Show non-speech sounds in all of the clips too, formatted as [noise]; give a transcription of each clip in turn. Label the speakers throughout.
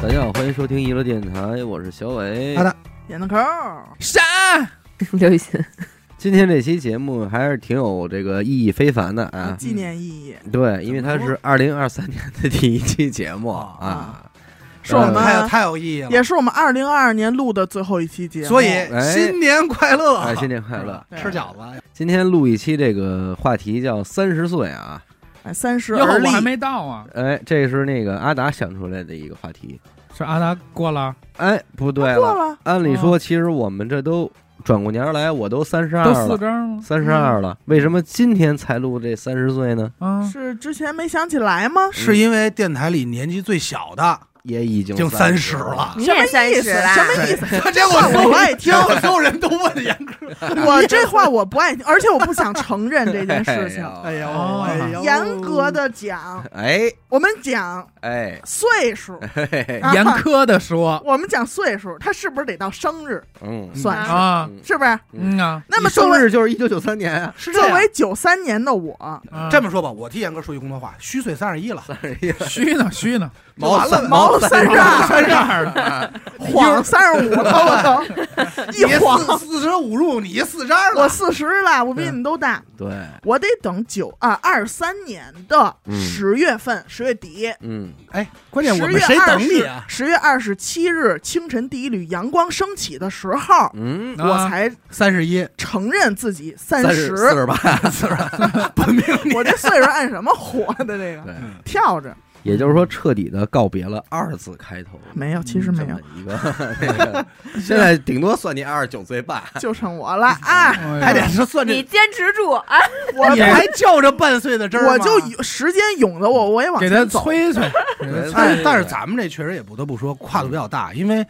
Speaker 1: 大家好，欢迎收听娱乐电台，我是小伟。
Speaker 2: 好的
Speaker 3: 点子扣儿，
Speaker 4: 啥？
Speaker 5: 刘雨欣，
Speaker 1: 今天这期节目还是挺有这个意义非凡的啊。
Speaker 3: 纪念意义。
Speaker 1: 对，因为它是二零二三年的第一期节目啊
Speaker 3: 啊，
Speaker 1: 是
Speaker 3: 我们
Speaker 2: 太有太有意义了。
Speaker 3: 也是我们二零二二年录的最后一期节目，
Speaker 2: 所以
Speaker 1: 哎
Speaker 2: 新年快乐，嗯
Speaker 1: 哎，新年快乐！
Speaker 3: 对
Speaker 2: [laughs] 吃饺子。
Speaker 1: 今天录一期这个话题叫三十岁啊，
Speaker 3: 哎三十
Speaker 4: 哟，
Speaker 3: 而立
Speaker 4: 我还没到啊！
Speaker 1: 哎，这是那个阿达想出来的一个话题。
Speaker 4: 是阿达过了，
Speaker 1: 哎，不对
Speaker 3: 过
Speaker 1: 了，
Speaker 3: 了，
Speaker 1: 按理说其实我们这都转过年来，我都三十二
Speaker 4: 都四嗯
Speaker 1: 了，
Speaker 4: 张了
Speaker 1: 三十二了，为什么今天才录这三十岁呢？
Speaker 4: 啊！
Speaker 3: 是之前没想起来吗？
Speaker 2: 是因为电台里年纪最小的，
Speaker 1: 也已经
Speaker 2: 已经
Speaker 1: 三
Speaker 2: 30了 [laughs]
Speaker 5: 你
Speaker 3: 什么
Speaker 5: 也
Speaker 3: 意思
Speaker 5: 三十啦？
Speaker 3: 什么意思？
Speaker 2: 他结果
Speaker 3: 算我不爱听
Speaker 2: 结
Speaker 3: [laughs]
Speaker 2: 果所有人都问严哥，
Speaker 3: 我这话我不爱听，而且我不想承认这件事情。
Speaker 1: 哎呦，
Speaker 4: 哦
Speaker 2: 呦
Speaker 3: 严格的讲，
Speaker 1: 哎
Speaker 3: 我们讲
Speaker 1: 哎，
Speaker 3: 岁数，
Speaker 1: 嘿嘿嘿，
Speaker 3: 啊
Speaker 4: 严苛的说
Speaker 3: 我们讲岁数，他是不是得到生日
Speaker 1: 嗯，
Speaker 3: 算
Speaker 5: 嗯
Speaker 3: 是？
Speaker 4: 啊，
Speaker 1: 嗯
Speaker 3: 是不是？
Speaker 4: 嗯啊，
Speaker 3: 那么
Speaker 1: 你生
Speaker 3: 作为
Speaker 1: 日就是一九九三年啊，
Speaker 2: 是这
Speaker 3: 作
Speaker 2: 样。
Speaker 3: 为九三年的我，
Speaker 4: 啊
Speaker 2: 这么说吧，我替严哥说句公道话，虚岁三十一了，
Speaker 1: 三十一，
Speaker 4: [laughs] 虚呢虚呢，
Speaker 2: 就完了
Speaker 3: 毛三十二，
Speaker 4: 三十二了，
Speaker 3: 晃三十五了，
Speaker 2: [laughs]
Speaker 3: 我都 [laughs] 一
Speaker 2: 你
Speaker 3: 晃
Speaker 2: 四四舍五入，你四十二
Speaker 3: 我
Speaker 2: 了，
Speaker 3: 四十了，我比你们都大，
Speaker 2: 嗯
Speaker 1: 对，
Speaker 3: 我得等九啊二三年的
Speaker 1: 嗯
Speaker 3: 十月份，十、月底。
Speaker 1: 嗯，
Speaker 2: 哎，关
Speaker 3: 十
Speaker 2: 键我们
Speaker 3: 月
Speaker 2: 谁
Speaker 3: 二
Speaker 2: 等你
Speaker 3: 十
Speaker 2: 啊，？
Speaker 3: 十月二十七日清晨第一缕阳光升起的时候，
Speaker 1: 嗯，
Speaker 4: 啊
Speaker 3: 我才
Speaker 2: 三十一，
Speaker 3: 承认自己三
Speaker 1: 三
Speaker 3: 十。
Speaker 1: 四十八，
Speaker 2: 本命
Speaker 3: 我
Speaker 2: 年。嗯
Speaker 3: 这岁数按什么活的？这个
Speaker 1: 对，
Speaker 3: 跳着
Speaker 1: 也就是说彻底的告别了二字开头，
Speaker 3: 没有，其实
Speaker 2: 嗯
Speaker 3: 没
Speaker 1: 这么
Speaker 3: 有，
Speaker 1: 一个， [laughs] 那个现在顶多算你二十九岁半，
Speaker 3: 就剩我了
Speaker 2: 还
Speaker 3: 啊！
Speaker 4: 还
Speaker 2: 哎得是算这，
Speaker 5: 你坚持住啊！
Speaker 3: 我
Speaker 2: 嗯你还较 [laughs] 着半岁的真儿吗
Speaker 3: 我就有时间涌的我，我也往
Speaker 4: 给他
Speaker 3: 前走。
Speaker 4: 催催，
Speaker 1: 对
Speaker 2: 但是但是咱们这确实也不得不说跨度比较大，因为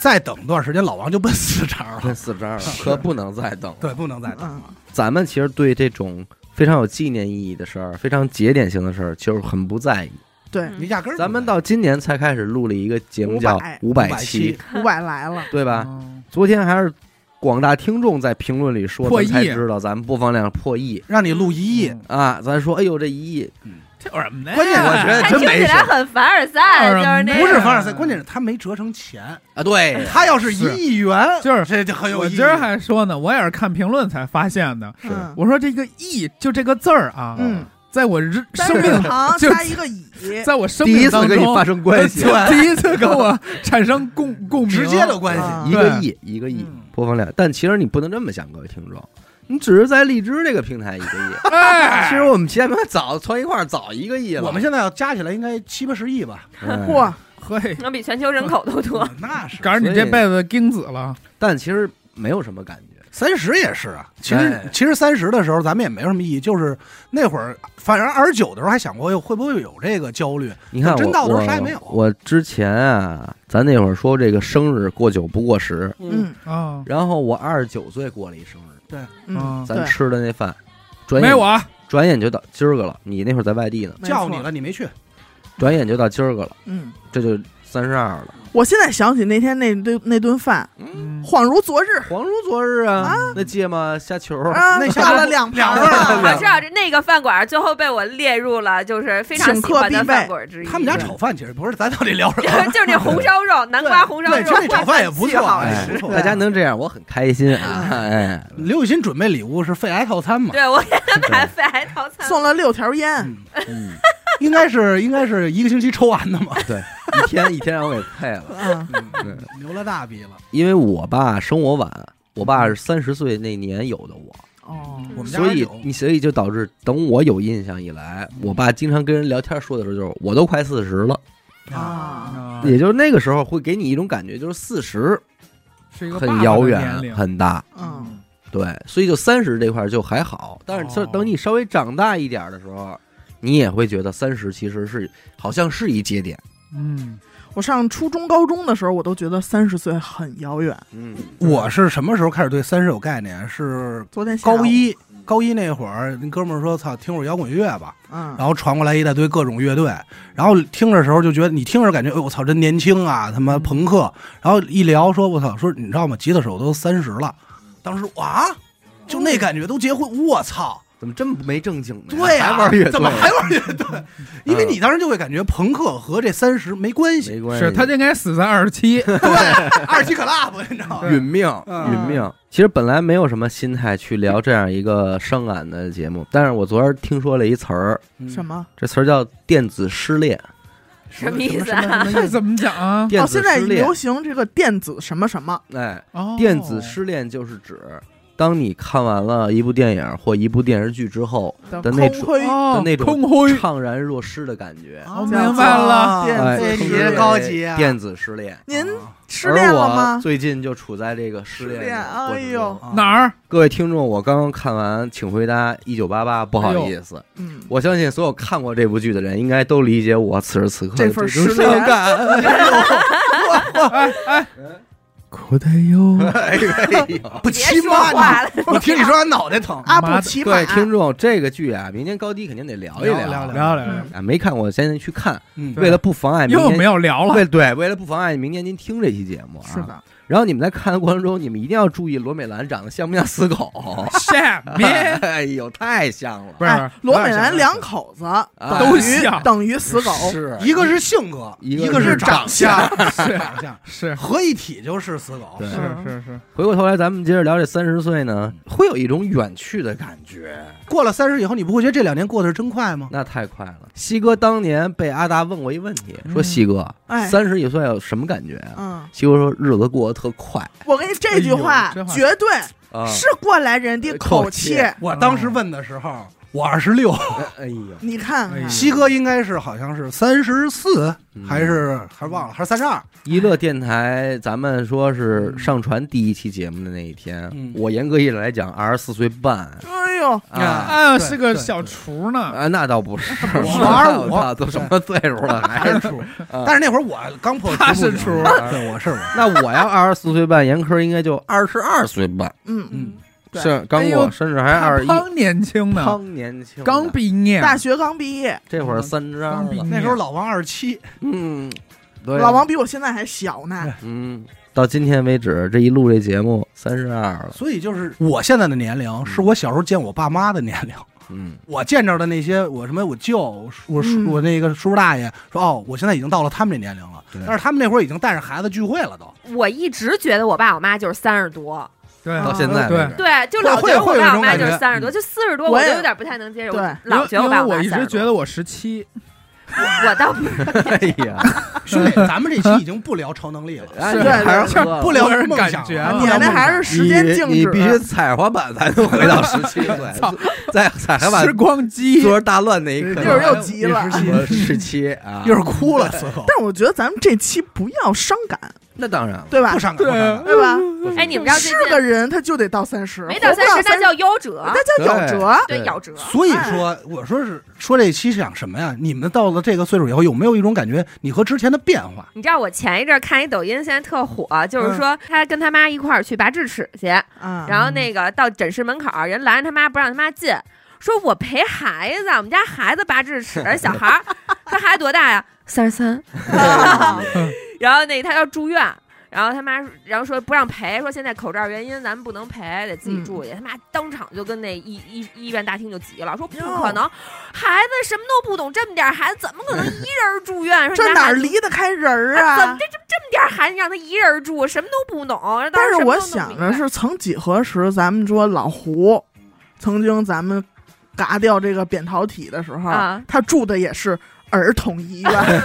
Speaker 2: 再等段时间，老王就奔四茬
Speaker 1: 快 [laughs]
Speaker 2: 了。
Speaker 1: 四十二了，
Speaker 2: 是
Speaker 1: 可不能再等了。
Speaker 2: 对，不能再等。
Speaker 3: 嗯，
Speaker 1: 咱们其实对这种非常有纪念意义的事儿，非常节点性的事儿，就是很不在意。
Speaker 3: 对，
Speaker 2: 你压根儿
Speaker 1: 咱们到今年才开始录了一个节目，叫
Speaker 3: 500
Speaker 1: 五百
Speaker 2: 百
Speaker 1: 期，
Speaker 3: 五百来了，
Speaker 1: 对吧？
Speaker 4: 嗯
Speaker 1: 昨天还是广大听众在评论里说，
Speaker 4: 破
Speaker 1: 咱才
Speaker 4: 亿
Speaker 1: 知道咱们播放量破亿
Speaker 2: 让你录一亿，
Speaker 1: 啊！咱说，哎呦，这一亿，
Speaker 4: 这有什么呀？
Speaker 2: 关键我觉得
Speaker 5: 他
Speaker 2: 真
Speaker 5: 听
Speaker 2: 没
Speaker 5: 起
Speaker 2: 事嗯
Speaker 5: 来很凡尔赛，就是那
Speaker 4: 哎
Speaker 5: 个
Speaker 2: 不是凡尔赛，关键是他没折成钱。
Speaker 1: 啊，对，
Speaker 2: 他要是一
Speaker 4: 是
Speaker 2: 亿元，
Speaker 4: 就是
Speaker 2: 这就很有
Speaker 4: 我
Speaker 2: 意义。
Speaker 4: 今儿还说呢，我也是看评论才发现的。
Speaker 1: 是
Speaker 3: 嗯
Speaker 4: 我说这个“意”就这个字儿啊，
Speaker 3: 嗯，
Speaker 4: 在我日
Speaker 3: 三
Speaker 4: 生
Speaker 3: 水 [laughs]
Speaker 4: 命，
Speaker 3: 堂
Speaker 4: 就
Speaker 3: 加一个乙，
Speaker 4: [laughs] 在我
Speaker 1: [laughs]
Speaker 4: 生
Speaker 1: 第一
Speaker 4: 命
Speaker 1: 次
Speaker 4: 当
Speaker 1: 跟你发
Speaker 4: 中，
Speaker 1: 生关系，
Speaker 4: [laughs] 对，第一次跟我产生共共鸣，
Speaker 2: 直接的关系。
Speaker 3: 啊
Speaker 1: 一个亿，一个亿
Speaker 4: 嗯
Speaker 1: 播放量。但其实你不能这么想，各位听众，你只是在荔枝这个平台一个亿。
Speaker 4: [laughs] 哎，
Speaker 1: 其实我们前面早从一块儿早一个亿了，
Speaker 2: 我们现在要加起来应该七八十亿吧？
Speaker 1: 哎
Speaker 3: 嚯，
Speaker 4: 嘿，
Speaker 5: 能比全球人口都多。
Speaker 2: 那
Speaker 4: [laughs]
Speaker 2: 是
Speaker 4: 赶上你这辈子钉子了，
Speaker 1: 但其实没有什么感觉。
Speaker 2: 三十也是啊。其
Speaker 1: 哎
Speaker 2: 实其实三十的时候咱们也没有什么意义，就是那会儿，反正二十九的时候还想过，哎呦会不会有这个焦虑？
Speaker 1: 你看我，
Speaker 2: 真到头
Speaker 1: 我
Speaker 2: 啥也没有
Speaker 1: 我之前啊，咱那会儿说这个生日过九不过十，
Speaker 3: 嗯
Speaker 4: 啊
Speaker 1: 然后我二十九岁过了一生日，
Speaker 3: 嗯，
Speaker 4: 啊，
Speaker 1: 咱
Speaker 3: 对
Speaker 1: 吃的那饭，转
Speaker 4: 没
Speaker 1: 眼
Speaker 4: 有我啊，
Speaker 1: 转眼就到今儿个了。你那会儿在外地呢，
Speaker 3: 没
Speaker 2: 叫
Speaker 3: 错
Speaker 2: 你了，你没去，
Speaker 1: 转眼就到今儿个了，
Speaker 3: 嗯，
Speaker 1: 这就三十二了，
Speaker 3: 我现在想起那天那顿那顿饭，
Speaker 4: 嗯
Speaker 3: 恍如昨日
Speaker 1: 恍如昨日啊，那芥末虾球儿，
Speaker 3: 啊，
Speaker 2: 那下
Speaker 3: 下了
Speaker 2: 午
Speaker 3: 两
Speaker 2: 两
Speaker 3: 盘啊
Speaker 2: 份
Speaker 5: [laughs]
Speaker 2: 儿
Speaker 3: 了
Speaker 5: 我知啊道这那个饭馆最后被我列入了，就是非常喜欢的饭馆之一。
Speaker 2: 他们家炒饭其实不是，咱到底聊什 [laughs] 么？
Speaker 5: [laughs] 就是那红烧肉，南瓜红烧
Speaker 2: [laughs] 对，
Speaker 5: 肉，
Speaker 2: 其实那炒饭也不
Speaker 5: 巨
Speaker 2: 错
Speaker 5: 好
Speaker 2: 啊，
Speaker 5: 吃
Speaker 1: 哎
Speaker 2: 也不错。
Speaker 1: 大家能这样，我很开心啊！哎，
Speaker 2: 刘雨欣准备礼物是肺癌套餐嘛？
Speaker 5: 对我给他买肺癌套餐，
Speaker 3: 送了六条烟，
Speaker 2: 嗯，
Speaker 1: 嗯，
Speaker 2: 应该是应该是一个星期抽完的 [laughs] 嘛。
Speaker 1: 对，一天一天让我给配了，
Speaker 3: 嗯，
Speaker 1: 对
Speaker 2: 留了大逼了。
Speaker 1: 因为我爸生我晚，我爸是三十岁那年有的我，
Speaker 3: 哦，
Speaker 2: 我们家
Speaker 1: 所以
Speaker 2: 有
Speaker 1: 你所以就导致等我有印象以来，我爸经常跟人聊天说的时候就是我都快四十了，
Speaker 3: 啊，
Speaker 4: 啊
Speaker 1: 也就是那个时候会给你一种感觉，就是四十
Speaker 4: 是一个
Speaker 1: 很遥
Speaker 4: 爸爸的年
Speaker 1: 远啊
Speaker 4: 龄
Speaker 1: 很大，
Speaker 3: 嗯，
Speaker 1: 对，所以就三十这块儿就还好，但是就
Speaker 4: 哦
Speaker 1: 等你稍微长大一点儿的时候，你也会觉得三十其实是好像是一节点，
Speaker 4: 嗯，
Speaker 3: 我上初中、高中的时候，我都觉得三十岁很遥远。
Speaker 1: 嗯，
Speaker 2: 我是什么时候开始对三十有概念？是
Speaker 3: 昨天下午
Speaker 2: 高，一，高一那会儿，那哥们儿说：“操，听会儿摇滚乐吧。”
Speaker 3: 嗯，
Speaker 2: 然后传过来一大堆各种乐队，然后听着时候就觉得你听着感觉，哎呦我操，真年轻啊，他妈朋克。然后一聊说，我操，说你知道吗？吉他手都三十了，当时我啊，就那感觉，都结婚，我操，
Speaker 1: 怎么这么没正经呢？
Speaker 2: [laughs] 对呀、
Speaker 1: 还玩乐队，
Speaker 2: 怎么还玩乐队？因为你当时就会感觉朋克和这三十没关系，
Speaker 1: 没关系？
Speaker 4: 是他就应该死在二十七， [laughs]
Speaker 2: 对，二七 club 你知道吗？
Speaker 1: 殒命，
Speaker 2: 嗯
Speaker 1: 殒命。其实本来没有什么心态去聊这样一个伤感的节目，但是我昨儿听说了一词儿，
Speaker 3: 什么？
Speaker 1: 这词儿叫电子失恋。
Speaker 5: 什么意思
Speaker 2: 什么
Speaker 5: 啊？
Speaker 2: 什么
Speaker 4: 这
Speaker 2: 意思？
Speaker 4: 怎么讲啊？
Speaker 1: 电
Speaker 3: 哦，
Speaker 1: 子
Speaker 3: 现在
Speaker 1: 失恋
Speaker 3: 流，行这个电子什么什么，
Speaker 1: 哎，
Speaker 4: 哦，
Speaker 1: 电子失恋就是指当你看完了一部电影或一部电视剧之后的
Speaker 3: 空
Speaker 1: 那种
Speaker 3: 灰
Speaker 4: 哦
Speaker 1: 的那种
Speaker 4: 空灰，
Speaker 1: 怅然若失的感觉。
Speaker 4: 我明白了
Speaker 3: 电
Speaker 1: 哎，
Speaker 3: 子
Speaker 2: 这
Speaker 1: 称
Speaker 2: 你
Speaker 1: 之
Speaker 2: 这
Speaker 1: 为
Speaker 3: 失
Speaker 2: 啊高级啊
Speaker 1: 电子失恋。
Speaker 3: 您
Speaker 2: 啊
Speaker 3: 失恋了
Speaker 1: 而我
Speaker 3: 吗？
Speaker 1: 最近就处在这个失恋
Speaker 3: 失恋
Speaker 1: 的过程中
Speaker 3: 哎呦
Speaker 2: 啊
Speaker 4: 哪儿？
Speaker 1: 各位听众，我刚刚看完《请回答一九八八》，不好
Speaker 4: 哎呦
Speaker 1: 意思，
Speaker 3: 嗯，
Speaker 1: 我相信所有看过这部剧的人，应该都理解我此时此刻的
Speaker 3: 这份
Speaker 1: 种
Speaker 3: 失恋
Speaker 1: 伤
Speaker 3: [laughs]
Speaker 1: 感。
Speaker 4: 口袋 [laughs] 哟，
Speaker 1: 哎呦
Speaker 2: 啊不
Speaker 5: 别
Speaker 2: 欺
Speaker 5: 说
Speaker 2: 瞒
Speaker 5: 话了
Speaker 2: 你，我听你说俺脑
Speaker 1: [laughs]
Speaker 2: 袋疼。
Speaker 3: 阿
Speaker 4: 妈
Speaker 3: 布
Speaker 4: 的
Speaker 3: 奇
Speaker 1: 各位
Speaker 3: 马，
Speaker 1: 听众，这个剧啊，明年高低肯定得聊一
Speaker 2: 聊
Speaker 3: 哎
Speaker 2: 聊
Speaker 4: 聊聊聊，
Speaker 1: 啊，没看过先去看，
Speaker 2: 嗯
Speaker 1: 为了不妨哎碍明
Speaker 4: 又没
Speaker 1: 年，
Speaker 4: 有聊了，
Speaker 1: 为对，为了不妨碍明年您听这期节目啊。
Speaker 3: 是。的，
Speaker 1: 然后你们在看的过程中，你们一定要注意罗美兰长得像不像死狗。
Speaker 4: 下面
Speaker 1: [laughs] 哎呦，太像了，
Speaker 4: 不是
Speaker 3: 哎罗美兰两口子
Speaker 1: 都
Speaker 3: 等于
Speaker 4: 像
Speaker 3: 等于死狗，
Speaker 1: 是
Speaker 2: 一个是性格，
Speaker 1: 一
Speaker 2: 一
Speaker 1: 个
Speaker 2: 是
Speaker 1: 是
Speaker 2: 长相，
Speaker 4: 是
Speaker 2: 长相 [laughs]
Speaker 4: 是
Speaker 2: 合一体就是死狗
Speaker 1: 对。
Speaker 4: 是是是，
Speaker 1: 回过头来，咱们接着聊这三十岁呢，会有一种远去的感觉。
Speaker 2: 过了三十以后，你不会觉得这两年过得是真快吗？
Speaker 1: 那太快了。西哥当年被阿达问过一问题，
Speaker 4: 嗯
Speaker 1: 说西哥
Speaker 3: 哎
Speaker 1: 三十一岁有什么感觉啊？
Speaker 3: 嗯，
Speaker 1: 西哥说日子过得特快
Speaker 3: 我跟你这句
Speaker 4: 哎
Speaker 3: 话
Speaker 4: 呦真话
Speaker 3: 绝对
Speaker 1: 啊
Speaker 3: 是过来人的
Speaker 1: 口
Speaker 3: 口
Speaker 1: 气
Speaker 3: 气，
Speaker 2: 我当
Speaker 1: 嗯
Speaker 2: 时问的时候，我二十六，
Speaker 1: 哎呦，
Speaker 3: 你看
Speaker 4: 哎呀
Speaker 3: 看，
Speaker 2: 西哥应该是好像是三十四，
Speaker 1: 嗯
Speaker 2: 还是还忘了，还是三十二。
Speaker 1: 娱乐电台，咱们说是上传第一期节目的那一天，
Speaker 2: 嗯
Speaker 1: 我严格意义来讲二十四岁半
Speaker 3: 哎呦，
Speaker 1: 啊。
Speaker 4: 啊，
Speaker 2: 对
Speaker 4: 是个
Speaker 2: 对
Speaker 4: 小厨呢，
Speaker 1: 啊，那倒不是，
Speaker 2: 我25
Speaker 1: [laughs] 我操，都什么岁数了还
Speaker 2: 还
Speaker 1: 是
Speaker 2: 是 [laughs] 处，
Speaker 1: 啊
Speaker 2: 但是那会儿我刚破，
Speaker 4: 他是处
Speaker 2: 对，我啊是我，
Speaker 1: 那我要二十四岁半，严科应该就二十二岁半，
Speaker 3: 嗯
Speaker 2: 嗯，，
Speaker 3: 对
Speaker 1: 是刚
Speaker 4: 哎呦
Speaker 1: 我甚至还二十一，
Speaker 4: 刚年轻呢，
Speaker 1: 刚年轻呢，
Speaker 4: 刚毕业，
Speaker 3: 大学刚毕业，
Speaker 1: 这会儿三十二
Speaker 4: 刚毕
Speaker 1: 了
Speaker 4: 业，
Speaker 2: 那时候老王二七，
Speaker 1: 嗯，对，
Speaker 3: 老王比我现在还小呢，
Speaker 1: 嗯，到今天为止，这一录这节目三十二了，
Speaker 2: 所以就是我现在的年龄是我小时候见我爸妈的年龄。
Speaker 1: 嗯，
Speaker 2: 我见着的那些，我什么我舅、我叔、我叔
Speaker 3: 嗯
Speaker 2: 我那个叔叔大爷说，哦，我现在已经到了他们这年龄了
Speaker 1: 对，
Speaker 2: 但是他们那会儿已经带着孩子聚会了都，
Speaker 5: [laughs] 我一直觉得我爸我妈就是三十多，
Speaker 4: 对
Speaker 1: 到现在
Speaker 4: 对
Speaker 1: 为止，
Speaker 5: 对，就老觉得我
Speaker 2: 会会有这
Speaker 5: 爸
Speaker 2: 种
Speaker 5: 我妈就
Speaker 2: 感
Speaker 5: 是
Speaker 2: 觉嗯
Speaker 5: 三十多，就四十多
Speaker 3: 我
Speaker 5: 我
Speaker 3: 也
Speaker 5: 就有点不太能接受，
Speaker 3: 对
Speaker 5: 我老觉得
Speaker 4: 因为
Speaker 5: 爸
Speaker 4: 我
Speaker 5: 妈
Speaker 4: 一
Speaker 5: 三
Speaker 4: 直
Speaker 5: 十
Speaker 4: 觉
Speaker 5: 多，
Speaker 4: 得我十七，
Speaker 5: 我倒不
Speaker 1: 哎呀，
Speaker 2: 兄弟，咱们这期已经不聊超能
Speaker 1: [laughs]
Speaker 2: 力了，
Speaker 1: 哎你
Speaker 3: 对对
Speaker 1: 还是
Speaker 4: 对
Speaker 1: 喝
Speaker 2: 不聊
Speaker 4: 我有
Speaker 2: 梦
Speaker 4: 感
Speaker 2: 想
Speaker 4: 觉
Speaker 2: 了
Speaker 4: 啊
Speaker 2: 不
Speaker 3: 你
Speaker 2: 聊
Speaker 3: 那
Speaker 2: 梦
Speaker 3: 还
Speaker 2: 想
Speaker 3: 是时间静
Speaker 1: 你你必须
Speaker 3: 止，
Speaker 1: 踩滑板才能回到十七岁
Speaker 4: 操，
Speaker 1: 在踩滑
Speaker 4: 时
Speaker 1: 板
Speaker 4: 光机，
Speaker 1: 坐着大乱那一刻，
Speaker 3: 一会儿又急了。
Speaker 1: 十七啊，
Speaker 2: 一会儿哭了，死后
Speaker 3: 但我觉得咱们这期不要伤感，
Speaker 1: 那当然了，
Speaker 3: 对吧
Speaker 2: 不？伤感，不伤
Speaker 4: 对
Speaker 2: 感，
Speaker 3: 对吧？
Speaker 1: 嗯
Speaker 5: 哎，你们知道最
Speaker 3: 是
Speaker 5: 近
Speaker 3: 个人他就得到三十，
Speaker 5: 没到
Speaker 3: 活不
Speaker 5: 三十，那
Speaker 3: 30
Speaker 5: 叫夭折，
Speaker 3: 那叫有辙。
Speaker 5: 对，夭折。
Speaker 2: 所以说，我说是说这期想什么呀？你们到了这个岁数以后，有没有一种感觉，你和之前的变化？
Speaker 5: 你知道我前一阵儿看一抖音，现在特火，
Speaker 3: 嗯
Speaker 5: 就是说他跟他妈一块儿去拔智齿去，
Speaker 3: 啊，
Speaker 5: 然后那个到诊室门口儿，人拦着他妈不让他妈进，说我陪孩子，我们家孩子拔智齿，小孩儿，他孩子多大呀？三十三。然后 [laughs] 那他要住院。然后他妈，然后说不让陪，说现在口罩原因咱们不能陪，得
Speaker 3: 嗯
Speaker 5: 自己住去。他妈当场就跟那医医医院大厅就急了，说不可能，孩子什么都不懂，这么点儿孩子怎么
Speaker 3: [laughs]
Speaker 5: 可能一人儿住院？说你
Speaker 3: 这
Speaker 5: 家
Speaker 3: 哪
Speaker 5: 孩
Speaker 3: 儿
Speaker 5: 子
Speaker 3: 离得开人儿
Speaker 5: 怎么
Speaker 3: 啊？
Speaker 5: 这这这么点儿孩子让他一人住，什么都不懂？当
Speaker 3: 但
Speaker 5: 时
Speaker 3: 是
Speaker 5: 什么
Speaker 3: 我
Speaker 5: 都弄
Speaker 3: 想
Speaker 5: 不
Speaker 3: 着
Speaker 5: 明白，
Speaker 3: 是，曾几何时，咱们说老胡，曾经咱们嘎掉这个扁桃体的时候
Speaker 5: 啊，
Speaker 3: 他住的也是儿童医
Speaker 5: [laughs]
Speaker 3: 院，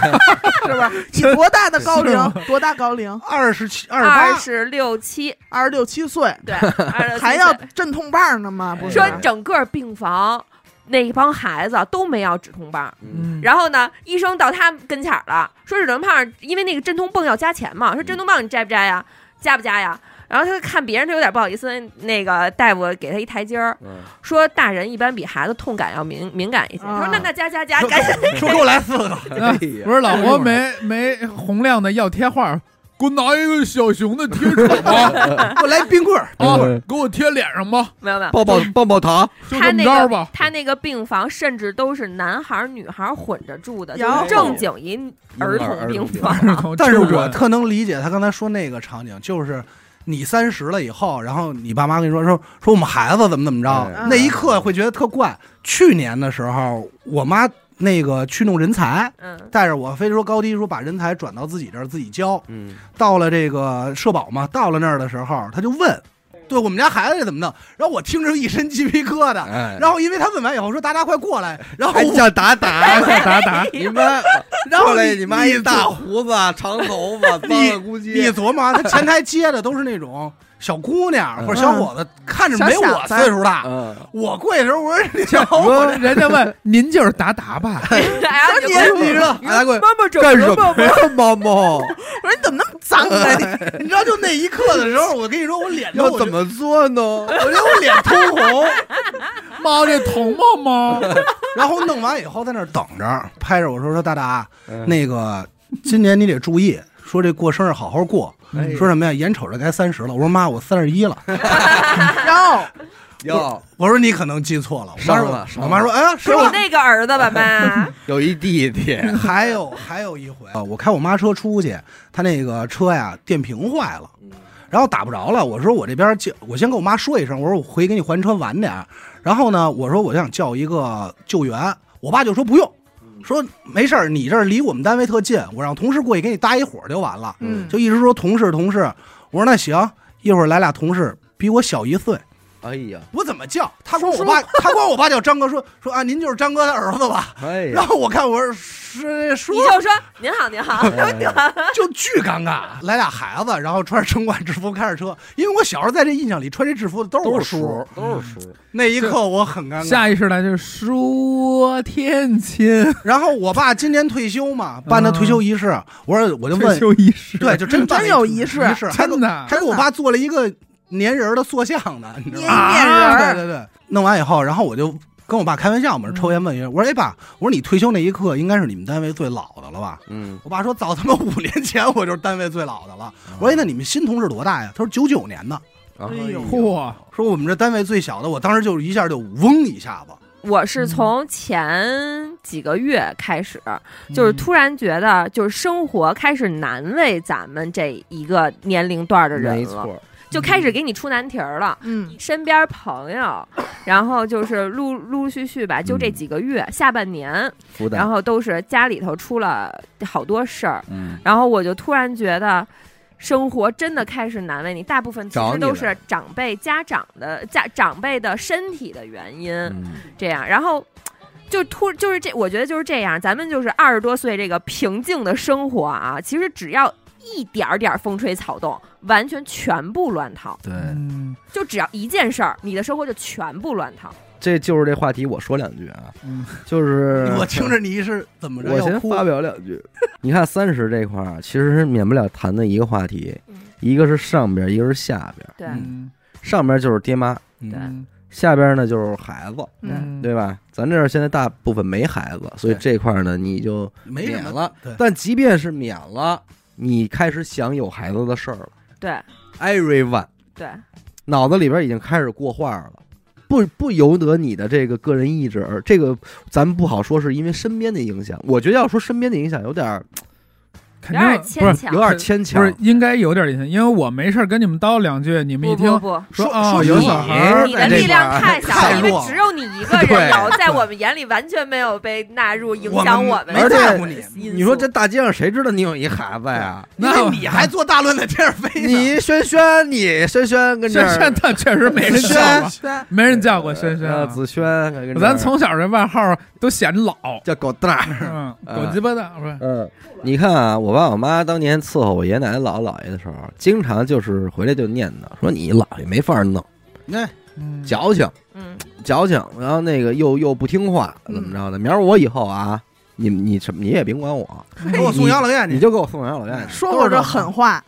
Speaker 3: 是吧？你多大的高
Speaker 4: 是吗
Speaker 3: 龄？多大高龄？
Speaker 2: 二十七、二十
Speaker 5: 二
Speaker 2: 八，
Speaker 5: 十六七，
Speaker 3: 二十六七岁，
Speaker 5: 对，二十
Speaker 3: 还要镇痛棒呢吗？不是
Speaker 5: 呃说整个病房那帮孩子都没要止痛棒。
Speaker 1: 嗯，
Speaker 4: 嗯，
Speaker 5: 然后呢，医生到他跟前儿了，说止痛棒，因为那个镇痛泵要加钱嘛，说镇痛棒你摘不摘呀？加不加呀？然后他看别人，他有点不好意思，那个大夫给他一台阶儿，
Speaker 1: 嗯
Speaker 5: 说大人一般比孩子痛感要敏敏感一些。他
Speaker 3: 啊
Speaker 5: 说那那加
Speaker 1: [laughs]
Speaker 5: 加加，赶紧
Speaker 2: 说给我来四个，
Speaker 1: 哎呀
Speaker 4: 不是老婆没没洪亮的要贴画，给我拿一个小熊的贴纸吧，
Speaker 2: 给我来冰棍儿，
Speaker 4: 啊
Speaker 1: 嗯，
Speaker 4: 给我贴脸上吧，
Speaker 5: 没有没有，
Speaker 1: 抱抱抱抱糖，
Speaker 4: 就
Speaker 5: 他
Speaker 4: 这
Speaker 5: 那
Speaker 4: 么
Speaker 5: 个
Speaker 4: 着
Speaker 5: [laughs]
Speaker 4: 吧。 [laughs]
Speaker 5: 他那个病房甚至都是男孩儿女孩儿混着住的，就
Speaker 3: 哟
Speaker 5: 是正经一儿童病
Speaker 1: 婴儿
Speaker 5: 房。
Speaker 1: [laughs]
Speaker 4: 儿童
Speaker 2: 但是
Speaker 4: 就
Speaker 2: 我特能理解他刚才说那个场景，就是你三十了以后，然后你爸妈跟你说说说我们孩子怎么怎么着
Speaker 1: 哎，
Speaker 2: 那一刻会觉得特怪。去年的时候，我妈那个去弄人才，
Speaker 5: 嗯
Speaker 2: 带着我非说高低说把人才转到自己这儿自己教。
Speaker 1: 嗯，
Speaker 2: 到了这个社保嘛，到了那儿的时候，他就问，对我们家孩子怎么弄，然后我听着一身鸡皮疙瘩。
Speaker 1: 哎，
Speaker 2: 然后因为他问完以后说达达快过来，然后
Speaker 1: 还
Speaker 2: 我
Speaker 1: 叫达达，
Speaker 4: 达达，
Speaker 1: 哎你妈，
Speaker 2: 然后
Speaker 1: 过来
Speaker 2: 你
Speaker 1: 你妈一
Speaker 2: 你
Speaker 1: 大胡子、啊长头 [laughs] 发、脏了估
Speaker 2: [laughs] 你
Speaker 1: 计，
Speaker 2: 琢磨啊，他前台接的都是那种小姑娘
Speaker 1: 嗯
Speaker 2: 或者小伙子，看着
Speaker 3: 小
Speaker 2: 没我
Speaker 3: 小子
Speaker 2: 岁数大。
Speaker 1: 嗯，
Speaker 2: 我跪的时候，我说你瞧
Speaker 4: 我
Speaker 2: 我
Speaker 4: 人家问您就是达达 [laughs] 吧？
Speaker 5: [laughs] 然后
Speaker 2: 这
Speaker 5: 哎你
Speaker 2: 年纪知道，
Speaker 1: 哎，快
Speaker 5: 妈妈整
Speaker 1: 干
Speaker 5: 容
Speaker 1: 什
Speaker 5: 吧
Speaker 1: 么呀，猫猫？
Speaker 3: 我说你怎么那么脏啊？你
Speaker 2: 嗯你知道就那一刻的时候，我跟你说我脸都
Speaker 1: 要怎，么做呢？
Speaker 2: 我觉得我脸通红，
Speaker 4: 猫这疼吗？猫，
Speaker 2: 然后弄完以后在那儿等着，拍着我说说大大，
Speaker 1: 嗯
Speaker 2: 那个今年你得注意，说这过生日好好过，
Speaker 1: 哎
Speaker 2: 说什么呀？眼瞅着该三十了，我说妈，我三十一了。
Speaker 3: 哟，
Speaker 1: [laughs] 要
Speaker 2: 我说你可能记错了，我妈
Speaker 1: 伤了
Speaker 2: 说，我妈说，哎呀，是
Speaker 5: 是我
Speaker 2: 我
Speaker 5: 那个儿子吧， [laughs] 妈，
Speaker 1: 有一弟弟，
Speaker 2: [laughs] 还有还有一回啊，我开我妈车出去，她那个车呀电瓶坏了，然后打不着了。我说我这边叫，我先跟我妈说一声，我说我回给你还车晚点儿。然后呢，我说我想叫一个救援，我爸就说不用，说没事儿，你这儿离我们单位特近，我让同事过去给你搭一伙儿就完了。
Speaker 3: 嗯，
Speaker 2: 就一直说同事同事，我说那行，一会儿来俩同事，比我小一岁，
Speaker 1: [laughs] 哎呀，
Speaker 2: 我怎么叫？他管我爸，他管我爸叫张哥，说说啊，您就是张哥的儿子吧？
Speaker 1: 哎呀，
Speaker 2: 然后我看我说是说
Speaker 5: 你就说您好您好，
Speaker 1: 哎
Speaker 2: 就巨尴尬。来俩孩子，然后穿着城管制服开着车，因为我小时候在这印象里穿这制服的都是我
Speaker 1: 都是
Speaker 2: 叔
Speaker 1: 叔。，都是叔，
Speaker 2: 那一刻我很尴尬。
Speaker 4: 下意识来就是说天亲，
Speaker 2: 然后我爸今年退休嘛，办的退休仪式，我说我就
Speaker 4: 退
Speaker 2: 问，
Speaker 4: 休仪式，
Speaker 2: 对，，就真办
Speaker 3: 真有
Speaker 2: 一
Speaker 3: 仪式
Speaker 2: 仪式还给
Speaker 4: 真的
Speaker 2: 还给我爸做了一个粘人的塑像
Speaker 3: [laughs]
Speaker 2: 呢，你知道
Speaker 3: 捏
Speaker 2: 吗？
Speaker 4: 啊
Speaker 3: 一面人
Speaker 2: 对
Speaker 3: 儿，
Speaker 2: 对对，弄完以后，然后我就跟我爸开玩笑嘛，抽烟问一人，我说哎爸，我说你退休那一刻应该是你们单位最老的了吧？
Speaker 1: 嗯，
Speaker 2: 我爸说早他妈五年前我就是单位最老的了。我说哎那你们新同事多大呀？他说九九年的。
Speaker 1: 然后
Speaker 3: 哎呦
Speaker 4: 嚯，
Speaker 2: 说我们这单位最小的，我当时就一下就嗡一下子，
Speaker 5: 我是从前几个月开始，就是
Speaker 1: 嗯
Speaker 5: 突然觉得，就是生活开始难为咱们这一个年龄段的人
Speaker 1: 没
Speaker 5: 了，
Speaker 1: 错，嗯
Speaker 5: 就开始给你出难题儿了。
Speaker 3: 嗯，
Speaker 5: 身边朋友，然后就是陆陆陆续续吧，就
Speaker 1: 嗯
Speaker 5: 这几个月，下半年，
Speaker 1: 复
Speaker 5: 然
Speaker 1: 旦，
Speaker 5: 后都是家里头出了好多事儿，
Speaker 1: 嗯，
Speaker 5: 然后我就突然觉得。生活真的开始难为你，大部分其
Speaker 1: 找
Speaker 5: 实
Speaker 1: 你
Speaker 5: 都
Speaker 1: 了
Speaker 5: 是长辈、家长的家长辈的身体的原因。
Speaker 1: 嗯
Speaker 5: 这样，然后就突就是这，我觉得就是这样。咱们就是二十多岁这个平静的生活啊，其实只要一点儿点儿风吹草动，完全全部乱套。
Speaker 1: 对，
Speaker 4: 嗯
Speaker 5: 就只要一件事儿，你的生活就全部乱套。
Speaker 1: 这就是这话题，我说两句
Speaker 2: [laughs]
Speaker 1: 啊，
Speaker 4: 嗯
Speaker 1: 就是
Speaker 2: 我听着你是怎么着
Speaker 1: 我
Speaker 2: 要
Speaker 1: 先
Speaker 2: 哭，
Speaker 1: 发表两句。你看三十这块儿，其实是免不了谈的一个话题
Speaker 5: 嗯，
Speaker 1: 一个是上边，一个是下边。
Speaker 5: 对，
Speaker 4: 嗯
Speaker 1: 上边就是爹妈，
Speaker 4: 嗯
Speaker 1: 下边呢就是孩子，
Speaker 4: 嗯，
Speaker 1: 对吧？咱这儿现在大部分没孩子，所以这块儿呢你就
Speaker 2: 没什
Speaker 1: 免
Speaker 2: 么
Speaker 1: 了。
Speaker 2: 对，
Speaker 1: 但即便是免了，你开始想有孩子的事儿了。
Speaker 5: 对
Speaker 1: Everyone
Speaker 5: 对，
Speaker 1: 脑子里边已经开始过画了。不不由得你的这个个人意志，而这个咱们不好说，是因为身边的影响。我觉得要说身边的影响，有点儿
Speaker 4: 肯
Speaker 5: 有点
Speaker 4: 定不
Speaker 5: 牵
Speaker 4: 是
Speaker 5: 强，
Speaker 1: 有点儿牵强
Speaker 4: 不。是应该有点影响，因为我没事儿跟你们叨两句，你们一
Speaker 5: 不
Speaker 4: 听
Speaker 5: 不不。
Speaker 2: 说
Speaker 4: 说哦
Speaker 2: 说
Speaker 4: 有
Speaker 1: 你
Speaker 4: 小孩儿
Speaker 5: 你
Speaker 1: 在
Speaker 5: 的
Speaker 1: 这
Speaker 5: 力量
Speaker 1: 块儿
Speaker 5: 太小
Speaker 2: 太
Speaker 5: 了，因为
Speaker 2: 弱了
Speaker 5: 只有你一个
Speaker 1: 对
Speaker 5: 人，老在我们眼里完全没有被纳入影响
Speaker 2: 我
Speaker 5: 我
Speaker 2: 们
Speaker 5: 们
Speaker 2: 没
Speaker 5: 的
Speaker 2: 在乎你，
Speaker 5: 因素。
Speaker 1: 你说这大街上谁知道你有一孩子
Speaker 5: [laughs]
Speaker 1: 呀？
Speaker 2: 因
Speaker 4: 那
Speaker 2: 为你还坐大轮在天上飞呢，
Speaker 1: 你轩轩，你轩轩跟这
Speaker 4: 轩
Speaker 1: 儿
Speaker 4: 轩他确实没人叫
Speaker 3: 啊
Speaker 4: 过，
Speaker 2: 轩
Speaker 4: 没人叫过轩轩啊。
Speaker 1: 呃子轩跟这儿，
Speaker 4: 咱从小这外号都显老，
Speaker 1: 叫狗蛋儿。
Speaker 4: 嗯，
Speaker 1: 啊
Speaker 4: 狗鸡巴的不是？
Speaker 1: 嗯，你看啊，我爸我妈当年伺候我爷爷奶奶姥姥姥爷的时候，经常就是回来就念叨说你姥爷没法弄，
Speaker 2: 那
Speaker 4: 嗯
Speaker 1: 矫情
Speaker 5: 嗯，
Speaker 1: 矫情，然后那个又又不听话，怎么着的？明儿我以后啊，你你什么你也别管我，
Speaker 2: 给我送养老院
Speaker 1: 你
Speaker 2: 去，
Speaker 1: 就给我送养老院去。
Speaker 3: 说过这狠话，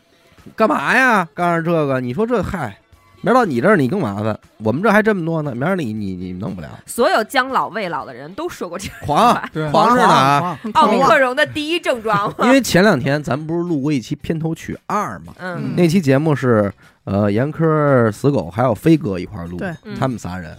Speaker 1: 干嘛呀？告诉这个，你说这嗨，明儿到你这儿你更麻烦，我们这儿还这么多呢，明儿你你你弄不了，
Speaker 5: 所有将老未老的人都说过这句
Speaker 1: 黄 [laughs]
Speaker 5: 话。
Speaker 4: 对，
Speaker 1: 黄着呢啊。
Speaker 2: 啊，
Speaker 5: 奥密克戎的第一症
Speaker 1: [laughs]
Speaker 5: 状
Speaker 1: 因为前两天咱们不是录过一期片头曲二嘛？
Speaker 5: 嗯
Speaker 1: 那期节目是呃严科、死狗还有飞哥一块儿录
Speaker 2: 对，
Speaker 5: 嗯
Speaker 1: 他们仨人。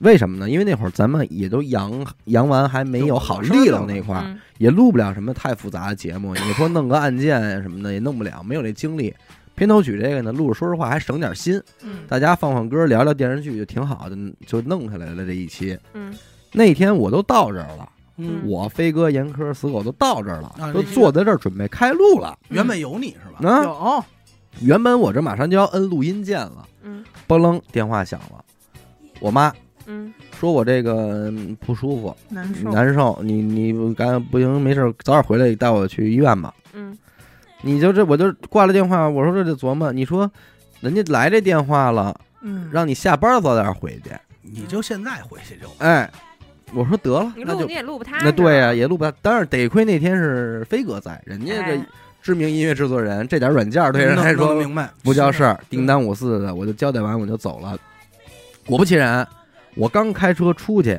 Speaker 1: 为什么呢？因为那会儿咱们也都阳阳完，还没有好利落那块儿，
Speaker 5: 嗯
Speaker 1: 啊也录不了什么太复杂的节目。你说弄个案件呀什么的也弄不了，没有那精力。片头曲这个呢，录着说实话还省点心，
Speaker 5: 嗯
Speaker 1: 大家放放歌，聊聊电视剧就挺好的，就弄下来了这一期。
Speaker 5: 嗯
Speaker 1: 那天我都到这儿了，
Speaker 5: 嗯
Speaker 1: 我飞哥、严科、死狗都到这儿
Speaker 2: 啊
Speaker 1: 了，都坐在这儿准备开录了。
Speaker 2: 原本有你是吧？
Speaker 1: 啊，
Speaker 3: 嗯有
Speaker 1: 原本我这马上就要摁录音键了，
Speaker 5: 嗯
Speaker 1: 嘣楞电话响了，我妈
Speaker 5: 嗯
Speaker 1: 说我这个嗯不舒服，
Speaker 3: 难受，
Speaker 1: 难受，你你赶不行，没事儿，早点回来，带我去医院吧。
Speaker 5: 嗯
Speaker 1: 你就这，我就挂了电话，我说这得琢磨，你说人家来这电话了，
Speaker 3: 嗯，
Speaker 1: 让你下班早点回去，
Speaker 2: 你就现在回去就
Speaker 1: 哎，我说得了，
Speaker 5: 你
Speaker 1: 那
Speaker 5: 录
Speaker 1: 就
Speaker 5: 你啊也录不他
Speaker 1: 那对呀、也录不到，当然得亏那天是飞哥在，人家这
Speaker 5: 哎
Speaker 1: 知名音乐制作人，这点软件对人
Speaker 2: 能
Speaker 1: 来
Speaker 2: 能
Speaker 1: 说
Speaker 2: 明白，
Speaker 1: 不叫事儿，
Speaker 2: 对
Speaker 1: 叮当五四的，我就交代完我就走了。果不其然，我刚开车出去，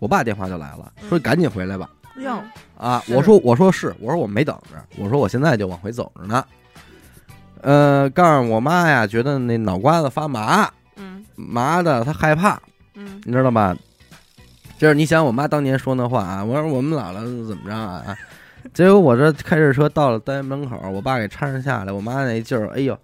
Speaker 1: 我爸电话就来了，说
Speaker 5: 嗯
Speaker 1: 赶紧回来吧。
Speaker 3: 要
Speaker 1: 啊，
Speaker 2: 是
Speaker 1: 我说我说是，我说我没等着，我说我现在就往回走着呢。呃，告诉我妈呀，觉得那脑瓜子发麻，
Speaker 5: 嗯
Speaker 1: 麻的她害怕，
Speaker 5: 嗯
Speaker 1: 你知道吧？就是你想我妈当年说那话啊，我说我们姥姥怎么着啊？结果我这开着车到了单元门口，我爸给搀着下来，我妈那劲儿，哎呦，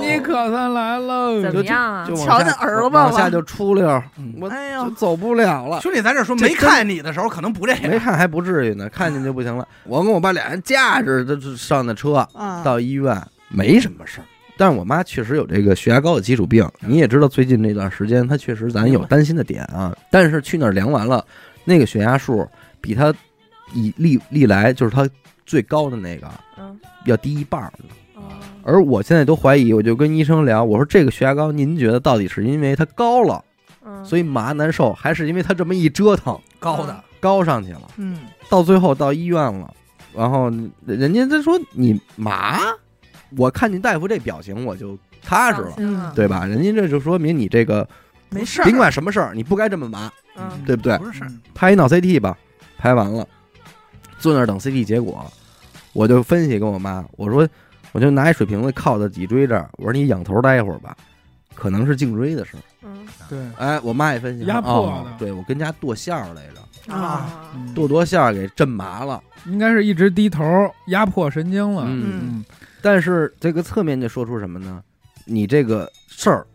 Speaker 4: 你可算来了，
Speaker 5: 怎么样啊
Speaker 1: 就？往
Speaker 3: 瞧
Speaker 1: 下
Speaker 3: 见儿子
Speaker 1: 往
Speaker 3: 吧
Speaker 1: 往下就出溜儿，
Speaker 2: 嗯
Speaker 1: 我
Speaker 3: 哎
Speaker 1: 就
Speaker 3: 呦，
Speaker 1: 走不了了。
Speaker 2: 兄弟在这说
Speaker 1: 这
Speaker 2: 没看你的时候可能不这
Speaker 1: 没
Speaker 2: 样，
Speaker 1: 看还不至于呢，看见就不行了。我跟我爸俩人架着这这上的车
Speaker 3: 啊，
Speaker 1: 到医院，没什么事儿。但是我妈确实有这个血压高的基础病，你也知道，最近这段时间她确实咱有担心的点啊。但是去那儿量完了，那个血压数比她以历历来就是她最高的那个
Speaker 5: 嗯
Speaker 1: 要低一半儿。
Speaker 5: 哦
Speaker 1: 而我现在都怀疑，我就跟医生聊，我说这个血压高，您觉得到底是因为它高了，
Speaker 5: 嗯，
Speaker 1: 所以麻难受，还是因为它这么一折腾
Speaker 2: 高的
Speaker 1: 高上去了？
Speaker 3: 嗯，
Speaker 1: 到最后到医院了，然后人家他说你麻，我看见大夫这表情我就踏实
Speaker 5: 放
Speaker 1: 了，嗯
Speaker 5: 心了，
Speaker 1: 对吧？人家这就说明你这个
Speaker 3: 没事儿
Speaker 1: 甭，管什么事儿，你不该这么麻，
Speaker 5: 嗯
Speaker 1: 对不对？
Speaker 2: 不是事儿，
Speaker 1: 拍一脑 CT 吧，拍完了，坐那儿等 CT 结果，我就分析跟我妈，我说我就拿一水瓶子靠在脊椎这儿，我说你仰头待一会儿吧。可能是颈椎的事儿，
Speaker 5: 嗯
Speaker 4: 对，
Speaker 1: 哎，我妈也分析，
Speaker 4: 压迫
Speaker 1: 哦
Speaker 4: 的
Speaker 1: 对我跟家剁馅儿来着，
Speaker 3: 啊
Speaker 5: 哦
Speaker 4: 嗯
Speaker 1: 剁剁馅儿给震麻了，
Speaker 4: 应该是一直低头压迫神经了。
Speaker 1: 嗯
Speaker 4: 嗯，
Speaker 1: 但是这个侧面就说出什么呢？你这个事儿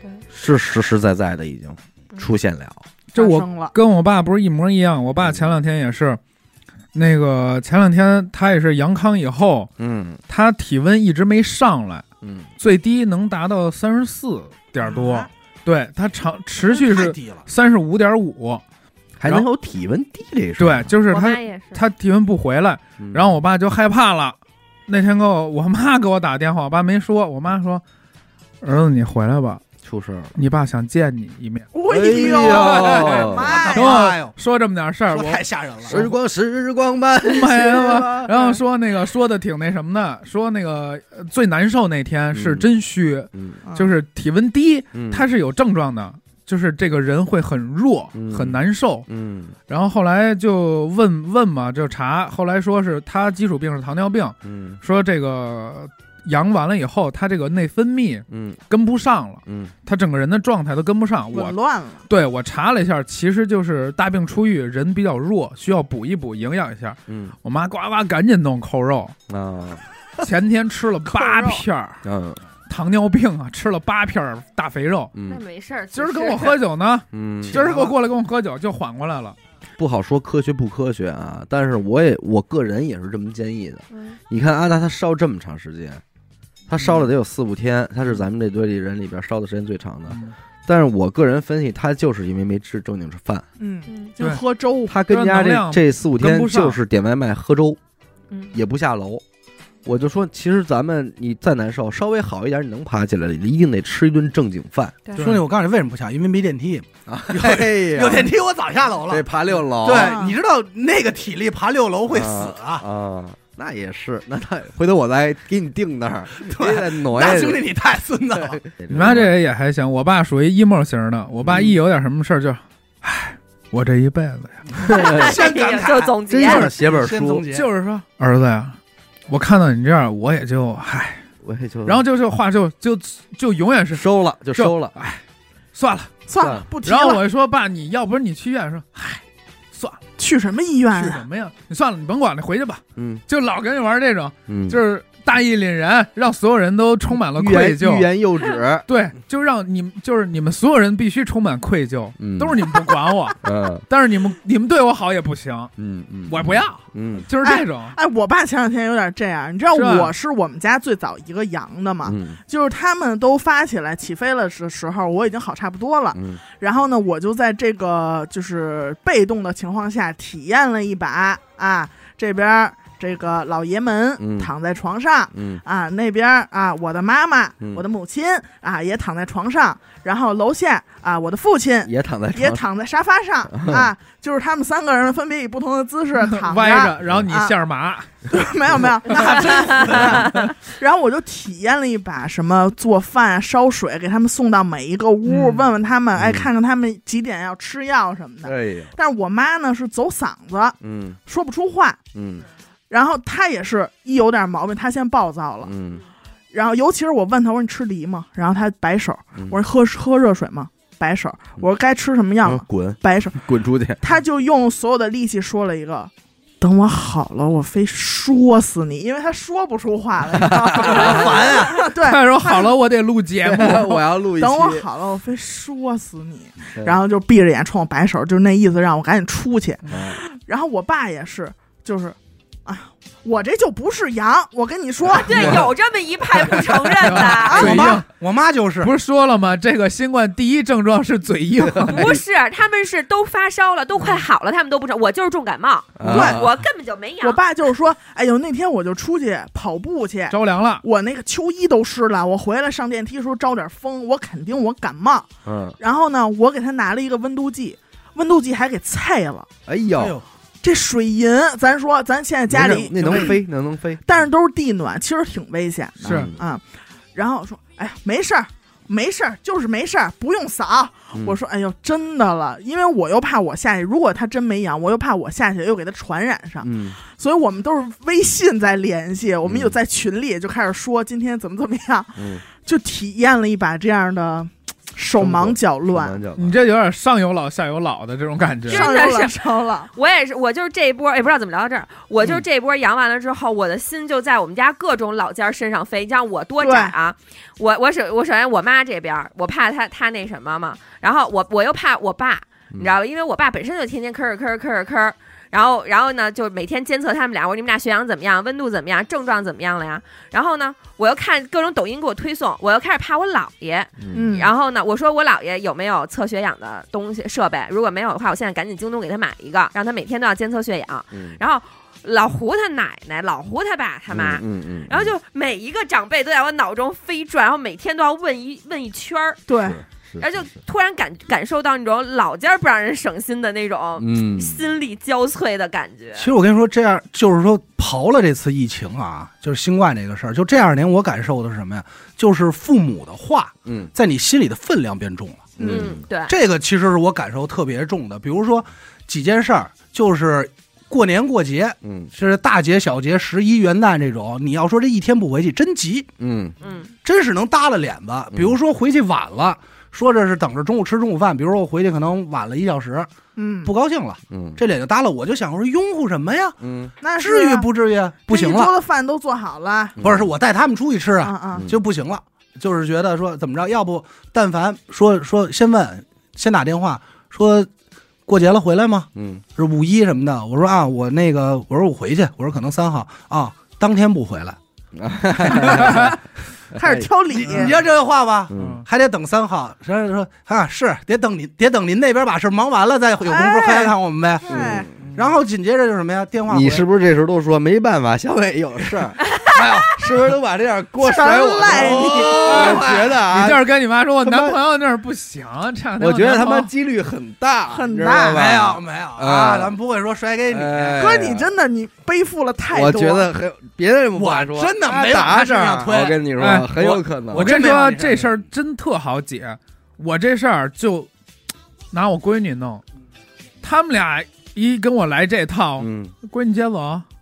Speaker 5: 对
Speaker 1: 是实实在在的已经出现了，
Speaker 4: 这我
Speaker 3: 发生了，
Speaker 4: 跟我爸不是一模一样，我爸前两天也是，那个前两天他也是阳康以后，
Speaker 1: 嗯
Speaker 4: 他体温一直没上来，
Speaker 1: 嗯，
Speaker 4: 最低能达到三十四点多
Speaker 3: 啊，
Speaker 4: 对他长持续
Speaker 2: 太
Speaker 4: 是
Speaker 2: 低了，
Speaker 4: 三十五点五，
Speaker 1: 还能有体温低这事
Speaker 4: 对
Speaker 1: 儿，，
Speaker 4: 就是
Speaker 5: 我
Speaker 4: 他
Speaker 5: 妈也是，
Speaker 4: 他体温不回来，
Speaker 1: 嗯
Speaker 4: 然后我爸就害怕了。那天给我我妈给我打电话，我爸没说，我妈说：“儿子，你回来吧，
Speaker 1: 出事儿了，
Speaker 4: 你爸想见你一面。
Speaker 3: 哎
Speaker 1: 哎
Speaker 4: [laughs]
Speaker 1: 呦
Speaker 3: 啊妈
Speaker 2: 哎
Speaker 4: 等
Speaker 3: 呀，
Speaker 2: 呀
Speaker 4: 我说这么点事儿，
Speaker 2: 说
Speaker 4: 我
Speaker 2: 太吓人了，啊
Speaker 1: 时光时光慢
Speaker 4: 没了。
Speaker 1: 了
Speaker 4: 然后说那个说的挺那什么的，说那个呃最难受那天是
Speaker 1: 嗯
Speaker 4: 真虚，
Speaker 1: 嗯
Speaker 4: 就是体温低，
Speaker 1: 嗯，
Speaker 4: 它是有症状的，就是这个人会很弱
Speaker 1: 嗯，
Speaker 4: 很难受。
Speaker 1: 嗯
Speaker 4: 然后后来就问问嘛，就查，后来说是他基础病是糖尿病，
Speaker 1: 嗯
Speaker 4: 说这个阳完了以后，他这个内分泌
Speaker 1: 嗯
Speaker 4: 跟不上了，
Speaker 1: 嗯
Speaker 4: 他整个人的状态都跟不上。我
Speaker 3: 紊乱了，
Speaker 4: 对我查了一下，其实就是大病初愈，人比较弱，需要补一补，营养一下。
Speaker 1: 嗯
Speaker 4: 我妈呱呱赶紧弄扣肉，
Speaker 1: 啊
Speaker 4: 前天吃了八
Speaker 3: 扣肉
Speaker 4: 片儿
Speaker 1: 嗯
Speaker 4: 糖尿病啊，吃了八片儿大肥肉。
Speaker 5: 那
Speaker 1: 嗯
Speaker 5: 没事儿，
Speaker 4: 今儿跟我喝酒
Speaker 2: [laughs]
Speaker 4: 呢，
Speaker 1: 嗯，
Speaker 2: 啊
Speaker 4: 今儿给我过来跟我喝酒，就缓过来了。
Speaker 1: 不好说科学不科学啊，但是我也我个人也是这么建议的。
Speaker 5: 嗯
Speaker 1: 你看阿达他烧这么长时间，他烧了得有四五天，他是咱们这堆里人里边烧的时间最长的。
Speaker 4: 嗯
Speaker 1: 但是我个人分析，他就是因为没吃正经吃饭，
Speaker 3: 嗯，
Speaker 5: 嗯
Speaker 3: 就
Speaker 4: 对
Speaker 3: 喝粥，
Speaker 1: 他跟家
Speaker 4: 能
Speaker 1: 这
Speaker 4: 量
Speaker 1: 这四五天
Speaker 4: 跟不上
Speaker 1: 就是点外卖、喝粥，
Speaker 5: 嗯 [laughs]
Speaker 1: 也不下楼。我就说，其实咱们你再难受，稍微好一点，你能爬起来，你一定得吃一顿正经饭。
Speaker 2: 兄弟，我告诉你为什么不下，因为没电梯，
Speaker 4: [laughs]
Speaker 1: 哎
Speaker 2: 有电梯我早下楼了
Speaker 1: 得。爬六楼。
Speaker 2: 对，你知道那个体力爬六楼会死啊！
Speaker 1: 啊，那也是，那那回头我再给你定那
Speaker 4: [laughs]
Speaker 1: 儿，
Speaker 2: 对
Speaker 1: 你得挪下
Speaker 2: 那
Speaker 1: 去
Speaker 2: 兄弟你太孙子了， [laughs]
Speaker 4: 你妈这人也还行，我爸属于 emo 型的，我
Speaker 1: 嗯
Speaker 4: 爸一有点什么事儿就，唉，我这一辈子呀，
Speaker 2: 先感慨
Speaker 5: 就总
Speaker 1: 真
Speaker 5: 结，
Speaker 1: 是写本
Speaker 2: 先总
Speaker 1: 书，
Speaker 2: 结，
Speaker 4: 就是说儿子呀，我看到你这样，我也就唉，
Speaker 1: 我也就
Speaker 4: 然后就这话就就就永远是
Speaker 1: 收了，就
Speaker 4: 就
Speaker 1: 收了。
Speaker 4: 算了。
Speaker 3: 算
Speaker 1: 算
Speaker 3: 了，不提
Speaker 4: 然后
Speaker 3: 了，
Speaker 4: 我说爸，你要不是你去医院说，唉，算了，
Speaker 3: 去什么医院
Speaker 4: 去
Speaker 3: 啊？
Speaker 4: 什么呀？你算了，你甭管了，回去吧。
Speaker 1: 嗯
Speaker 4: 就老跟你玩这种，
Speaker 1: 嗯，
Speaker 4: 就是大义凛然，让所有人都充满了
Speaker 1: 欲
Speaker 4: 愧
Speaker 1: 言欲
Speaker 4: 疚。
Speaker 1: 言又止，
Speaker 4: 对，就让你们，就是你们所有人必须充满愧疚，
Speaker 1: 嗯
Speaker 4: [laughs] 都是你们不管我， [laughs]
Speaker 1: 嗯
Speaker 4: 但是你们你们对我好也不行，
Speaker 1: 嗯嗯，
Speaker 4: 我不，要，
Speaker 1: 嗯
Speaker 4: 就是这种。
Speaker 3: 哎，我爸前两天有点这样，你知道
Speaker 4: 是啊吧
Speaker 3: 我是我们家最早一个阳的嘛，
Speaker 1: 嗯
Speaker 3: 就是他们都发起来起飞了的时候，我已经好差不多了。
Speaker 1: 嗯
Speaker 3: 然后呢，我就在这个就是被动的情况下体验了一把啊，这边儿这个老爷
Speaker 1: 嗯
Speaker 3: 们躺在床上。
Speaker 1: 嗯
Speaker 3: 啊，那边儿啊，我的妈妈，
Speaker 1: 嗯
Speaker 3: 我的母亲啊，也躺在床上，然后楼下啊，我的父亲
Speaker 1: 也躺在
Speaker 3: 也
Speaker 1: 哎床上，
Speaker 3: 躺在沙发上
Speaker 1: [laughs]
Speaker 3: 啊，就是他们三个人分别以不同的姿势躺
Speaker 4: [laughs] 歪
Speaker 3: 着，
Speaker 4: 着，然后你
Speaker 3: 啊
Speaker 4: 馅儿麻，
Speaker 3: [laughs] 没有
Speaker 1: [laughs]
Speaker 3: 没有，那还真服。然后我就体验了一把什么做饭、烧水，给他们送到每一个屋，
Speaker 4: 嗯
Speaker 3: 问问他们，哎，
Speaker 1: 嗯
Speaker 3: 看看他们几点要吃药什么的。
Speaker 1: 哎呀，
Speaker 3: 但是我妈呢是走嗓子，
Speaker 1: 嗯
Speaker 3: 说不出话。
Speaker 1: 嗯
Speaker 3: 然后她也是一有点毛病，她先暴躁了。
Speaker 1: 嗯，
Speaker 3: 然后尤其是我问她，我说你吃梨吗？然后她摆手。
Speaker 1: 嗯
Speaker 3: 我说喝喝热水吗？摆手。我说该吃什么药
Speaker 1: 嗯
Speaker 3: 吗？
Speaker 1: 滚
Speaker 3: 摆手。
Speaker 1: 滚出去，
Speaker 3: 他就用所有的力气说了一个：“等我好了，我非说死你！”因为他说不出话来，你知道吗
Speaker 1: 烦啊！
Speaker 3: [laughs] 对，
Speaker 4: 他说好了，我得录节目，
Speaker 1: [laughs] 我要录一期
Speaker 3: 等，我好了，我非说死你！
Speaker 1: 对
Speaker 3: 然后就闭着眼冲我摆手，就是那意思让我赶紧出去。
Speaker 1: 嗯
Speaker 3: 然后我爸也是，就是，啊，我这就不是羊，我跟你
Speaker 1: 啊
Speaker 3: 说，
Speaker 5: 对，有这么一派不承认
Speaker 4: 啊
Speaker 1: [laughs]
Speaker 5: 的，
Speaker 2: 我
Speaker 4: 嘴硬
Speaker 2: 妈，我妈就是
Speaker 4: 不是说了吗？这个新冠第一症状是嘴硬， [laughs]
Speaker 5: 不是，他们是都发烧了，都快好了，他们都不承认，我就是重感冒，
Speaker 1: 啊
Speaker 5: 我根本就没
Speaker 3: [laughs] 我
Speaker 5: 阳。
Speaker 3: 爸就是说，哎呦，那天我就出去跑步去，
Speaker 4: 着凉了。
Speaker 3: 我那个秋衣都湿了，我回来上电梯的时候招点风，我肯定我感冒。
Speaker 1: 嗯，
Speaker 3: 然后呢，我给他拿了一个温度计，温度计还给菜了。
Speaker 1: 哎
Speaker 2: 哎
Speaker 1: 呦，
Speaker 2: 呦，
Speaker 3: 这水银，咱说咱现在家里，
Speaker 1: 那能飞，那能飞，
Speaker 3: 但是都是地暖，其实挺危险的
Speaker 4: 是
Speaker 1: 嗯
Speaker 3: 啊、然后说，哎呀，没事儿，没事儿，就是没事儿，不用扫。
Speaker 1: 嗯
Speaker 3: 我说，哎呦，真的了，因为我又怕我下去，如果他真没阳，我又怕我下去又给他传染上，
Speaker 1: 嗯
Speaker 3: 所以我们都是微信在联系，我们
Speaker 1: 嗯
Speaker 3: 有在群里就开始说今天怎么怎么样，
Speaker 1: 嗯，
Speaker 3: 就体验了一把这样的手忙脚乱，
Speaker 1: 嗯
Speaker 4: 你这有点上有老下有老的这种感觉
Speaker 5: 是，
Speaker 3: 上
Speaker 5: 真的
Speaker 3: 热了，
Speaker 5: 是
Speaker 3: 烧了。
Speaker 5: 我也是，我就是这一波，也哎不知道怎么聊到这儿。我
Speaker 3: 嗯
Speaker 5: 就是这一波阳完了之后，我的心就在我们家各种老家身上飞。你像我多窄啊，我我首我首先我妈这边儿，我怕她她那什么嘛，然后我我又怕我爸，
Speaker 3: 嗯
Speaker 5: 你知道吧？因为我爸本身就天天吭哧吭哧吭哧吭哧，然后然后呢，就每天监测他们俩，我说你们俩血氧怎么样，温度怎么样，症状怎么样了呀？然后呢，我又看各种抖音给我推送，我又开始怕我姥爷，
Speaker 1: 嗯
Speaker 3: 嗯，
Speaker 5: 然后呢，我说我姥爷有没有测血氧的东西设备？如果没有的话，我现在赶紧京东给他买一个，让他每天都要监测血氧。
Speaker 1: 嗯，
Speaker 5: 然后老胡他奶奶、老胡他爸他妈，
Speaker 1: 嗯嗯，
Speaker 5: 然后就每一个长辈都在我脑中飞转，然后每天都要问一问一圈儿，
Speaker 3: 对，
Speaker 1: 是，
Speaker 5: 然后就突然感感受到那种老家儿不让人省心的那种
Speaker 1: 嗯，
Speaker 5: 心力交瘁的感觉。
Speaker 2: 其实我跟你说，这样就是说，刨了这次疫情啊，就是新冠这个事儿，就这二年我感受的是什么呀？就是父母的话
Speaker 1: 嗯
Speaker 2: 在你心里的分量变重了。
Speaker 5: 嗯，对，
Speaker 2: 这个其实是我感受特别重的。比如说几件事儿，就是过年过节，
Speaker 1: 嗯
Speaker 2: 就是大节小节、十一元旦这种，你要说这一天不回去，真急，
Speaker 1: 嗯
Speaker 5: 嗯，
Speaker 2: 真是能耷拉脸子。比如说回去晚了。说这是等着中午吃中午饭，比如说我回去可能晚了一小时，
Speaker 3: 嗯，
Speaker 2: 不高兴了，
Speaker 1: 嗯
Speaker 2: 这脸就耷拉。我就想，我说拥护什么呀？
Speaker 1: 嗯
Speaker 3: 那是
Speaker 2: 至于
Speaker 3: 啊
Speaker 2: 不至于？不行
Speaker 3: 这一
Speaker 2: 了，
Speaker 3: 桌的饭都做好了，
Speaker 1: 嗯
Speaker 2: 不是，是我带他们出去吃
Speaker 3: 啊
Speaker 2: 啊，
Speaker 3: 啊，
Speaker 2: 就不行了。就是觉得说怎么着，要不但凡说说先问，先打电话说过节了回来吗？
Speaker 1: 嗯
Speaker 2: 是五一什么的。我说啊，我那个，我说我回去，我说可能三号啊，当天不回来。
Speaker 3: 开始挑理
Speaker 2: 你，你要这话吧，
Speaker 1: 嗯
Speaker 2: 还得等三号。然后说啊，是得等您，得等您那边把事儿忙完了再有功夫
Speaker 3: 哎
Speaker 2: 回来看我们呗。
Speaker 3: 哎，
Speaker 2: 然后紧接着就是什么呀？电话
Speaker 1: 你
Speaker 2: 回
Speaker 1: 是不是这时候都说没办法，小伟有事 [laughs] 儿？
Speaker 2: 哎呦，
Speaker 1: 是不是都把这点锅甩我？我觉得啊，
Speaker 4: 你这是跟你妈说，我
Speaker 1: 他妈
Speaker 4: 男朋友那儿不行，这样
Speaker 1: 我觉得他妈几率很大，
Speaker 2: 没有没有啊，
Speaker 1: 哎
Speaker 2: 咱不会说甩给你。
Speaker 3: 哥，你真的你背负了太多，
Speaker 1: 我觉得很别的人不敢说，
Speaker 2: 我真的没往
Speaker 1: 打
Speaker 2: 他
Speaker 1: 这
Speaker 2: 身上推
Speaker 1: 我跟你说，
Speaker 4: 哎
Speaker 1: 很有可能。
Speaker 4: 我
Speaker 2: 我
Speaker 4: 跟
Speaker 2: 真
Speaker 4: 你
Speaker 2: 没
Speaker 4: 说
Speaker 2: 往这
Speaker 4: 这事
Speaker 2: 上
Speaker 4: 儿真特好解，我这事儿就拿我闺女弄，他们俩一跟我来这套，
Speaker 1: 嗯，
Speaker 4: 闺女接走，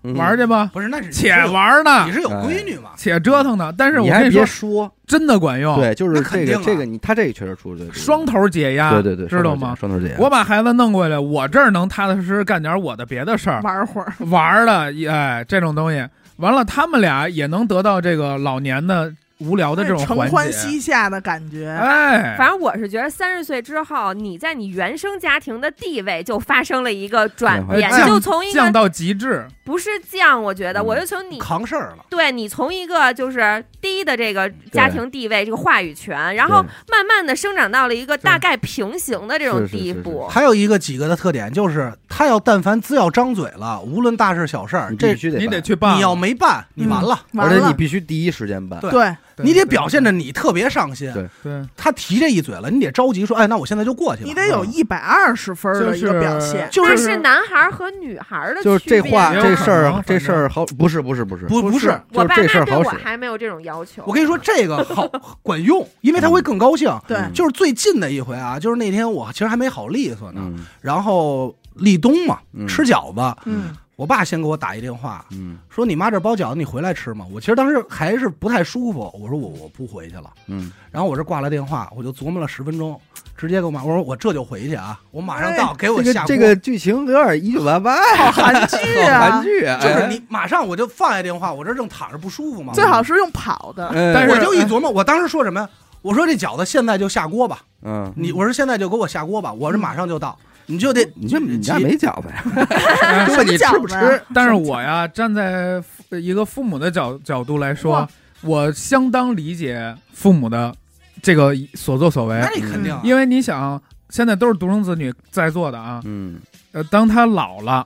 Speaker 1: 嗯
Speaker 4: 玩去吧，
Speaker 2: 不是，那是
Speaker 4: 且
Speaker 2: 你是有
Speaker 4: 玩呢
Speaker 2: 你，是有闺女嘛？
Speaker 4: 且折腾呢。但是我
Speaker 1: 你还
Speaker 4: 跟
Speaker 1: 别
Speaker 4: 说，
Speaker 1: 说，
Speaker 4: 真的管用，
Speaker 1: 对，就是
Speaker 2: 那
Speaker 1: 这
Speaker 2: 肯
Speaker 1: 个
Speaker 2: 定
Speaker 1: 这
Speaker 2: 啊
Speaker 1: 个你他这个确实出对对对
Speaker 4: 双头解压，
Speaker 1: 对对对，
Speaker 4: 知道吗？
Speaker 1: 双头姐，
Speaker 4: 我把孩子弄过来，我这儿能踏踏实实干点我的别的事儿，
Speaker 3: 玩会儿，
Speaker 4: 玩儿的，哎，这种东西，完了，他们俩也能得到这个老年的无聊的这种
Speaker 3: 承
Speaker 4: 缓
Speaker 3: 欢
Speaker 4: 解。
Speaker 3: 膝下的感觉，
Speaker 4: 哎，
Speaker 5: 反正我是觉得三十岁之后，你在你原生家庭的地位就发生了一个转变
Speaker 4: 哎，降
Speaker 5: 就从一
Speaker 4: 降
Speaker 5: 个
Speaker 4: 到极致，
Speaker 5: 不是降，我觉得
Speaker 1: 嗯
Speaker 5: 我就从你
Speaker 2: 扛事儿了。
Speaker 5: 对你从一个就是低的这个家庭地位、这个话语权，然后慢慢的生长到了一个大概平行的这种地步。
Speaker 2: 还有一个几个的特点就是，他要但凡只要张嘴了，无论大事小事儿，
Speaker 1: 你
Speaker 2: 这
Speaker 1: 必须得
Speaker 4: 你得
Speaker 1: 办，
Speaker 4: 去办。
Speaker 2: 你要没办，你完了，
Speaker 1: 而
Speaker 3: 完
Speaker 1: 且你
Speaker 3: 了，
Speaker 1: 必须第一时间办。
Speaker 2: 对
Speaker 3: 对，
Speaker 4: 对
Speaker 2: 你得表现着你特别上心。
Speaker 1: 对
Speaker 4: 对，
Speaker 2: 他提这一嘴了，你得着急说，哎，那我现在就过去了。嗯
Speaker 3: 你得有一百二十分
Speaker 4: 就
Speaker 3: 的一个
Speaker 4: 是
Speaker 3: 表现，
Speaker 4: 就
Speaker 5: 那是男孩和女孩的
Speaker 1: 就是
Speaker 5: 区
Speaker 1: 这
Speaker 5: 别啊
Speaker 1: 话
Speaker 4: 也有
Speaker 1: 这
Speaker 4: 可
Speaker 1: 事儿
Speaker 4: 能反正
Speaker 1: 这事儿好不是不是不是，
Speaker 2: 不不是，
Speaker 1: 就
Speaker 5: 我
Speaker 1: 是
Speaker 5: 爸
Speaker 1: 这事
Speaker 5: 妈
Speaker 1: 儿
Speaker 5: 对
Speaker 1: 好
Speaker 5: 我
Speaker 1: 使。
Speaker 5: 还没有这种要求。
Speaker 2: 我跟你说这个好 [laughs] 管用，因为他会更高兴。
Speaker 3: 对
Speaker 1: 嗯
Speaker 2: 就是最近的一回啊，就是那天我其实还没好利索呢，
Speaker 1: 嗯
Speaker 2: 然后立冬嘛，
Speaker 1: 嗯
Speaker 2: 吃饺子，
Speaker 3: 嗯，
Speaker 2: 我爸先给我打一电话，
Speaker 1: 嗯
Speaker 2: 说你妈这包饺子，你回来吃吗？我其实当时还是不太舒服，我说我我不回去了。
Speaker 1: 嗯，
Speaker 2: 然后我这挂了电话，我就琢磨了十分钟，直接给我妈我说我这就回去啊，我马上
Speaker 3: 哎
Speaker 2: 到，给我
Speaker 1: 这
Speaker 2: 下
Speaker 1: 个
Speaker 2: 锅。
Speaker 1: 这个剧情有点一九八八呀，
Speaker 3: 韩剧
Speaker 1: 韩
Speaker 3: 啊，
Speaker 1: 剧啊，
Speaker 2: 就是你马上我就放下电话，我这正躺着不舒服嘛。
Speaker 3: 最好是用跑的，
Speaker 1: 哎，但
Speaker 4: 但是
Speaker 2: 我就一琢磨，我当时说什么呀？我说这饺子现在就下锅吧，
Speaker 1: 嗯，
Speaker 2: 你我说现在就给我下锅吧，我这马上就到，嗯你就得
Speaker 1: 你这你家
Speaker 2: 急
Speaker 1: 没饺子呀？
Speaker 4: 哎
Speaker 1: 就问你吃不吃
Speaker 3: 什么饺子呀
Speaker 4: 但是我呀，站在父一个父母的角角度来说
Speaker 3: 哇，
Speaker 4: 我相当理解父母的这个所作所为
Speaker 2: 那，你肯定啊
Speaker 4: 因为你想，现在都是独生子女在座的啊，
Speaker 1: [laughs] 嗯
Speaker 4: 呃，当他老了、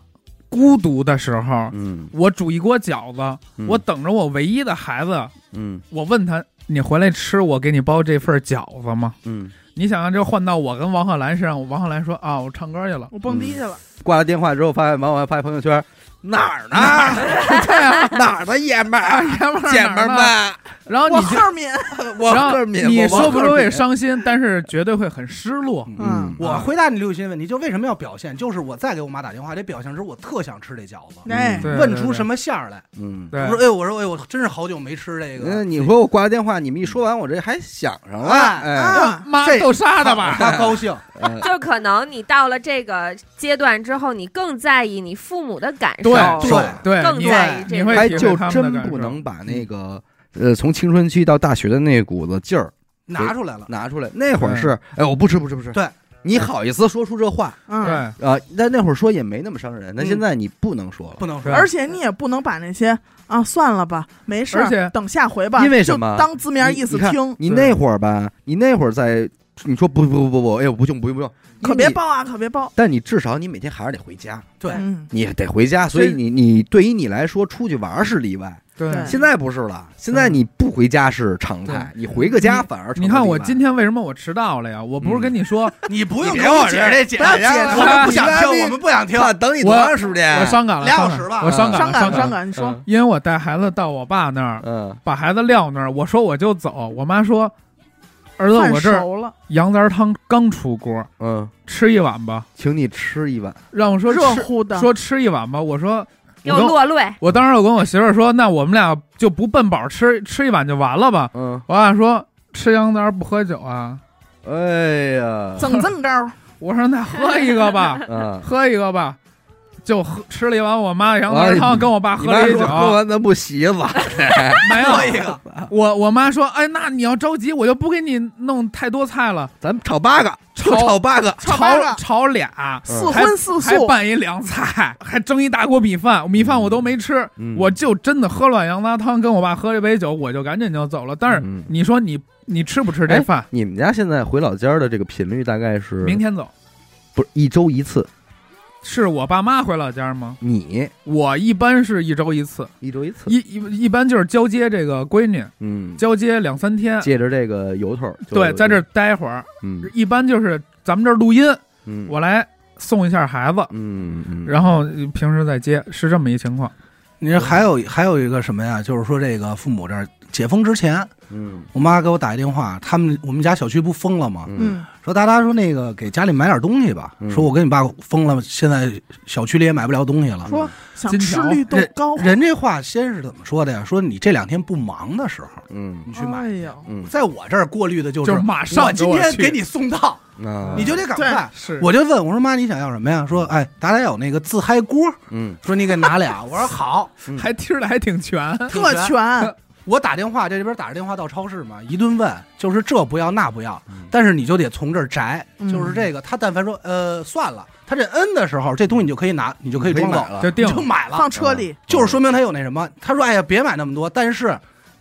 Speaker 4: 孤独的时候，
Speaker 1: 嗯，
Speaker 4: 我煮一锅饺子，
Speaker 1: 嗯
Speaker 4: 我等着我唯一的孩子，
Speaker 1: 嗯
Speaker 4: 我问他：“你回来吃我给你包这份饺子吗
Speaker 1: 嗯？”
Speaker 4: 你想想，这换到我跟王鹤兰身上，我王鹤兰说：“啊，我唱歌去了。
Speaker 3: 我蹦迪去了，
Speaker 1: 挂了电话之后，发现忙完发朋友圈哪儿呢？
Speaker 4: [laughs]
Speaker 1: 哪儿的爷们
Speaker 4: 啊”
Speaker 1: 儿？
Speaker 4: [laughs] 爷们儿，
Speaker 1: 姐们儿
Speaker 4: 哪儿呢
Speaker 1: 们，
Speaker 4: 然后
Speaker 3: 我
Speaker 4: 你就，
Speaker 3: 后面，
Speaker 1: 我
Speaker 4: 然
Speaker 1: 赫
Speaker 4: 后
Speaker 1: 敏，
Speaker 4: 你
Speaker 1: 我
Speaker 4: 说不出
Speaker 1: 赫
Speaker 4: 会
Speaker 1: 敏
Speaker 4: 伤心，但是绝对会很失落。
Speaker 3: [laughs] 嗯，
Speaker 2: 我回答你刘雨欣的问题，就为什么要表现？就是我再给我妈打电话，得表现出我特想吃这饺子，
Speaker 3: 哎，
Speaker 4: 对
Speaker 2: 问出什？么馅儿来。
Speaker 1: 嗯。
Speaker 4: 对
Speaker 2: 我说，
Speaker 4: 对
Speaker 2: 哎，我说，哎，我真是好久没吃这个。
Speaker 1: 嗯，你说我挂了电话，你们一说完，我这还想上了，哎，
Speaker 4: 对，
Speaker 3: 啊，
Speaker 4: 妈
Speaker 2: 这
Speaker 4: 豆沙的
Speaker 2: 他
Speaker 4: 吧？
Speaker 2: 他高 [laughs] 兴，
Speaker 1: 嗯
Speaker 5: 就可能你到了这个阶段之后，你更在意你父母的感受，
Speaker 4: 对
Speaker 1: 对
Speaker 4: 对，
Speaker 5: 更
Speaker 4: 你
Speaker 5: 在意
Speaker 4: 你
Speaker 5: 这
Speaker 4: 会
Speaker 5: 个。
Speaker 1: 哎，
Speaker 4: 体会
Speaker 1: 就
Speaker 4: 他们的
Speaker 1: 真
Speaker 4: 感受嗯
Speaker 1: 不能把那个呃，从青春期到大学的那股子劲儿
Speaker 2: 拿出来了。
Speaker 1: 拿出来。那会
Speaker 4: 嗯
Speaker 1: 儿是，哎，我不吃，不吃，不吃。
Speaker 2: 对，
Speaker 1: 你好意思说出这话
Speaker 3: 嗯，
Speaker 4: 对
Speaker 1: 啊？但那会儿说也没那么伤人，那
Speaker 2: 嗯
Speaker 1: 现在你不能说了，
Speaker 2: 不能说，
Speaker 4: 对
Speaker 3: 而且你也不能把那些啊算了吧，没事
Speaker 4: 而且
Speaker 3: 儿，等下回吧，
Speaker 1: 因为什么
Speaker 3: 就当字面意思
Speaker 1: 你看
Speaker 3: 听，
Speaker 1: 你
Speaker 4: 对
Speaker 1: 那会儿吧，你那会儿在，你说不不不不不，哎呦，不用不用不用，
Speaker 3: 可别
Speaker 1: 你。
Speaker 3: 包啊，可别包，
Speaker 1: 但你至少你每天还是得回家，
Speaker 2: 对
Speaker 3: 嗯，
Speaker 1: 你得回家，所以你你对于你来说出去玩儿是例外，
Speaker 4: 对
Speaker 3: 对
Speaker 1: 现在不是了，现在你不回家是常态，你回个家反而成
Speaker 4: 你
Speaker 1: 了
Speaker 4: 看我
Speaker 1: 例外
Speaker 4: 今天为什么我迟到了呀？我不是跟你说
Speaker 2: 你不
Speaker 1: 你
Speaker 2: 用给
Speaker 1: 别
Speaker 2: 我
Speaker 1: 往
Speaker 2: 解
Speaker 1: 这
Speaker 2: 释这解释，
Speaker 1: 不要解释
Speaker 2: 我们不
Speaker 1: 你
Speaker 2: 想
Speaker 1: 来你
Speaker 2: 听，我们不想听。
Speaker 1: 看 [laughs] 等你多长时间？啊
Speaker 4: 我伤感了，
Speaker 2: 俩小
Speaker 4: 伤感
Speaker 2: 时
Speaker 4: 了
Speaker 2: 吧
Speaker 4: 我伤感
Speaker 3: 伤
Speaker 4: 了，
Speaker 3: 感
Speaker 4: 伤
Speaker 3: 伤
Speaker 4: 了。
Speaker 3: 感，你说，
Speaker 4: 因为我带孩子到我爸那儿，
Speaker 1: 嗯
Speaker 4: 把孩子撂那儿，我说我就走，我妈说，儿子，
Speaker 3: 饭
Speaker 4: 我这儿
Speaker 3: 熟了，
Speaker 4: 羊杂汤刚出锅，
Speaker 1: 嗯，
Speaker 4: 吃一碗吧。
Speaker 1: 请你吃一碗。
Speaker 4: 让我说
Speaker 3: 热
Speaker 4: 吃，
Speaker 3: 乎的，
Speaker 4: 说吃一碗吧。我说，
Speaker 5: 给
Speaker 4: 我
Speaker 5: 我
Speaker 4: 跟
Speaker 5: 落泪，
Speaker 4: 我当时我跟我媳妇儿说，那我们俩就不奔饱吃，吃一碗就完了吧。
Speaker 1: 嗯，
Speaker 4: 我爸说吃羊杂不喝酒啊，
Speaker 1: 哎呀，，
Speaker 4: 嗯
Speaker 3: 整这么高，
Speaker 4: 我说那喝一个
Speaker 3: [laughs]
Speaker 4: 吧
Speaker 1: 嗯，
Speaker 4: 喝一个吧，就喝吃了一碗我妈的羊
Speaker 1: 哎
Speaker 4: 杂
Speaker 1: 你
Speaker 4: 汤，跟我爸
Speaker 1: 你
Speaker 4: 喝
Speaker 1: 妈
Speaker 4: 了一
Speaker 1: 说
Speaker 4: 酒，
Speaker 1: 喝完咱不洗澡，
Speaker 4: [laughs] 没有
Speaker 2: 说一个，
Speaker 4: 我我妈说，哎，那你要着急，我就不给你弄太多菜了，
Speaker 1: 咱们炒八个，就
Speaker 4: 炒
Speaker 1: 炒八个。
Speaker 3: 炒八
Speaker 4: 炒
Speaker 3: 个
Speaker 4: 炒俩，
Speaker 3: 四荤四
Speaker 4: 还
Speaker 3: 素，
Speaker 4: 拌一凉菜， [laughs] 还蒸一大锅米饭，米饭我都没吃，
Speaker 1: 嗯
Speaker 4: 我就真的喝了碗羊杂汤，跟我爸喝了一杯酒，我就赶紧就走了。但是
Speaker 1: 嗯
Speaker 4: 你说你你吃不吃这饭？
Speaker 1: 你们家现在回老家的这个频率大概是
Speaker 4: 明天走，
Speaker 1: 不是一周一次？
Speaker 4: 是我爸妈回老家吗？
Speaker 1: 你
Speaker 4: 我一般是一周一次，
Speaker 1: 一周一次？
Speaker 4: 一一一般就是交接这个闺女，
Speaker 1: 嗯，
Speaker 4: 交接两三天，
Speaker 1: 借着这个由头，就
Speaker 4: 对，在这儿待会儿，
Speaker 1: 嗯
Speaker 4: 一般就是咱们这儿录音，
Speaker 1: 嗯
Speaker 4: 我来送一下孩子。
Speaker 1: 嗯嗯，
Speaker 4: 然后平时再接，是这么一情况。
Speaker 2: 你说还有还有一个什么呀？就是说这个父母这儿解封之前，
Speaker 1: 嗯
Speaker 2: 我妈给我打一电话，他们我们家小区不封了吗？
Speaker 1: 嗯
Speaker 3: 嗯，
Speaker 2: 说达达说那个给家里买点东西吧，
Speaker 1: 嗯
Speaker 2: 说我跟你爸疯了，现在小区里也买不了东西了。
Speaker 3: 说想
Speaker 4: 嗯金
Speaker 3: 吃
Speaker 4: 条
Speaker 3: 绿豆
Speaker 2: 人
Speaker 3: 糕，
Speaker 2: 人这话先是怎么说的呀？说你这两天不忙的时候，
Speaker 1: 嗯
Speaker 2: 你去买
Speaker 3: 哎。呦，
Speaker 1: 嗯
Speaker 2: 在我这儿过滤的就是，
Speaker 4: 就是马上
Speaker 2: 我今
Speaker 4: 给我
Speaker 2: 天
Speaker 4: 去
Speaker 2: 给你送到，
Speaker 1: 啊，
Speaker 2: 你就得赶快。
Speaker 4: 是
Speaker 2: 我就问我说妈，你想要什么呀？说哎，达达有那个自嗨锅，
Speaker 1: 嗯
Speaker 2: 说你给拿俩。我说好，
Speaker 4: 还听着还
Speaker 2: [laughs]
Speaker 4: 挺全，嗯
Speaker 3: 特全，
Speaker 2: 我打电话这边打着电话到超市嘛，一顿问，就是这不要那不要，
Speaker 1: 嗯
Speaker 2: 但是你就得从这儿摘，
Speaker 3: 嗯
Speaker 2: 就是这个。他但凡说呃算了，他这嗯的时候，这东西你就可以拿，
Speaker 1: 嗯
Speaker 2: 你就可以装走
Speaker 1: 买，了嗯
Speaker 4: 就
Speaker 2: 你
Speaker 4: 定
Speaker 2: 就买了
Speaker 3: 放，车里，
Speaker 2: 就是说明他有那什么。他说哎呀别买那么多，但是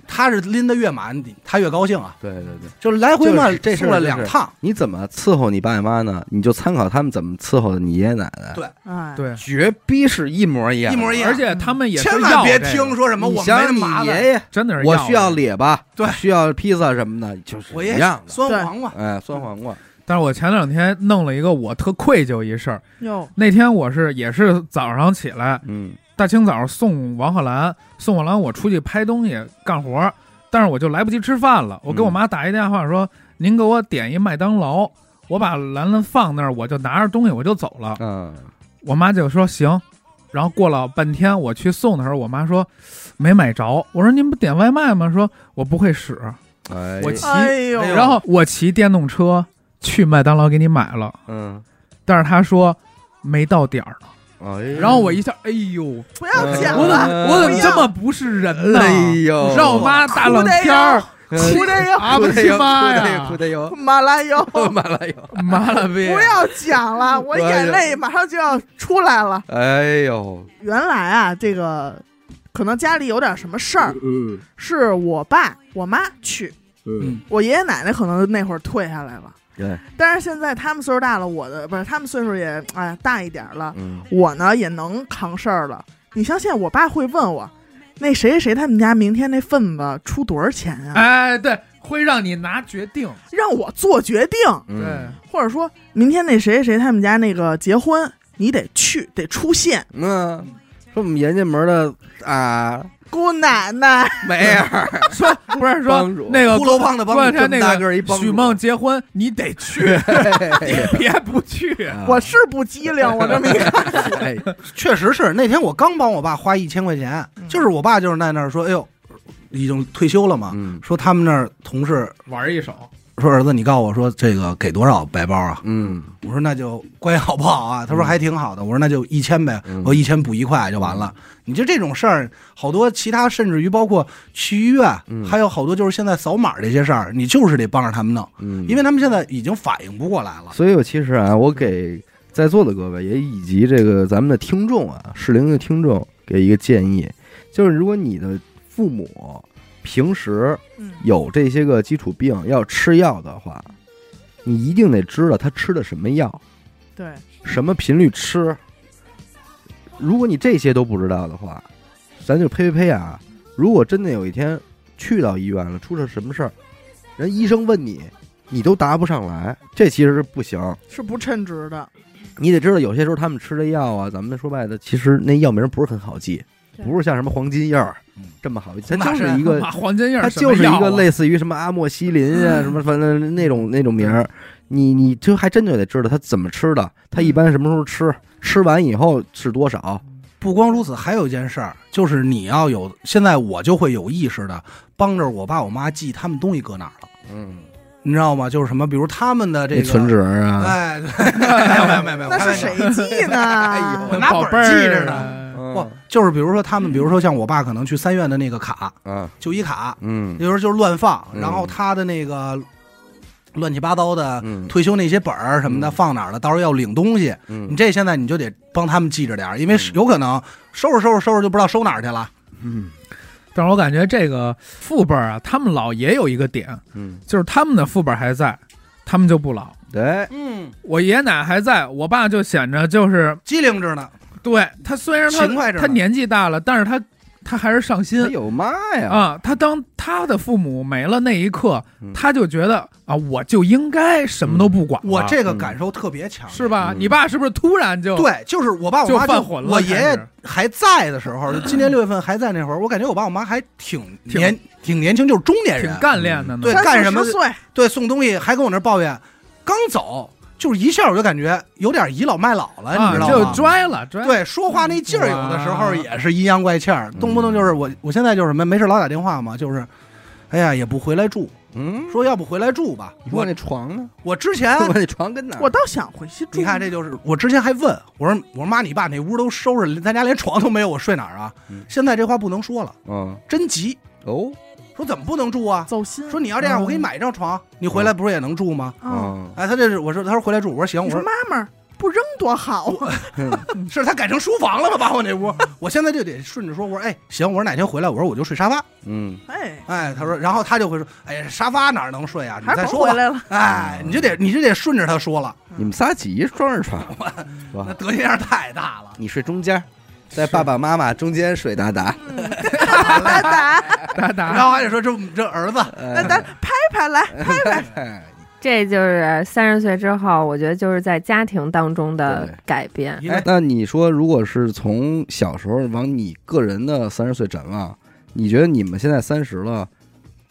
Speaker 2: 他是拎得越满，你他越高兴啊，
Speaker 1: 嗯对对对，
Speaker 2: 就是来回嘛
Speaker 1: 就是这事儿
Speaker 2: 送了
Speaker 1: 就是
Speaker 2: 两趟，
Speaker 1: 你怎么伺候你爸妈呢？你就参考他们怎么伺候你爷爷奶奶，
Speaker 2: 对
Speaker 3: 哎，
Speaker 4: 嗯对，
Speaker 1: 绝逼是一模一样，
Speaker 2: 一模一样。嗯
Speaker 4: 而且他们也是
Speaker 2: 千万
Speaker 4: 要
Speaker 2: 别
Speaker 4: 这个
Speaker 2: 听，说什么
Speaker 1: 你
Speaker 2: 我没那
Speaker 1: 想你
Speaker 2: 麻烦，
Speaker 1: 爷爷，
Speaker 4: 真的是
Speaker 1: 我
Speaker 4: 要
Speaker 1: 需要
Speaker 4: 的。
Speaker 1: 列巴，
Speaker 2: 对
Speaker 1: 需要披萨什么的，就是
Speaker 2: 我
Speaker 1: 一
Speaker 2: 爷
Speaker 1: 样的。
Speaker 2: 酸黄瓜。
Speaker 1: 哎，酸黄瓜，
Speaker 4: 但是我前两天弄了一个我特愧疚一事儿。
Speaker 3: 哟，
Speaker 4: 那天我是也是早上起来，
Speaker 1: 嗯
Speaker 4: 大清早送王鹤兰，送王鹤兰我出去拍东西干活儿，但是我就来不及吃饭了。我
Speaker 2: 嗯
Speaker 4: 给我妈打一电话说：“您给我点一麦当劳。”我把兰兰放那儿，我就拿着东西我就走了。
Speaker 1: 嗯，
Speaker 4: 我妈就说行。然后过了半天，我去送的时候，我妈说没买着。我说您不点外卖吗？说我不会使。
Speaker 1: 哎，
Speaker 4: 我骑，
Speaker 3: 哎呦，
Speaker 2: 哎呦
Speaker 4: 然后我骑电动车去麦当劳给你买了，
Speaker 1: 嗯，
Speaker 4: 但是她说没到点儿呢。
Speaker 1: 哎，
Speaker 4: 然后我一下，哎呦，
Speaker 3: 不要
Speaker 1: 嗯
Speaker 3: 讲
Speaker 4: 我怎
Speaker 3: 了，
Speaker 4: 么我怎么这么不是人呢？
Speaker 1: 哎呦，
Speaker 4: 让我妈大冷天儿，
Speaker 1: 嗯
Speaker 3: 哭的哟，
Speaker 4: 啊不
Speaker 1: 得
Speaker 4: 去
Speaker 1: 有，
Speaker 4: 妈
Speaker 1: 哭得有，
Speaker 4: 呀
Speaker 1: 哭，得有，
Speaker 3: 马拉哟。
Speaker 4: 哎
Speaker 1: 满了有，
Speaker 4: 妈了呗！
Speaker 3: 不要讲了，我
Speaker 4: 哎
Speaker 3: 眼泪马上就要出来了。
Speaker 1: 哎呦，
Speaker 3: 原来啊，这个可能家里有点什么事儿，
Speaker 1: 嗯
Speaker 3: 是我爸我妈去，
Speaker 1: 嗯，
Speaker 3: 我爷爷奶奶可能那会儿退下来了。
Speaker 1: 对，
Speaker 3: 但是现在他们岁数大了，我的不是他们岁数也哎大一点儿了，
Speaker 1: 嗯，
Speaker 3: 我呢也能扛事儿了。你像现在我爸会问我，那谁谁谁他们家明天那份子出多少钱啊？
Speaker 4: 哎，对，会让你拿决定，
Speaker 3: 让我做决定，
Speaker 1: 嗯
Speaker 4: 对，
Speaker 3: 或者说明天那谁谁谁他们家那个结婚，你得去得出现。
Speaker 1: 那说我们严家门的啊，
Speaker 3: 姑奶奶，
Speaker 2: 啊
Speaker 1: 梅 [laughs] 儿，
Speaker 4: 说不是说
Speaker 1: 帮主
Speaker 4: 那个
Speaker 2: 骷髅帮的帮
Speaker 4: 过两
Speaker 1: 这
Speaker 4: 天
Speaker 1: 么
Speaker 4: 那
Speaker 1: 大个儿一帮主哎
Speaker 4: 许梦结婚，你得
Speaker 1: [laughs]
Speaker 4: 去， [laughs] 你别不去。啊
Speaker 3: 我是不机灵，我这么
Speaker 2: [laughs]
Speaker 3: 一看，
Speaker 1: 哎，
Speaker 2: 确实是那天我刚帮我爸花一千块钱，
Speaker 3: 嗯
Speaker 2: 就是我爸就是在那儿说，哎呦，已经退休了嘛，
Speaker 1: 嗯
Speaker 2: 说他们那儿同事
Speaker 4: 玩一手，
Speaker 2: 说儿子，你告诉我说这个给多少白包啊？
Speaker 1: 嗯，
Speaker 2: 我说那就关系好不好啊？他说
Speaker 1: 嗯
Speaker 2: 还挺好的。我说那就一千呗，
Speaker 1: 嗯
Speaker 2: 我一千补一块就完了。你就这种事儿，好多其他甚至于包括去医院，
Speaker 1: 嗯
Speaker 2: 还有好多就是现在扫码这些事儿，你就是得帮着他们弄，
Speaker 1: 嗯，
Speaker 2: 因为他们现在已经反应不过来了。
Speaker 1: 所以我其实啊，我给在座的各位，也以及这个咱们的听众啊，适龄的听众给一个建议，就是如果你的父母平时
Speaker 3: 嗯
Speaker 1: 有这些个基础病要吃药的话，你一定得知道他吃的什么药，
Speaker 3: 对，
Speaker 1: 什么频率吃。如果你这些都不知道的话，咱就呸呸呸啊！如果真的有一天去到医院了，出了什么事儿，人医生问你，你都答不上来，这其实是不行。
Speaker 3: 是不称职的，
Speaker 1: 你得知道，有些时候他们吃的药啊，咱们说白了，其实那药名不是很好记，
Speaker 3: 对
Speaker 1: 不是像什么黄金药儿
Speaker 2: 嗯
Speaker 1: 这么好记，它
Speaker 4: 那
Speaker 1: 就是一
Speaker 4: [laughs]
Speaker 1: 个，
Speaker 4: 黄金叶，
Speaker 1: 它就是一
Speaker 2: 啊
Speaker 1: 个类似于什么阿莫西林 [laughs] 啊，什么反正那种那种名儿。你你这还真就得知道它怎么吃的，它一般什么时候吃，吃完以后是多少。
Speaker 2: 不光如此，还有一件事儿，就是你要有现在我就会有意识的帮着我爸我妈记他们东西搁哪儿了，
Speaker 1: 嗯，
Speaker 2: 你知道吗？就是什么，比如他们的这
Speaker 1: 那
Speaker 2: 个
Speaker 1: 存折啊，
Speaker 2: 哎， [laughs] 没有没有没有没有，
Speaker 3: 那是谁记
Speaker 2: 哎
Speaker 3: 呢？
Speaker 2: 我拿
Speaker 4: 宝
Speaker 2: 本
Speaker 4: 贝
Speaker 2: 儿记
Speaker 4: 儿啊
Speaker 2: 着呢。不
Speaker 1: 嗯，
Speaker 2: 就是比如说他们，比如说像我爸可能去三院的那个卡，
Speaker 1: 啊，
Speaker 2: 就医卡，
Speaker 1: 嗯
Speaker 2: 有时候就是乱放，
Speaker 1: 嗯
Speaker 2: 然后他的那个乱七八糟的
Speaker 1: 嗯
Speaker 2: 退休那些本儿什么的
Speaker 1: 嗯
Speaker 2: 放哪儿了，到时候要领东西，你
Speaker 1: 嗯
Speaker 2: 这现在你就得帮他们记着点儿，因为
Speaker 1: 嗯
Speaker 2: 有可能收拾收拾收拾就不知道收哪儿去了。
Speaker 1: 嗯
Speaker 4: 但是我感觉这个父辈儿啊，他们老也有一个点，
Speaker 1: 嗯，
Speaker 4: 就是他们的父辈儿还在，他们就不老。
Speaker 1: 对，
Speaker 2: 嗯，
Speaker 4: 我爷爷奶奶还在，我爸就显着就是
Speaker 2: 机灵着呢，
Speaker 4: 对他，虽然
Speaker 2: 勤快
Speaker 4: 他
Speaker 2: 着
Speaker 4: 他
Speaker 2: 呢
Speaker 4: 年纪大了，但是他他还是上
Speaker 1: 哎
Speaker 4: 心
Speaker 1: 呦妈呀，
Speaker 4: 啊。他当他的父母没了那一刻
Speaker 1: 嗯，
Speaker 4: 他就觉得啊，我就应该什么都不管了，
Speaker 2: 我这个
Speaker 1: 嗯
Speaker 2: 感受特别强烈，
Speaker 4: 是吧？
Speaker 1: 嗯
Speaker 4: 你爸是不是突然就
Speaker 2: 对，就是我爸我
Speaker 4: 就
Speaker 2: 妈
Speaker 4: 犯混了？
Speaker 2: 我爷
Speaker 4: 开
Speaker 2: 爷
Speaker 4: 始
Speaker 2: 还在的时候，就今年六月份还在那会儿，我感觉我爸我妈还挺
Speaker 4: 挺
Speaker 2: 年挺年轻，就是中年人
Speaker 4: 挺，干练的呢，
Speaker 2: 对
Speaker 3: 三
Speaker 2: 干
Speaker 3: 四
Speaker 2: 什么
Speaker 3: 十岁，
Speaker 2: 对送东西还跟我那儿抱怨。刚走就是一下我就感觉有点倚老卖老了，你
Speaker 4: 啊，
Speaker 2: 知道
Speaker 4: 就
Speaker 2: 吗？
Speaker 4: 拽了，拽。
Speaker 2: 对，说话那劲儿有的时候也是阴阳怪气儿，动不动就是我我现在就是什么没事老打电话嘛，就是，哎呀也不回来住，
Speaker 1: 嗯，
Speaker 2: 说要不回来住吧。
Speaker 1: 你说
Speaker 2: 我
Speaker 1: 那床 [laughs] 呢？
Speaker 2: 我之前
Speaker 4: [laughs]
Speaker 1: 我那床跟哪儿？
Speaker 3: 我倒想回去住。
Speaker 2: 你看，这就是我之前还问我说我说妈，你把那屋都收拾，咱家连床都没有，我睡哪儿啊？
Speaker 1: 嗯
Speaker 2: 现在这话不能说了，
Speaker 1: 嗯
Speaker 2: 真急，
Speaker 1: 哦
Speaker 2: 说怎么不能住啊？
Speaker 3: 走心。
Speaker 2: 说你要这样，
Speaker 4: 嗯
Speaker 2: 我给你买一张床，你回来不是也能住吗？
Speaker 3: 啊，
Speaker 1: 嗯
Speaker 2: 哎，他这是我说他说回来住，我说行，
Speaker 3: 你
Speaker 2: 我
Speaker 3: 说
Speaker 2: 说
Speaker 3: 妈妈不扔多好啊，
Speaker 2: 是他改成书房了吗？把我那
Speaker 3: [laughs]
Speaker 2: 屋，我现在就得顺着说，我说哎行，我说哪天回来，我说我就睡沙发，
Speaker 1: 嗯
Speaker 3: 哎，
Speaker 2: 哎，他说，然后他就会说，哎呀，沙发哪能睡啊？你
Speaker 3: 还
Speaker 2: 再
Speaker 3: 是甭
Speaker 2: 说
Speaker 3: 回
Speaker 2: 吧，
Speaker 3: 来了。
Speaker 2: 哎，你就得你就得顺着他说了，
Speaker 1: [laughs] 你们仨挤一双人床，
Speaker 2: 那
Speaker 1: 哇，
Speaker 2: 德行量太大
Speaker 3: [laughs]
Speaker 2: 了。
Speaker 1: 你睡中间，在爸爸妈妈中间睡达达，
Speaker 3: 达达，
Speaker 4: 打
Speaker 2: 然
Speaker 4: 打，
Speaker 2: 后还得说这这儿子，
Speaker 1: 哎
Speaker 3: 达达，拍拍来
Speaker 2: 哎
Speaker 3: 拍拍。
Speaker 5: 这就是三十岁之后，我觉得就是在家庭当中
Speaker 1: 对
Speaker 5: 的改变。
Speaker 2: 因
Speaker 1: 哎
Speaker 2: 为，
Speaker 1: 那你说，如果是从小时候往你个人的三十岁展望，你觉得你们现在三十了，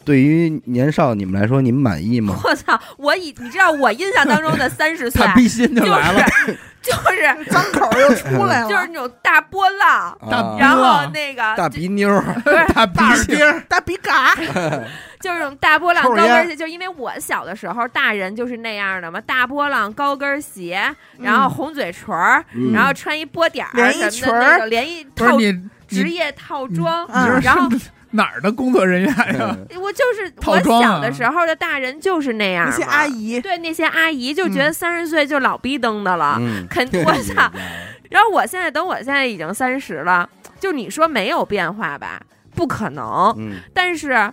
Speaker 1: 对于年少你们来说，你们满意吗？
Speaker 5: 我操！我以你知道我印象当中的三十岁
Speaker 4: 他，逼心就来了，
Speaker 5: 就是
Speaker 3: 张口又出来了，
Speaker 5: [laughs] 就是那种大波浪，
Speaker 1: 啊
Speaker 4: 大
Speaker 5: 然后
Speaker 4: 哇
Speaker 5: 那
Speaker 1: 大
Speaker 5: 个就
Speaker 1: 鼻妞儿，
Speaker 4: 他逼
Speaker 2: 大耳
Speaker 4: 心
Speaker 2: 钉儿
Speaker 3: 大鼻嘎，
Speaker 5: 就是那种大波浪
Speaker 2: 抽
Speaker 5: 高
Speaker 2: 着烟
Speaker 5: 跟鞋，就是因为我小的时候大人就是那样的嘛，大波浪高跟鞋，然
Speaker 4: 嗯
Speaker 5: 后红嘴唇儿，
Speaker 1: 嗯
Speaker 5: 然后穿一波点儿
Speaker 3: 连衣
Speaker 5: 什么的
Speaker 3: 裙儿
Speaker 5: 那种连衣
Speaker 4: 不是
Speaker 5: 套
Speaker 4: 你
Speaker 5: 职
Speaker 4: 你
Speaker 5: 业套装，
Speaker 3: 嗯
Speaker 4: 你
Speaker 5: 然
Speaker 4: [laughs]
Speaker 5: 后
Speaker 4: 是哪儿的工作人员呀？
Speaker 5: 我就是
Speaker 4: 套
Speaker 5: 我
Speaker 4: 装啊
Speaker 5: 小的时候的大人就是那样
Speaker 3: 那
Speaker 5: 嘛，
Speaker 3: 些阿姨，
Speaker 5: 对那些阿姨就觉得
Speaker 4: 嗯
Speaker 5: 三十岁就老逼登的了，
Speaker 1: 嗯，
Speaker 5: 肯定我操！然后我现在等我现在已经三十了，就你说没有变化吧，不可能。
Speaker 1: 嗯
Speaker 5: 但是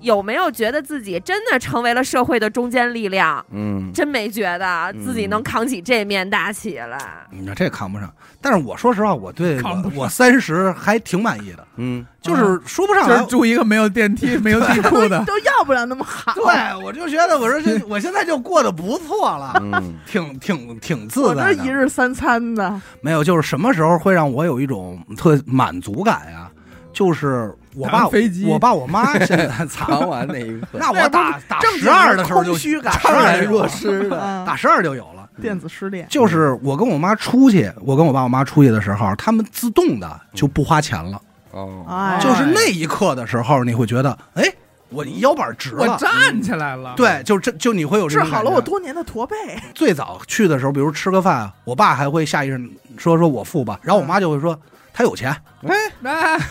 Speaker 5: 有没有觉得自己真的成为了社会的中坚力量？
Speaker 1: 嗯，
Speaker 5: 真没觉得啊自
Speaker 4: 嗯
Speaker 5: 己能扛起这面大旗来。
Speaker 2: 你这扛不上。但是我说实话，我对
Speaker 4: 扛不
Speaker 2: 我
Speaker 4: 上
Speaker 2: 我三十还挺满意的，
Speaker 1: 嗯
Speaker 2: 就是说不上
Speaker 4: 就是
Speaker 2: 来。
Speaker 4: 住一个没有电梯、没有地
Speaker 2: [laughs]
Speaker 3: 都
Speaker 4: 库的，
Speaker 3: 都要不了那么好。
Speaker 2: 对，我就觉得我说这我现在就过得不错了，
Speaker 1: 嗯
Speaker 2: 挺挺挺
Speaker 3: 我
Speaker 2: 自
Speaker 3: 这
Speaker 2: 在
Speaker 3: 一
Speaker 2: 的。
Speaker 3: 日三餐的，
Speaker 2: 没有，就是什么时候会让我有一种特满足感呀？就是我爸
Speaker 4: 打飞机
Speaker 2: 我爸我妈现在操，
Speaker 1: 扛完那一刻，
Speaker 2: 那我打打
Speaker 3: 正
Speaker 2: 十二的时候就
Speaker 3: 经空虚感
Speaker 2: 当然有
Speaker 1: 弱势的，
Speaker 3: 啊
Speaker 2: 打十二就有了。
Speaker 3: 电子失恋，
Speaker 2: 就是我跟我妈出去，我跟我爸我妈出去的时候，他们自动的就不花钱了。
Speaker 1: 哦，
Speaker 3: 哎，
Speaker 2: 就是那一刻的时候，你会觉得，哎，我腰板直
Speaker 4: 我
Speaker 2: 了。
Speaker 4: 站起来了。
Speaker 2: 对，就这就你会有这
Speaker 3: 治
Speaker 2: 种
Speaker 3: 好了
Speaker 2: 感觉
Speaker 3: 我多年的
Speaker 2: [laughs]
Speaker 3: 驼背。
Speaker 2: 最早去的时候，比如吃个饭，我爸还会下意识说说我付吧，然后我妈就会说他有钱
Speaker 4: 哎，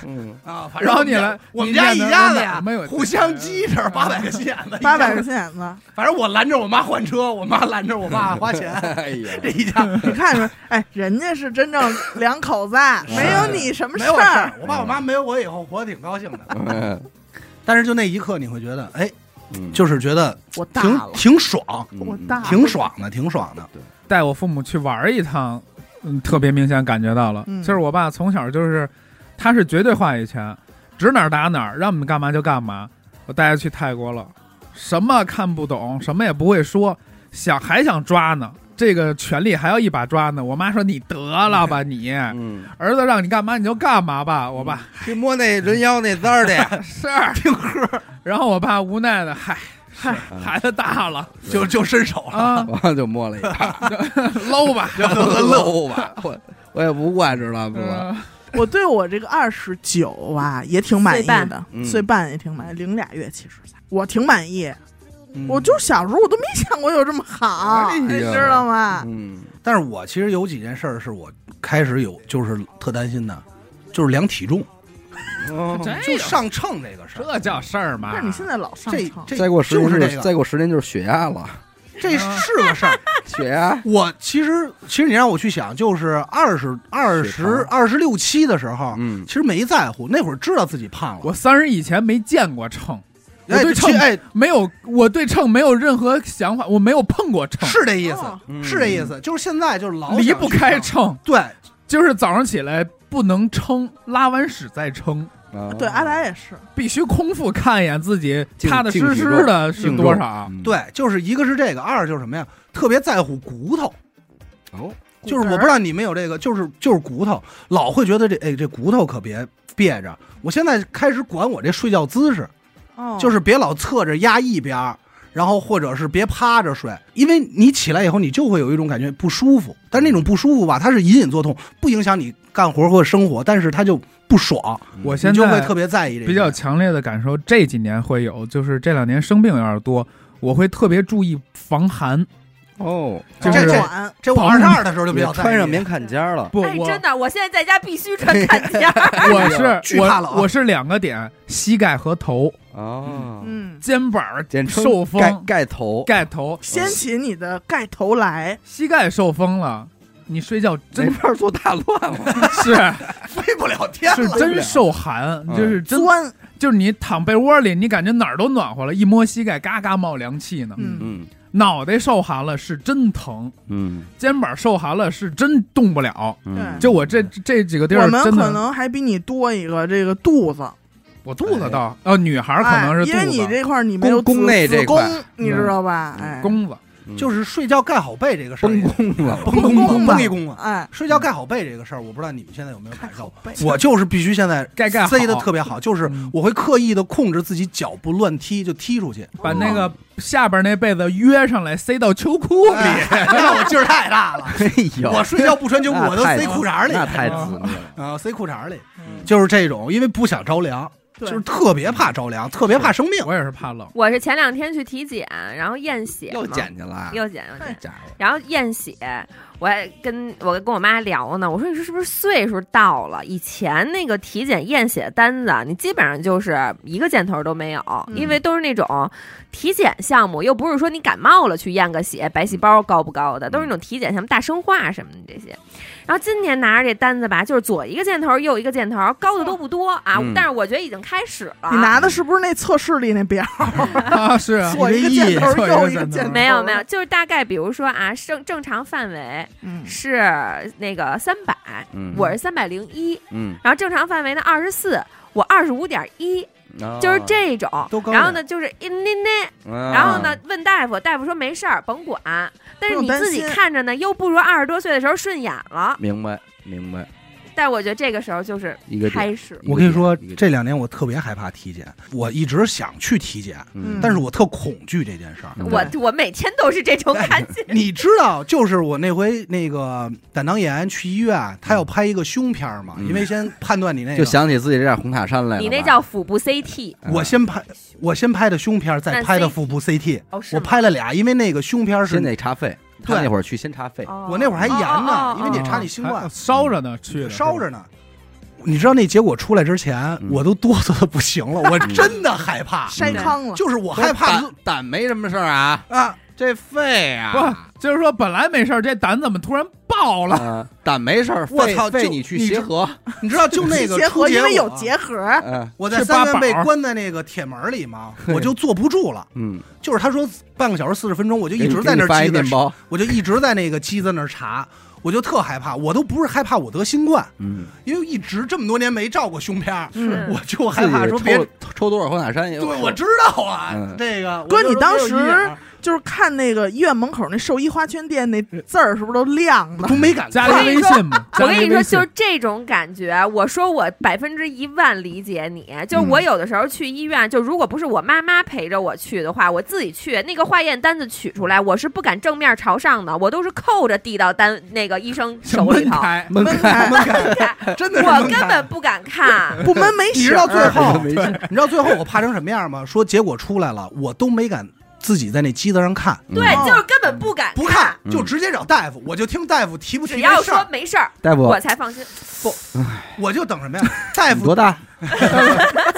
Speaker 1: 嗯，
Speaker 2: 啊，
Speaker 4: 正然后你来
Speaker 2: 我们
Speaker 4: 你
Speaker 2: 家
Speaker 4: 念
Speaker 2: 一
Speaker 4: 的
Speaker 2: 家子
Speaker 4: 我
Speaker 2: 呀
Speaker 4: 们有，
Speaker 2: 互相激着八百个心眼子，
Speaker 3: 八百
Speaker 2: 一
Speaker 3: 个
Speaker 2: 家子，
Speaker 3: 心
Speaker 2: [laughs]
Speaker 3: 眼子，
Speaker 2: 反正我拦着我妈换车，我妈拦着我 [laughs] 爸花钱，
Speaker 1: 哎呀
Speaker 2: 这，一家
Speaker 3: 你看着，哎，人家是真正两
Speaker 2: [laughs]
Speaker 3: 口子，没有你什么
Speaker 2: 没有我事
Speaker 3: 儿。
Speaker 2: 儿，我爸我妈没有我以后活得挺高兴的。
Speaker 1: 嗯
Speaker 2: [laughs] 但是就那一刻，你会觉得，哎，
Speaker 1: 嗯
Speaker 2: 就是觉得
Speaker 3: 我大
Speaker 2: 挺
Speaker 3: 了，
Speaker 2: 挺爽，
Speaker 1: 嗯
Speaker 3: 我大了，
Speaker 2: 挺爽的，挺爽的。
Speaker 4: 带我父母去玩一趟，嗯，特别明显感觉到了，
Speaker 3: 嗯
Speaker 4: 就是我爸从小就是，他是绝对话语权，指哪儿打哪儿，让我们干嘛就干嘛。我带他去泰国了，什么看不懂，什么也不会说，想还想抓呢，这个权利还要一把抓呢。我妈说你得了吧你，
Speaker 1: 嗯，
Speaker 4: 儿子让你干嘛你就干嘛吧。我爸
Speaker 3: 嗯
Speaker 1: 去摸那人妖那簪儿的呀，
Speaker 4: 是听喝，然后我爸无奈的，嗨。
Speaker 3: [laughs]
Speaker 4: 嗨，
Speaker 3: 嗯
Speaker 4: 孩子大了
Speaker 2: 就就伸手了，
Speaker 4: 啊，
Speaker 1: 我就摸了一把，
Speaker 3: [laughs]
Speaker 4: 搂吧， [laughs]
Speaker 1: 漏吧，我我也不惯知道不？
Speaker 4: [laughs] 嗯
Speaker 3: 我对我这个二十九啊也挺满意
Speaker 5: 岁
Speaker 3: 的，
Speaker 1: 嗯
Speaker 3: 岁半也挺满意，零俩月其实我挺满意。
Speaker 2: 嗯
Speaker 3: 我就小时候我都没想过有这么好，
Speaker 1: 哎呀
Speaker 3: 你知道吗？
Speaker 1: 嗯，
Speaker 2: 但是我其实有几件事儿是我开始有就是特担心的，就是量体重，
Speaker 1: 哦
Speaker 4: 这
Speaker 2: 就
Speaker 4: 有
Speaker 2: 上秤这个事儿。
Speaker 4: 这叫事儿哎吗？
Speaker 3: 嗯但是你现在老上
Speaker 2: 这
Speaker 3: 秤，
Speaker 2: 这
Speaker 1: 再过十
Speaker 2: 就
Speaker 1: 年
Speaker 2: 是
Speaker 1: 就
Speaker 2: 这
Speaker 1: 是
Speaker 2: 个，
Speaker 1: 再过十年就是血压了，
Speaker 2: [laughs] 这是个事儿。
Speaker 1: 血压，
Speaker 2: 我其实其实你让我去想，就是二十二
Speaker 1: 血
Speaker 2: 十
Speaker 1: 糖
Speaker 2: 二十六七的时候，
Speaker 1: [laughs] 嗯
Speaker 2: 其实没在乎，那会儿知道自己胖了。
Speaker 4: 我三十以前没见过秤，我
Speaker 2: 哎
Speaker 4: 对
Speaker 2: 其
Speaker 4: 秤
Speaker 2: 哎
Speaker 4: 没有，我对秤没有任何想法，我没有碰过秤，
Speaker 2: 是这意思
Speaker 3: 哦，
Speaker 1: 嗯
Speaker 2: 是这意思，就是现在就是老
Speaker 4: 嗯离
Speaker 2: 想
Speaker 4: 不
Speaker 2: 去
Speaker 4: 开
Speaker 2: 胖。
Speaker 4: 秤，
Speaker 2: 对，
Speaker 4: 就是早上起来不能称，拉完屎再称，
Speaker 1: 啊
Speaker 3: 对阿达也是，
Speaker 4: 必须空腹看一眼自己
Speaker 1: 净
Speaker 4: 踏踏实实的是多少。？啊
Speaker 1: 嗯
Speaker 2: 对，就是一个是这个，二就是什么呀？特别在乎骨头，
Speaker 1: 哦，
Speaker 2: 就是我不知道你们有这个，就是就是骨头，老会觉得这哎这骨头可别别着。我现在开始管我这睡觉姿势，
Speaker 3: 哦，
Speaker 2: 就是别老侧着压一边儿，然后或者是别趴着睡，因为你起来以后你就会有一种感觉不舒服，但那种不舒服吧，它是隐隐作痛，不影响你干活或生活，但是它就不爽，
Speaker 1: 嗯
Speaker 4: 我
Speaker 2: 你
Speaker 4: 现
Speaker 2: 就会
Speaker 4: 在
Speaker 2: 特别在意这个。
Speaker 4: 比较强烈的感受，这几年会有，就是这两年生病有点多，我会特别注意防寒。
Speaker 1: 哦，
Speaker 4: 就
Speaker 2: 这
Speaker 4: 是
Speaker 2: 这
Speaker 3: 暖
Speaker 2: 这我
Speaker 4: 保
Speaker 2: 二十
Speaker 4: 暖
Speaker 2: 二的时候就比
Speaker 1: 也
Speaker 2: 较在
Speaker 1: 穿上
Speaker 2: 意
Speaker 1: 棉坎肩儿了，
Speaker 4: 不，
Speaker 5: 哎，
Speaker 4: 我
Speaker 5: 真的，我现在在家必须穿坎肩儿。
Speaker 4: [laughs] 我是
Speaker 2: 巨怕冷
Speaker 4: 我我是两个点，膝盖和头，
Speaker 1: 哦，
Speaker 3: 嗯，
Speaker 4: 肩膀
Speaker 1: 简称盖
Speaker 4: 受风，
Speaker 1: 盖头，
Speaker 4: 盖头，
Speaker 3: 掀起你的盖头来，
Speaker 4: 膝盖受风了，你睡觉
Speaker 1: 没
Speaker 4: 真
Speaker 1: 法做大乱
Speaker 2: [laughs]
Speaker 1: 了，
Speaker 4: 是 [laughs]
Speaker 2: 飞不了天
Speaker 4: 是
Speaker 2: 了。
Speaker 4: 真受寒，
Speaker 1: 嗯
Speaker 4: 就是真
Speaker 3: 钻，
Speaker 4: 就是你躺被窝里，你感觉哪儿都暖和了，一摸膝盖嘎嘎冒凉气呢，
Speaker 3: 嗯，
Speaker 1: 嗯
Speaker 4: 脑袋受寒了是真疼，
Speaker 1: 嗯
Speaker 4: 肩膀受寒了是真动不了。
Speaker 1: 嗯，
Speaker 4: 就我这这几个地
Speaker 3: 我
Speaker 4: 儿，
Speaker 3: 们
Speaker 4: 真
Speaker 3: 可
Speaker 4: 的，
Speaker 3: 能还比你多一个这个肚子，
Speaker 4: 我肚子倒，呃，女孩儿可能是
Speaker 3: 哎因为你
Speaker 4: 肚子，啊
Speaker 3: 这块儿你没有
Speaker 1: 宫
Speaker 3: 子
Speaker 1: 宫内这
Speaker 3: 子
Speaker 1: 块
Speaker 3: 宫，你知道吧？哎，
Speaker 4: 弓子，
Speaker 2: 就是睡觉盖好被这个事儿
Speaker 1: 崩
Speaker 2: 也，
Speaker 1: 弓
Speaker 2: [laughs]
Speaker 1: 了，
Speaker 2: 崩
Speaker 3: 崩
Speaker 2: 崩
Speaker 3: 吧
Speaker 2: 崩一弓啊！
Speaker 3: 哎，
Speaker 2: 睡觉盖好被这个事儿，我不知道你们现在有没有感受。
Speaker 3: 背
Speaker 2: 我就是必须现在
Speaker 4: 盖盖好
Speaker 2: 塞的特别好，就是
Speaker 4: 嗯
Speaker 2: 我会刻意的控制自己脚不乱踢，就踢出去。
Speaker 4: 把那个下边那被子约上来塞到秋裤里，
Speaker 2: 哎那我劲儿太大了，
Speaker 1: 哎呦，
Speaker 2: 我睡觉不穿秋裤，
Speaker 1: 那
Speaker 2: 我都
Speaker 1: 太
Speaker 2: 塞裤衩里
Speaker 1: 那太滋腻了，
Speaker 2: 啊，塞裤衩里，
Speaker 1: 嗯
Speaker 2: 就是这种，因为不想着凉，
Speaker 3: 对
Speaker 2: 就是特别怕着凉，特别怕生病。
Speaker 4: 我也是怕冷， [laughs]
Speaker 5: 我是前两天去体检，然后
Speaker 2: [laughs]
Speaker 5: 验血嘛，
Speaker 1: 又哎捡去了，
Speaker 5: 又检又检，
Speaker 1: 家伙，
Speaker 5: 然后验血，我还跟我跟我妈聊呢，我说你说是不是岁数到了？以前那个体检验血单子啊，你基本上就是一个箭头都没有，
Speaker 3: 嗯
Speaker 5: 因为都是那种呃体检项目，又不是说你感冒了去验个血，白细胞高不高
Speaker 3: 嗯
Speaker 5: 的，都是那种体检项目，大生化什么的这些。然后今年拿着这单子吧，就是左一个箭头，右一个箭头，高的都不多啊，
Speaker 1: 嗯
Speaker 5: 但是我觉得已经开始了。
Speaker 3: 你拿的是不是那测试里那表？
Speaker 4: 啊是啊，
Speaker 3: 左一个箭头，
Speaker 4: 错一个
Speaker 3: 右一
Speaker 4: 箭
Speaker 3: 个
Speaker 4: 头
Speaker 3: 箭头。
Speaker 5: 没有没有，，就是大概比如说啊，正正常范围
Speaker 3: 嗯，
Speaker 5: 是那个三百，
Speaker 1: 嗯
Speaker 5: 我是三百零一，
Speaker 1: 嗯，
Speaker 5: 然后正常范围呢二十四，我二十五点一，
Speaker 1: 哦
Speaker 5: 就是这种
Speaker 2: 都。高
Speaker 5: 然后
Speaker 2: 点
Speaker 5: 呢，就是一那那，
Speaker 1: 嗯啊，
Speaker 5: 然后呢问大夫，大夫说没事儿，甭管。但是
Speaker 3: 不用
Speaker 5: 你
Speaker 3: 担
Speaker 5: 自己
Speaker 3: 心
Speaker 5: 看着呢，又不如二十多岁的时候顺眼了。
Speaker 1: 明白明白，
Speaker 5: 但我觉得这个时候就是
Speaker 1: 一个点，
Speaker 5: 开始，
Speaker 2: 我跟你说
Speaker 1: 一个点，
Speaker 2: 这两年我特别害怕体检，我一直想去体检，
Speaker 1: 嗯，
Speaker 2: 但是我特恐惧这件事儿。
Speaker 1: 明
Speaker 5: 我
Speaker 1: 白
Speaker 5: 我每天都是这种感觉。
Speaker 2: [laughs] 你知道，就是我那回那个胆囊炎去医院，他要拍一个胸片儿嘛，
Speaker 1: 嗯
Speaker 2: 因为先判断你那
Speaker 1: 就
Speaker 2: 个，
Speaker 1: 想起自己这点红塔山来了吧，
Speaker 5: 你那叫腹部 CT
Speaker 4: 哎
Speaker 1: 嗯
Speaker 2: 我先拍我先拍的胸片儿，再
Speaker 5: 那
Speaker 2: 拍的
Speaker 5: CT
Speaker 2: 腹部 CT，
Speaker 5: 哦，是
Speaker 2: 我
Speaker 5: 吗
Speaker 2: 拍了俩，因为那个胸片儿是
Speaker 1: 先得查肺，他
Speaker 2: 对
Speaker 1: 那会儿去先查肺，
Speaker 5: 哦
Speaker 2: 我那会儿还严呢
Speaker 5: 哦哦哦，
Speaker 2: 因为得查你新
Speaker 4: 啊还
Speaker 2: 冠，
Speaker 4: 烧着呢，去的
Speaker 2: 烧着呢。你知道那结果出来之前，
Speaker 1: 嗯
Speaker 2: 我都哆嗦的不行了，我真的害怕，
Speaker 3: 筛糠了，
Speaker 2: 嗯就是我害怕
Speaker 1: 胆胆没什么事儿啊，
Speaker 2: 啊，
Speaker 1: 这肺啊，
Speaker 4: 不，就是说本来没事儿，这胆怎么突然爆了？
Speaker 1: 嗯，胆没事儿，
Speaker 2: 啊我
Speaker 1: 肺
Speaker 2: 操
Speaker 1: 肺
Speaker 2: 就
Speaker 1: 你去
Speaker 2: 你
Speaker 1: 协
Speaker 2: 这 [laughs]
Speaker 1: 和，
Speaker 2: 你知道就那个
Speaker 3: [laughs] 结
Speaker 2: 出
Speaker 3: 合，因为
Speaker 2: 果
Speaker 3: 有
Speaker 2: 啊
Speaker 3: 结核，
Speaker 1: 嗯
Speaker 2: 我在
Speaker 4: 是
Speaker 2: 三
Speaker 4: 八
Speaker 2: 天被
Speaker 4: 宝儿
Speaker 2: 关在那个铁门里嘛，我就坐不住了。
Speaker 1: 嗯，
Speaker 2: 就是他说半个小时四十分钟，我就
Speaker 1: 就
Speaker 2: 一直在那
Speaker 1: 发
Speaker 2: 儿
Speaker 1: 一
Speaker 2: 记
Speaker 1: 面
Speaker 2: 着，
Speaker 1: 包，
Speaker 2: 我就一直在那个机子那儿查，我就特害怕。我都不是害怕我得新冠，
Speaker 1: 嗯，
Speaker 2: 因为一直这么多年没照过胸片儿，
Speaker 5: 是
Speaker 2: 我就
Speaker 1: 自
Speaker 2: 害怕
Speaker 1: 己
Speaker 2: 说
Speaker 1: 抽
Speaker 2: 别。
Speaker 1: 抽多少红塔山也
Speaker 2: 对，
Speaker 1: 有
Speaker 2: 我知道啊
Speaker 1: 嗯，
Speaker 2: 这个
Speaker 3: 哥
Speaker 2: 我就
Speaker 3: 你当时
Speaker 2: 没有阴影
Speaker 3: 就是看那个医院门口那兽医花圈店那字儿是不是都亮的
Speaker 2: 都？没敢
Speaker 4: 加
Speaker 2: 看。
Speaker 5: 我
Speaker 4: 了
Speaker 5: 跟你
Speaker 4: 微
Speaker 5: 说
Speaker 4: 信嘛，
Speaker 5: 我
Speaker 4: 加
Speaker 5: 跟
Speaker 4: 了
Speaker 5: 你
Speaker 4: 微
Speaker 5: 说，
Speaker 4: 信
Speaker 5: 就是这种感觉。我说我百分之一万理解你，就是
Speaker 2: 嗯
Speaker 5: 我有的时候去医院，就如果不是我妈妈陪着我去的话，我自己去那个化验单子取出来，我是不敢正面朝上的，我都是扣着递到单那个医生手里
Speaker 4: 闷
Speaker 5: 头，
Speaker 4: 开，
Speaker 1: 闷
Speaker 3: 开
Speaker 2: 闷 [laughs] 开，真的是嗯
Speaker 5: 我
Speaker 2: 闷
Speaker 5: 根
Speaker 2: 开
Speaker 5: 本不敢看。
Speaker 3: 不闷没
Speaker 2: 你
Speaker 3: 醒
Speaker 2: 知道最
Speaker 3: 儿，啊
Speaker 2: 后，
Speaker 1: [laughs] 没
Speaker 2: 你 [laughs] 知道最后我怕成什么样吗？说结果出来了，我都没敢自己在那机子上看，
Speaker 5: 对，就是根本不敢
Speaker 2: 哦不看
Speaker 1: 嗯
Speaker 2: 就直接找大夫，我就听大夫提不
Speaker 5: 只
Speaker 2: 提
Speaker 5: 要
Speaker 2: 这事
Speaker 5: 说
Speaker 2: 儿，
Speaker 5: 没事儿，
Speaker 1: 大夫
Speaker 5: 我，才放心。
Speaker 2: 我就等什么呀？大
Speaker 1: 你
Speaker 2: 夫
Speaker 1: 多大？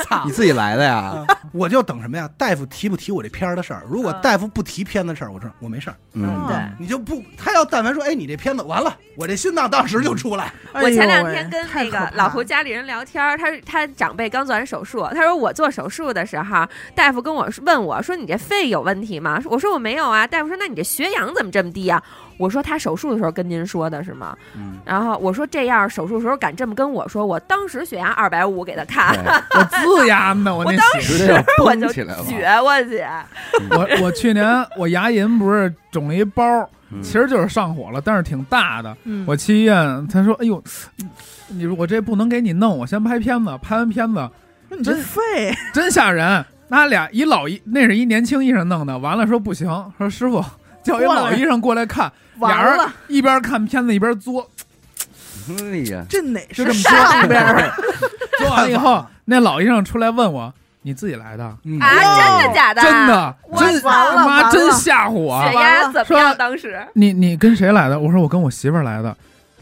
Speaker 2: 操啊
Speaker 1: 你！自己来的呀？
Speaker 2: 我就等什么呀？大夫提不提我这片儿的事儿？如果
Speaker 5: 嗯
Speaker 2: 大夫不提片子事儿，我说我没事儿。
Speaker 1: 嗯，
Speaker 3: 对
Speaker 2: 你就不，他要但凡说，哎，你这片子完了，我这心脏当时就出来。
Speaker 5: 我前两天跟
Speaker 3: 哎
Speaker 5: 那
Speaker 3: 呦喂
Speaker 5: 个老胡
Speaker 3: 太可
Speaker 5: 家里人聊天儿，他他长辈刚做完手术，他说我做手术的时候，大夫跟我说问我说你这肺有问题吗？我说我没有啊。大夫说那你这血氧怎么这么低啊？我说他手术的时候跟您说的是吗？
Speaker 1: 嗯
Speaker 5: 然后我说这样手术时候敢这么跟我说，我当时血压二百五给他看，
Speaker 1: 对
Speaker 4: 我龇牙
Speaker 5: [laughs]
Speaker 4: 呢，我那血
Speaker 1: 直接要
Speaker 5: 我
Speaker 1: 绷
Speaker 5: 就
Speaker 1: 起来了。
Speaker 5: 绝我去，
Speaker 4: 我我去年我牙龈不是肿了一包，
Speaker 1: 嗯
Speaker 4: 其实就是上火了，但是挺大的。
Speaker 5: 嗯
Speaker 3: 怕
Speaker 4: 我去医院，他说：“哎呦，你我这不能给你弄，我先拍片子。拍完片子
Speaker 3: 了，
Speaker 5: 嗯
Speaker 3: 你这
Speaker 4: 真
Speaker 3: 肺
Speaker 4: 真吓人，那俩一老医，那是一年轻医生弄的，完了说不行，说师傅叫一老医生过来看，俩
Speaker 3: 完
Speaker 4: 人
Speaker 3: 了，
Speaker 4: 一边看片子一边嘬，
Speaker 1: 哎呀，
Speaker 3: 这哪
Speaker 4: 就是这么
Speaker 3: 上边儿？
Speaker 4: 嘬完了以后，那老医生出来问我：“你自己来的？
Speaker 2: 嗯
Speaker 5: 啊，真的假的？
Speaker 4: 真，的？
Speaker 5: 我
Speaker 4: 真
Speaker 3: 完了
Speaker 4: 他
Speaker 3: 完
Speaker 4: 妈
Speaker 3: 了
Speaker 4: 真吓唬我
Speaker 5: 血！压怎么样？当时
Speaker 4: 你你跟谁来的？我说我跟我媳妇儿来的，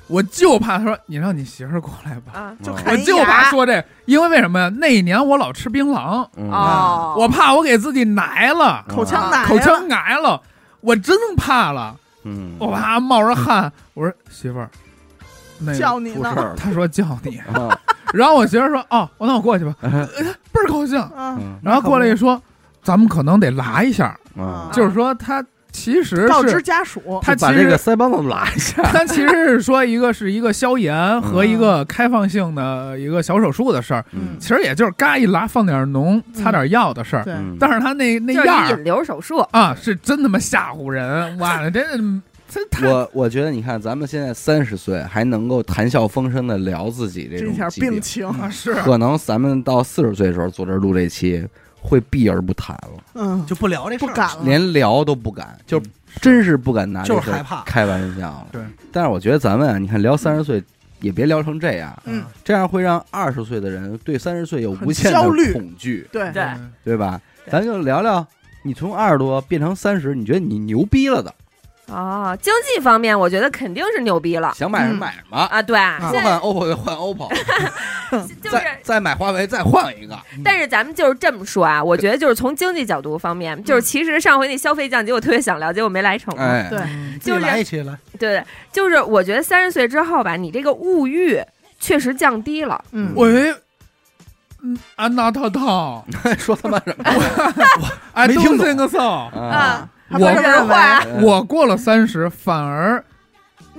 Speaker 4: 我就怕他说你让你媳妇儿过来吧，
Speaker 5: 啊，
Speaker 2: 嗯
Speaker 3: 就看
Speaker 4: 我
Speaker 3: 一
Speaker 4: 就
Speaker 3: 眼
Speaker 4: 怕说这，因为为什么呀？那一年我老吃槟榔，
Speaker 1: 嗯
Speaker 5: 哦，
Speaker 4: 我怕我给自己奶了，
Speaker 3: 口
Speaker 2: 嗯
Speaker 3: 腔奶，
Speaker 4: 口腔癌了，我真怕了，
Speaker 1: 嗯，
Speaker 4: 我怕冒着汗，我说媳妇儿，那个
Speaker 3: 叫你
Speaker 1: 出事
Speaker 3: 呢。
Speaker 1: 儿了
Speaker 4: 他说叫你，
Speaker 1: 啊，
Speaker 4: 然后我媳妇儿说哦，那我
Speaker 1: [laughs]
Speaker 4: 过去吧，呃倍儿高兴，
Speaker 3: 嗯，
Speaker 1: 嗯
Speaker 4: 然后过来一说，咱们可能得拉一下，
Speaker 1: 嗯，
Speaker 4: 就是说他其实
Speaker 3: 啊告知
Speaker 4: 是
Speaker 3: 家属，
Speaker 4: 他
Speaker 1: 就
Speaker 4: 其
Speaker 1: 把这个
Speaker 4: 实。
Speaker 1: 腮帮子拉一下，
Speaker 4: 他其实是说一个是一个消炎和一个开放性的一个小手术的事儿，
Speaker 1: 嗯
Speaker 4: 其实也就是嘎一拉放点脓擦点药的事儿，
Speaker 3: 对，
Speaker 1: 嗯
Speaker 4: 但是他那那
Speaker 5: 就是
Speaker 4: 样
Speaker 5: 一
Speaker 4: 儿
Speaker 5: 引流手术，
Speaker 4: 啊，是真他妈吓唬人！哇，真真太
Speaker 1: 我我觉得你看，咱们现在三十岁还能够谈笑风生的聊自己这
Speaker 3: 这
Speaker 1: 种
Speaker 3: 条
Speaker 1: 疾病
Speaker 3: 病，情，
Speaker 2: 嗯
Speaker 4: 啊是啊
Speaker 1: 可能咱们到四十岁的时候坐这儿录这期，会避而不谈了，
Speaker 3: 嗯，
Speaker 2: 就不聊这事
Speaker 3: 不
Speaker 2: 儿了
Speaker 3: 敢了。
Speaker 1: 连聊都不敢，就真是不敢拿这
Speaker 2: 就是
Speaker 1: 事儿
Speaker 2: 害怕
Speaker 1: 开玩笑了。
Speaker 4: 对，
Speaker 1: 但是我觉得咱们啊，你看聊三十岁也别聊成这样，
Speaker 3: 嗯，
Speaker 1: 这样会让二十岁的人对三十岁有无限
Speaker 3: 很焦
Speaker 1: 的
Speaker 3: 虑
Speaker 1: 恐惧，
Speaker 3: 对，
Speaker 5: 对
Speaker 1: 对吧？
Speaker 5: 对
Speaker 1: 咱就聊聊，你从二十多变成三十，你觉得你牛逼了的，
Speaker 5: 哦，经济方面我觉得肯定是牛逼了
Speaker 1: 想买什么
Speaker 3: 嗯
Speaker 1: 买什么，
Speaker 5: 啊，对，
Speaker 1: 不
Speaker 5: 现
Speaker 1: 换 OPPO 就换 OPPO，
Speaker 5: 在就是
Speaker 1: 再再买华为再换一个，
Speaker 5: 但是咱们就是这么说啊，我觉得就是从经济角度方面，就是其实上回那消费降级，我特别想聊，结果没来成嘛。
Speaker 1: [laughs] 哎，
Speaker 3: 对
Speaker 4: 嗯
Speaker 2: 自己
Speaker 5: 就是
Speaker 2: 来一期来，
Speaker 5: 对，就是我觉得三十岁之后吧，你这个物欲确实降低了。
Speaker 3: 嗯，
Speaker 4: 喂，嗯，安娜套
Speaker 1: [laughs]
Speaker 4: 套
Speaker 1: 说他妈什么
Speaker 4: ，I
Speaker 1: 没听
Speaker 4: don't
Speaker 1: 懂 [laughs]
Speaker 4: think so。
Speaker 1: 啊？
Speaker 3: 他
Speaker 4: 我
Speaker 3: 们认为
Speaker 1: 哎
Speaker 5: 话
Speaker 4: 我过了三十，反而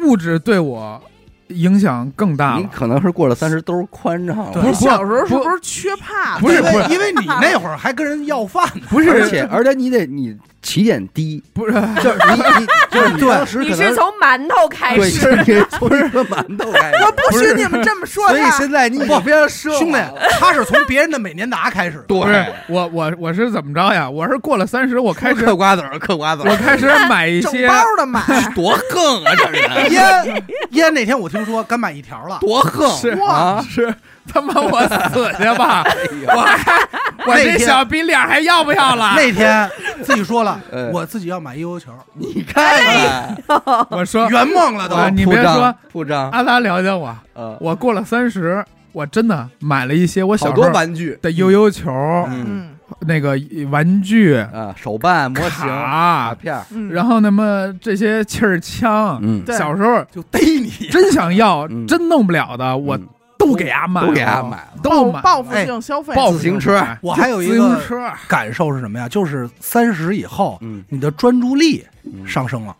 Speaker 4: 物质对我影响更大
Speaker 1: 你
Speaker 4: 了。
Speaker 1: 可能是过了三十兜儿宽敞
Speaker 4: 不是
Speaker 1: 了，
Speaker 4: 不
Speaker 3: 小时候是
Speaker 4: 不
Speaker 3: 不是缺怕？
Speaker 4: 不是
Speaker 2: 因为
Speaker 4: 不是
Speaker 2: 因为你那会儿还跟人要饭
Speaker 1: [laughs]
Speaker 2: 呢，
Speaker 4: 不是
Speaker 1: 而且而且你得你起点低，
Speaker 4: 不是，
Speaker 1: 就是你你就是你当时
Speaker 5: 你
Speaker 1: 可
Speaker 5: 是
Speaker 1: 能
Speaker 5: 从馒头开
Speaker 1: 对，[laughs]
Speaker 5: 始，
Speaker 1: 是你从一个馒头开始，
Speaker 3: 我不许你们这么说
Speaker 1: 所以
Speaker 3: 他。
Speaker 1: 现在你
Speaker 2: 不
Speaker 1: 不要说
Speaker 2: 兄弟，他是从别人的美年达开
Speaker 4: [laughs]
Speaker 2: 始的，
Speaker 4: 不
Speaker 1: [laughs]
Speaker 4: 是
Speaker 1: 对，
Speaker 4: 我我我是怎么着呀？我是过了三十，我开始
Speaker 1: 嗑瓜子儿嗑瓜子
Speaker 4: 我
Speaker 1: 儿，
Speaker 4: 开始买一
Speaker 3: 整
Speaker 4: 些
Speaker 3: 包的买，
Speaker 1: 多横啊这 [laughs] 人，
Speaker 2: 烟烟那天我听说敢买一条了，
Speaker 1: 多横
Speaker 4: 是
Speaker 1: 啊！
Speaker 4: 是他妈我死去吧！
Speaker 1: 哎
Speaker 4: 我还我
Speaker 2: 那
Speaker 4: 这
Speaker 2: 天
Speaker 4: 小逼脸还要不要了？
Speaker 2: 那天自己说了
Speaker 1: 哎，
Speaker 2: 我自己要买悠悠球，
Speaker 1: 你看看，
Speaker 4: 我说
Speaker 2: 圆梦了都。
Speaker 4: 啊你别说
Speaker 1: 铺张，
Speaker 4: 阿达了解我，
Speaker 1: 呃，
Speaker 4: 我过了三十，我真的买了一些我
Speaker 1: 好
Speaker 4: 小时
Speaker 1: 多
Speaker 4: 候
Speaker 1: 玩具，
Speaker 4: 的悠悠球、
Speaker 1: 嗯
Speaker 3: 嗯
Speaker 4: 那个玩具、
Speaker 1: 啊，手办模型、卡
Speaker 4: 卡，
Speaker 1: 片儿，
Speaker 3: 嗯，
Speaker 4: 然后那么这些气儿枪，
Speaker 1: 嗯
Speaker 3: 对
Speaker 4: 小时候
Speaker 2: 就逮你，
Speaker 4: 真想要、
Speaker 1: 嗯
Speaker 4: 真弄不了的，我
Speaker 1: 嗯
Speaker 4: 都给俺买了，
Speaker 1: 都给俺买了，
Speaker 4: 都买
Speaker 3: 报报
Speaker 4: 了。
Speaker 3: 复性消费，
Speaker 4: 报复
Speaker 1: 自行
Speaker 4: 性
Speaker 1: 车
Speaker 4: 买
Speaker 2: 我还有一
Speaker 4: 自行
Speaker 2: 个
Speaker 4: 车，
Speaker 2: 感受是什么呀？就是三十以后，
Speaker 1: 嗯，
Speaker 2: 你的专注力
Speaker 1: 嗯
Speaker 2: 上升了。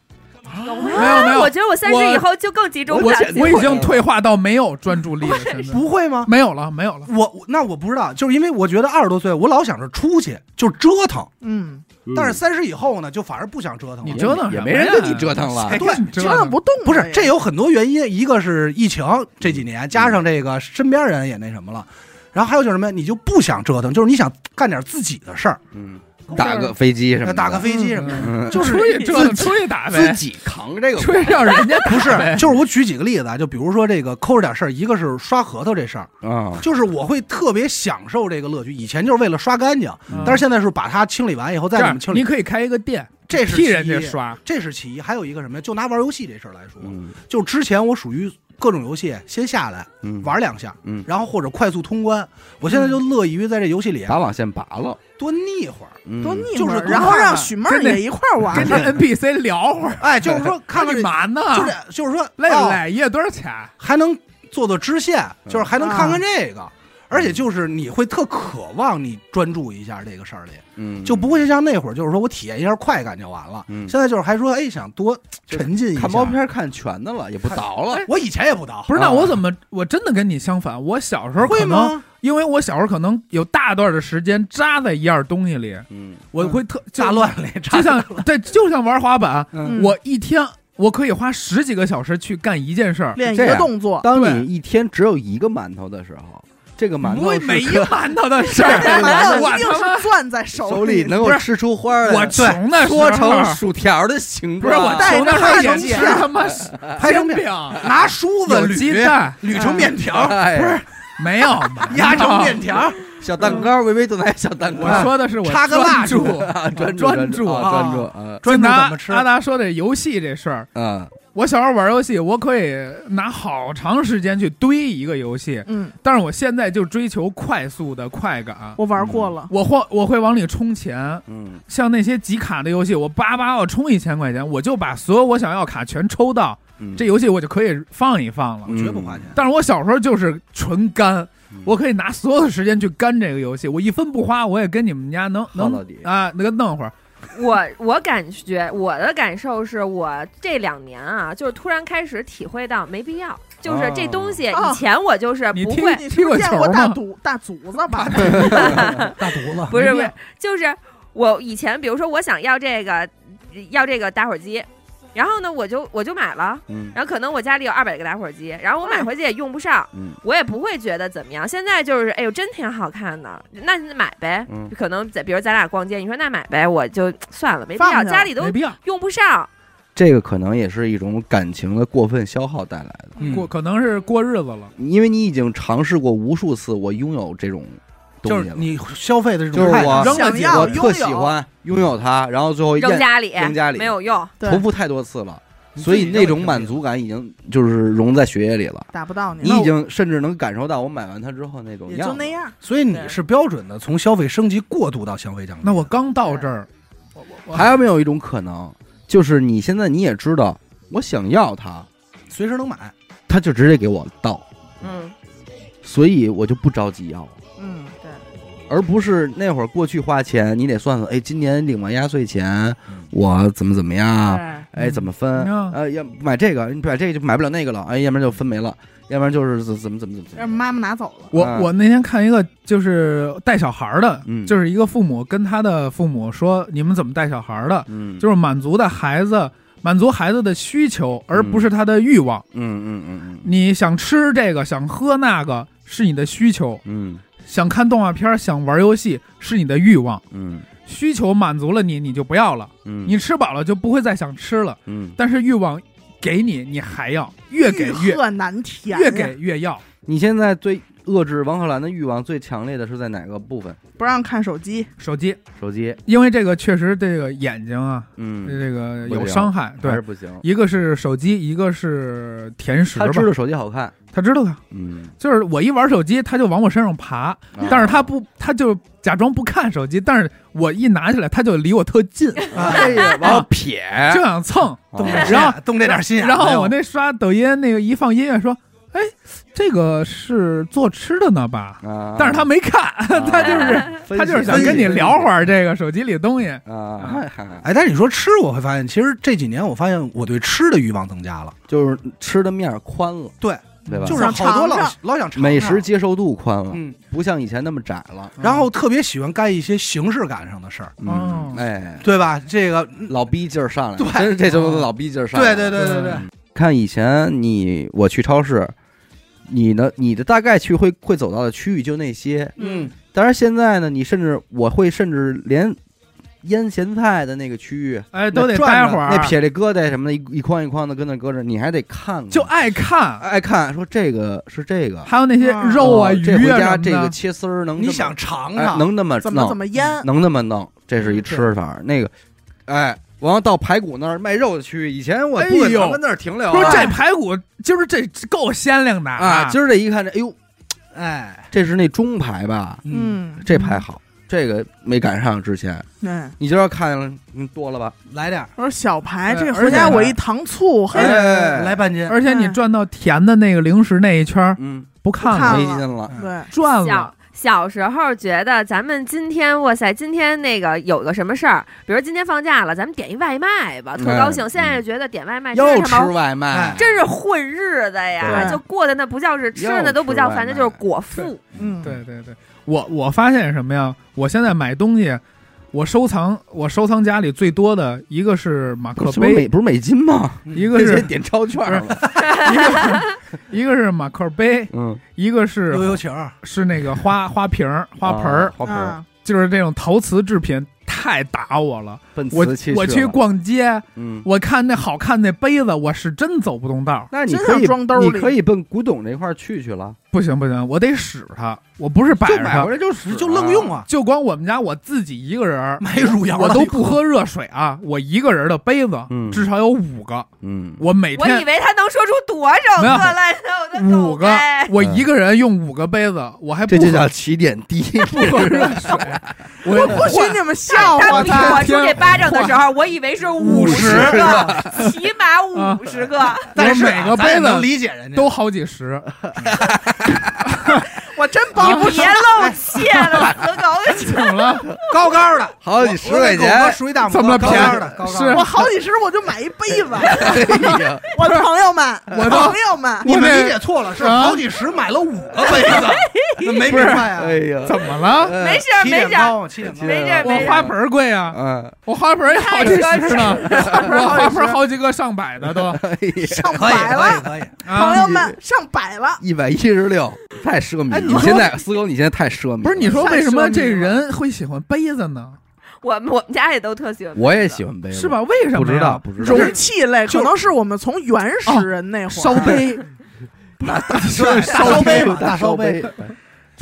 Speaker 5: 有
Speaker 4: 没有没有
Speaker 5: 我觉得我三
Speaker 4: 我
Speaker 5: 十以后就更集中
Speaker 1: 我
Speaker 4: 我
Speaker 5: 了
Speaker 1: 想。
Speaker 4: 我已经退化到没有专注力了，真的
Speaker 2: 不会吗？
Speaker 4: 没有了，没有了。
Speaker 2: 我我那我不知道，就是因为我觉得二十多岁，我老想着出去就折腾，
Speaker 3: 嗯，
Speaker 2: 但是三十以后呢，就反而不想折腾
Speaker 4: 你
Speaker 2: 了。
Speaker 4: 折腾
Speaker 1: 也
Speaker 4: 什么
Speaker 1: 没人
Speaker 4: 呀
Speaker 1: 跟你折腾了
Speaker 4: 谁
Speaker 2: 对
Speaker 4: 跟你折
Speaker 3: 折腾
Speaker 4: 腾
Speaker 3: 不动了
Speaker 2: 不是
Speaker 3: 也，
Speaker 2: 这有很多原因，一个是疫情这几年，加上这个身边人也那什么了，然后还有就是什么，你就不想折腾，就是你想干点自己的事儿，
Speaker 1: 嗯，打个飞机什么的，
Speaker 2: 打个飞机什么的。
Speaker 1: 嗯
Speaker 4: 就是出去折腾，出去打
Speaker 1: 自
Speaker 4: 呗，
Speaker 1: 己扛这个
Speaker 4: 出去让人家
Speaker 2: 不是
Speaker 4: 呗，
Speaker 2: 就是我举几个例子啊，就比如说这个抠着点事儿，一个是刷核桃这事儿，
Speaker 1: 啊，
Speaker 2: 就是我会特别享受这个乐趣。以前就是为了刷干净，
Speaker 4: 嗯
Speaker 2: 但是现在是把它清理完以后再
Speaker 4: 这
Speaker 2: 怎
Speaker 4: 样
Speaker 2: 么清
Speaker 4: 你
Speaker 2: 理，
Speaker 4: 可以开一个店，
Speaker 2: 这是
Speaker 4: 替人家
Speaker 2: 其一，
Speaker 4: 刷，
Speaker 2: 这是其一。还有一个什么呀？就拿玩游戏这事儿来说，
Speaker 1: 嗯
Speaker 2: 就之前我属于各种游戏先下来
Speaker 1: 嗯，
Speaker 2: 玩两下，
Speaker 1: 嗯
Speaker 2: 然后或者快速通关。我现在就乐于在这游戏里啊
Speaker 1: 打网线拔了，
Speaker 2: 多腻会儿，
Speaker 1: 嗯
Speaker 3: 多腻
Speaker 2: 就是
Speaker 3: 歪儿
Speaker 2: 多
Speaker 3: 然后
Speaker 2: 看
Speaker 3: 让
Speaker 2: 看
Speaker 3: 许妹儿
Speaker 4: 真的
Speaker 3: 也一块儿玩
Speaker 4: 跟
Speaker 3: 儿，
Speaker 4: 这 NPC 聊会儿，
Speaker 2: 哎，就是
Speaker 4: [laughs]
Speaker 2: 说看看
Speaker 4: 干
Speaker 2: 这，
Speaker 4: 嘛呢？
Speaker 2: 就是就是说
Speaker 4: 累
Speaker 2: 哦
Speaker 4: 不累？嗯一夜多少钱？
Speaker 2: 还能做做支线，就是还能
Speaker 4: 啊
Speaker 2: 看看这个。而
Speaker 4: 嗯
Speaker 2: 且就是你会特渴望你专注一下这个事儿里，
Speaker 1: 嗯，
Speaker 2: 就不会像那会儿，就是说我体验一下快感就完了。
Speaker 1: 嗯
Speaker 2: 现在就是还说，哎，想多
Speaker 1: 就是
Speaker 2: 沉浸一下。
Speaker 1: 看毛片儿看全的了，也不倒了，
Speaker 2: 我以前也不倒，
Speaker 4: 不是，
Speaker 1: 啊
Speaker 4: 那我怎么我真的跟你相反？我小时候
Speaker 2: 哦会
Speaker 4: 可能
Speaker 2: 吗？
Speaker 4: 因为我小时候可能有大段的时间扎在一样东西里，
Speaker 1: 嗯
Speaker 4: 我会特
Speaker 2: 大，乱里
Speaker 4: [laughs] 就就像对，就像玩滑板，
Speaker 3: 嗯
Speaker 4: 我一天我可以花十几个小时去干一件事儿，
Speaker 3: 练一
Speaker 1: 这
Speaker 3: 个
Speaker 1: 样
Speaker 3: 动作，
Speaker 1: 当
Speaker 4: 对
Speaker 1: 你一天只有一个馒头的时候，这个馒
Speaker 4: 不
Speaker 1: 头
Speaker 4: 会
Speaker 1: 是
Speaker 4: 每一
Speaker 1: 可
Speaker 4: 馒头的事
Speaker 2: [laughs]
Speaker 3: 这
Speaker 4: 儿，
Speaker 3: 馒头
Speaker 4: 我
Speaker 3: 一定
Speaker 4: 他妈
Speaker 3: 是攥在手
Speaker 1: 手里能够
Speaker 4: 不是
Speaker 1: 吃出花来，
Speaker 4: 我穷的时候
Speaker 1: 搓成薯条的形
Speaker 4: [laughs] 不是我
Speaker 1: 状。
Speaker 3: 带
Speaker 4: 穷的
Speaker 3: 着
Speaker 4: 时候
Speaker 3: 汉
Speaker 4: 也
Speaker 3: 子
Speaker 4: 吃
Speaker 2: [laughs]
Speaker 4: 他妈
Speaker 2: 拍成
Speaker 4: 煎
Speaker 2: 面
Speaker 4: 饼，
Speaker 2: 拿梳子
Speaker 4: 有鸡
Speaker 2: 捋
Speaker 4: 蛋，
Speaker 2: 捋成面条，？
Speaker 1: 哎呀
Speaker 4: 没有嘛
Speaker 2: [laughs] 压成面条，
Speaker 1: 小蛋糕，微微炖奶小蛋糕，
Speaker 4: 我说的是我
Speaker 2: 插个蜡
Speaker 4: 专
Speaker 2: 烛
Speaker 4: 注，
Speaker 1: 啊专注
Speaker 4: 专
Speaker 1: 注
Speaker 4: 注
Speaker 1: 啊，
Speaker 2: 啊
Speaker 1: 专注啊
Speaker 2: 专
Speaker 4: 就
Speaker 2: 注
Speaker 4: 拿
Speaker 2: 怎么吃
Speaker 4: 阿达说这游戏这事儿，
Speaker 1: 啊！
Speaker 4: 我小时候玩游戏，我可以拿好长时间去堆一个游戏，
Speaker 3: 嗯，
Speaker 4: 但是我现在就追求快速的快感。啊
Speaker 3: 我玩过了，
Speaker 4: 我或我会往里充钱，
Speaker 1: 嗯，
Speaker 4: 像那些集卡的游戏，我叭叭我充一千块钱，我就把所有我想要卡全抽到，
Speaker 1: 嗯
Speaker 4: 这游戏我就可以放一放了。
Speaker 1: 嗯
Speaker 2: 绝不花钱。
Speaker 4: 但是我小时候就是纯干
Speaker 1: 嗯，
Speaker 4: 我可以拿所有的时间去干这个游戏，我一分不花，我也跟你们家能
Speaker 1: 耗
Speaker 4: 能
Speaker 1: 到底
Speaker 4: 啊那个弄会儿，
Speaker 5: 我我感觉我的感受是我这两年啊，就是突然开始体会到没必要，就是这东西
Speaker 3: 哦
Speaker 5: 以前我就是
Speaker 4: 你
Speaker 5: 不
Speaker 4: 听
Speaker 5: 会，
Speaker 3: 你是不是
Speaker 4: 踢过
Speaker 3: 见
Speaker 4: 球
Speaker 3: 过大
Speaker 4: 吗
Speaker 3: 肚大竹子
Speaker 2: 大
Speaker 3: 吧？
Speaker 2: 犊子，
Speaker 5: 不
Speaker 4: 没
Speaker 5: 是
Speaker 4: 必
Speaker 5: 不
Speaker 4: 要
Speaker 5: 是，就是我以前比如说我想要这个要这个打火机，然后呢我就我就买了，
Speaker 1: 嗯
Speaker 5: 然后可能我家里有二百个打火机，然后我买回去也用不上，
Speaker 1: 嗯
Speaker 5: 我也不会觉得怎么样。现在就是，哎呦，真挺好看的，那你买呗。
Speaker 1: 嗯
Speaker 5: 可能在比如咱俩逛街，你说那买呗，我就算了，没必
Speaker 3: 放
Speaker 5: 要，
Speaker 3: 下
Speaker 5: 家里都
Speaker 4: 没必要。
Speaker 5: 用不上。
Speaker 1: 这个可能也是一种感情的过分消耗带来的，
Speaker 2: 嗯
Speaker 4: 过可能是过日子了，
Speaker 1: 因为你已经尝试过无数次，我拥有这种
Speaker 2: 就
Speaker 1: 东西
Speaker 2: 是
Speaker 1: 了，
Speaker 2: 你消费的这
Speaker 1: 就是
Speaker 2: 种态度，
Speaker 1: 我
Speaker 4: 扔了
Speaker 3: 想
Speaker 4: 几
Speaker 3: 要
Speaker 1: 我
Speaker 3: 拥
Speaker 1: 特喜
Speaker 3: 有
Speaker 1: 欢拥有它，然后最后
Speaker 5: 扔
Speaker 1: 厌
Speaker 5: 家里，
Speaker 1: 扔家里
Speaker 5: 没有用。
Speaker 3: 对
Speaker 1: 重复太多次了，
Speaker 4: 你
Speaker 1: 所以
Speaker 4: 自己
Speaker 1: 那
Speaker 4: 认为
Speaker 1: 种
Speaker 4: 挺
Speaker 1: 满
Speaker 4: 有
Speaker 1: 足感已经就是融在血液里了。
Speaker 3: 打不到
Speaker 1: 你
Speaker 3: 你，
Speaker 1: 已经甚至能感受到我买完它之后那种
Speaker 3: 也
Speaker 1: 样
Speaker 3: 就
Speaker 1: 子
Speaker 3: 那样。
Speaker 2: 所以你是标准的从消费升级过渡到消费降级。
Speaker 4: 那我刚到这儿，我我我
Speaker 1: 还有没有一种可能，就是你现在你也知道我想要它，
Speaker 2: 随时能买，
Speaker 1: 他就直接给我到，
Speaker 5: 嗯，
Speaker 1: 所以我就不着急要了。
Speaker 3: 嗯，对，
Speaker 1: 而不是那会儿过去花钱，你得算算，哎，今年领完压岁钱，我怎么怎么样，
Speaker 3: 对
Speaker 1: 哎，怎么分
Speaker 4: 嗯？
Speaker 1: 呃，要买这个，你买这个就买不了那个了，哎，要不然就分没了，要不然就是怎怎么怎么怎么怎
Speaker 3: 让
Speaker 1: 么，
Speaker 3: 妈妈拿走了。
Speaker 4: 我
Speaker 1: 啊
Speaker 4: 我那天看一个就是带小孩儿的，
Speaker 1: 嗯
Speaker 4: 就是一个父母跟他的父母说，你们怎么带小孩儿的？
Speaker 1: 嗯，
Speaker 4: 就是满足的孩子，满足孩子的需求，而不是他的欲望。
Speaker 1: 嗯嗯嗯嗯
Speaker 4: 你想吃这个，想喝那个，是你的需求；
Speaker 1: 嗯
Speaker 4: 想看动画片儿，想玩游戏，是你的欲望。
Speaker 1: 嗯
Speaker 4: 需求满足了你，你就不要了；
Speaker 1: 嗯，
Speaker 4: 你吃饱了就不会再想吃了。
Speaker 1: 嗯，
Speaker 4: 但是欲望给你，你还要，越给越
Speaker 1: 哎
Speaker 3: 欲壑难填呀，
Speaker 4: 越给越要。
Speaker 1: 你现在最遏制王鹤兰的欲望最强烈的是在哪个部分？
Speaker 3: 不让看手机，
Speaker 4: 手机，
Speaker 1: 手机，
Speaker 4: 因为这个确实这个眼睛啊，
Speaker 1: 嗯，
Speaker 4: 这个
Speaker 1: 不
Speaker 4: 有
Speaker 1: 了
Speaker 4: 伤害。
Speaker 1: 还是
Speaker 4: 对，
Speaker 1: 不行。
Speaker 4: 一个是手机，一个是甜食吧
Speaker 1: 他。知道手机好看，
Speaker 4: 他知道的，
Speaker 1: 嗯，
Speaker 4: 就是我一玩手机，他就往我身上
Speaker 1: 啊
Speaker 4: 爬，但是他不，他就假装不看手机，但是我一拿起来，他就离我特近，
Speaker 1: 哎呀，往后撇，
Speaker 4: 就想蹭。
Speaker 2: 动
Speaker 1: 啊
Speaker 2: 这心眼动这点心眼。啊
Speaker 1: 哎
Speaker 4: 然后我
Speaker 2: 那
Speaker 4: 那刷抖音那个一放音乐说，哎，这个是做吃的呢吧？
Speaker 1: 啊哎
Speaker 4: 但是他没看，他就是
Speaker 1: 分析
Speaker 4: 他就是想跟你聊会儿这个手机里东西。
Speaker 1: 啊，嗨
Speaker 2: 哎，但是你说吃，我会发现，其实这几年我发现我对吃的欲望增加了，
Speaker 1: 就是吃的面儿宽了，
Speaker 2: 对，
Speaker 1: 对吧？
Speaker 2: 就是好多老老想尝尝
Speaker 1: 美食，接受度宽了，
Speaker 2: 嗯，
Speaker 1: 不像以前那么窄了。
Speaker 2: 然后特别喜欢干一些形式感上的事儿，
Speaker 4: 哦
Speaker 1: 哎，
Speaker 2: 对吧？这个，
Speaker 1: 老逼劲儿上来了，
Speaker 2: 对
Speaker 1: 真是这就是老逼劲儿上来
Speaker 2: 对
Speaker 1: 了。
Speaker 2: 对对对对，
Speaker 1: 看以前你我去超市，你呢，你的大概去会会走到的区域就那些，
Speaker 2: 嗯，
Speaker 1: 但是现在呢，你甚至我会甚至连腌咸菜的那个区域，
Speaker 4: 哎，都得
Speaker 1: 那转
Speaker 4: 待
Speaker 1: 着
Speaker 4: 会儿，
Speaker 1: 那撇这疙瘩什么的，一一筐一筐的跟那搁着，你还得看看，
Speaker 4: 就哎爱看，
Speaker 1: 爱看说这个是这个
Speaker 4: 还有那些
Speaker 3: 嗯
Speaker 4: 肉啊、
Speaker 1: 啊哦这
Speaker 4: 鱼
Speaker 1: 回
Speaker 4: 啊什
Speaker 1: 家
Speaker 4: 么
Speaker 1: 这个
Speaker 4: 的。
Speaker 1: 切丝儿能这
Speaker 2: 你
Speaker 1: 么
Speaker 2: 想尝
Speaker 1: 哎
Speaker 2: 尝，
Speaker 1: 能那么
Speaker 3: 怎么
Speaker 1: 弄
Speaker 3: 怎么腌，
Speaker 1: 能那么弄，这是一吃法。那个，哎，我要到排骨那儿卖肉的区域，以前我不
Speaker 4: 哎
Speaker 1: 可
Speaker 4: 呦
Speaker 1: 能跟那儿停留
Speaker 4: 说
Speaker 1: 啊。
Speaker 4: 这排骨今儿这够鲜亮的
Speaker 1: 啊，今儿这一看这，哎呦，
Speaker 2: 哎，
Speaker 1: 这是那中排吧？
Speaker 2: 嗯，
Speaker 3: 嗯，
Speaker 1: 这排好，这个没赶上之前，
Speaker 3: 对，
Speaker 1: 你今儿看了，嗯，多了吧？
Speaker 2: 来点儿，
Speaker 3: 我说小排
Speaker 4: 对
Speaker 3: 这
Speaker 4: 而
Speaker 3: 回
Speaker 4: 且
Speaker 3: 家
Speaker 4: 呢
Speaker 3: 我一糖醋，嘿，
Speaker 1: 哎
Speaker 2: 来，半斤，
Speaker 4: 而且你
Speaker 3: 嗯
Speaker 4: 转到甜的那个零食那一圈儿
Speaker 1: 嗯，
Speaker 4: 不看
Speaker 3: 看
Speaker 4: 了，
Speaker 1: 没
Speaker 3: 了
Speaker 1: 劲了。
Speaker 2: 哎嗯
Speaker 3: 对，嗯
Speaker 4: 转了
Speaker 5: 小。小时候觉得咱们今天，哇塞，今天那个有个什么事儿，比如今天放假了，咱们点一外卖吧，特高兴。
Speaker 1: 嗯
Speaker 5: 现哎在觉得点外卖
Speaker 1: 又
Speaker 5: 真是
Speaker 1: 吃
Speaker 5: 他妈。
Speaker 1: 外卖
Speaker 2: 哎，
Speaker 5: 真是混日子呀！
Speaker 1: 对
Speaker 5: 就过的那不叫是吃的都不叫饭，
Speaker 1: 又吃外卖
Speaker 5: 那就是果腹。
Speaker 3: 嗯，
Speaker 4: 对对对，我我发现什么呀？我现在买东西，我收藏我收藏家里最多的一个是马克
Speaker 1: 这不是
Speaker 4: 杯，
Speaker 1: 美不是美金吗？
Speaker 4: 一个
Speaker 1: 这
Speaker 4: 是
Speaker 1: 些点钞券了，
Speaker 4: 一个是一个是马克杯，
Speaker 1: 嗯，
Speaker 4: 一个是
Speaker 2: 悠悠球儿，
Speaker 4: 是那个花花瓶儿花盆儿
Speaker 1: 啊，花盆儿，
Speaker 3: 啊，
Speaker 4: 就是这种陶瓷制品太打我了。
Speaker 1: 奔
Speaker 4: 我
Speaker 1: 瓷器
Speaker 4: 我
Speaker 1: 去
Speaker 4: 去
Speaker 1: 了，
Speaker 4: 逛街，
Speaker 1: 嗯，
Speaker 4: 我看那好看那杯子，我是真走不动道儿。
Speaker 1: 那你
Speaker 3: 真
Speaker 1: 可
Speaker 3: 想
Speaker 1: 以
Speaker 3: 装兜
Speaker 1: 你
Speaker 3: 里
Speaker 1: 可以奔古董那块儿去去了，
Speaker 4: 不行不行，我得使它，我不是摆
Speaker 1: 就
Speaker 4: 着
Speaker 1: 买
Speaker 4: 它
Speaker 1: 回。来就使
Speaker 2: 就
Speaker 1: 啊
Speaker 2: 愣用啊，
Speaker 4: 就光我们家我自己一个人儿，
Speaker 2: [laughs] 买汝窑
Speaker 4: 我
Speaker 2: 了
Speaker 4: 都不喝热水啊，我一个人的杯子
Speaker 1: 嗯
Speaker 4: 至少有五个，
Speaker 1: 嗯，
Speaker 4: 我每
Speaker 5: 我以
Speaker 4: 天
Speaker 5: 为他能说出多少个来着，我的
Speaker 4: 五
Speaker 5: 狗
Speaker 4: 个
Speaker 5: 哎，
Speaker 4: 我一个人用五个杯子，我还不
Speaker 1: 这就叫
Speaker 4: 喝
Speaker 1: 起点低，
Speaker 4: 不喝热水，
Speaker 3: 我
Speaker 4: 我
Speaker 3: 不许你们笑
Speaker 5: 他
Speaker 3: 话
Speaker 5: 比
Speaker 3: 他。
Speaker 5: 我出这巴掌的时候，我以为是五十个，起码五
Speaker 1: [laughs]
Speaker 5: 十个。
Speaker 2: 但是啊
Speaker 4: 我每个
Speaker 2: 咱也
Speaker 4: 杯子
Speaker 2: 能理解人家，
Speaker 4: 都好几十，
Speaker 3: 我真
Speaker 5: 你
Speaker 3: 帮不
Speaker 5: 别
Speaker 3: 上。
Speaker 5: 露怯了，死狗！
Speaker 4: 怎么了？
Speaker 2: 高高的，
Speaker 1: 好几十块
Speaker 2: 我我给狗哥
Speaker 1: 钱，
Speaker 2: 数一大拇哥
Speaker 4: 这么
Speaker 2: 高
Speaker 4: 便宜
Speaker 2: 高的，高高
Speaker 4: 是
Speaker 2: 的。
Speaker 3: 我好几十我就买一杯
Speaker 1: [laughs]
Speaker 3: 子，
Speaker 1: 哎呀，
Speaker 3: [laughs] 我的朋友们，
Speaker 4: 我都
Speaker 3: 朋友们，
Speaker 2: 你
Speaker 4: 我
Speaker 2: 们
Speaker 4: 这
Speaker 2: 理解错了，是
Speaker 4: 啊
Speaker 2: 好几十买了五个杯 [laughs] 子，那没明白呀？
Speaker 1: 哎呀，
Speaker 4: 怎
Speaker 2: [laughs]
Speaker 4: 么了？
Speaker 5: 没事
Speaker 2: 七
Speaker 5: 没
Speaker 2: 点
Speaker 5: 事，
Speaker 2: 高，七点高
Speaker 1: 没。
Speaker 5: 没事
Speaker 4: 我
Speaker 5: 没
Speaker 4: 花
Speaker 5: 事。
Speaker 4: 盆儿贵啊，
Speaker 1: 嗯，
Speaker 4: 我花盆儿也好几十呢，我花盆儿好几个上百的都。
Speaker 1: 哎呀，
Speaker 3: 上
Speaker 2: 可以
Speaker 3: 百
Speaker 2: 可以
Speaker 3: 了，
Speaker 2: 可以，
Speaker 4: 啊
Speaker 3: 朋友们上百了，
Speaker 1: 一百一十六，太奢靡了。
Speaker 4: 哎你
Speaker 1: 你
Speaker 4: 说
Speaker 1: 现在思狗，你现在太奢靡了。
Speaker 4: 不是你说为什么这人会喜欢杯子呢？
Speaker 5: 我们我们家也都特喜欢，
Speaker 1: 我也喜欢杯子，
Speaker 4: 是？吧？为什么呀？
Speaker 1: 不知道，不知道。
Speaker 3: 容器类可能是我们从原
Speaker 4: 哦
Speaker 3: 始人那会儿啊
Speaker 4: 烧
Speaker 2: [laughs]
Speaker 4: 杯，
Speaker 2: 对大烧杯嘛，
Speaker 1: 大
Speaker 2: 大
Speaker 1: 烧
Speaker 2: 烧
Speaker 1: 杯
Speaker 2: 杯，，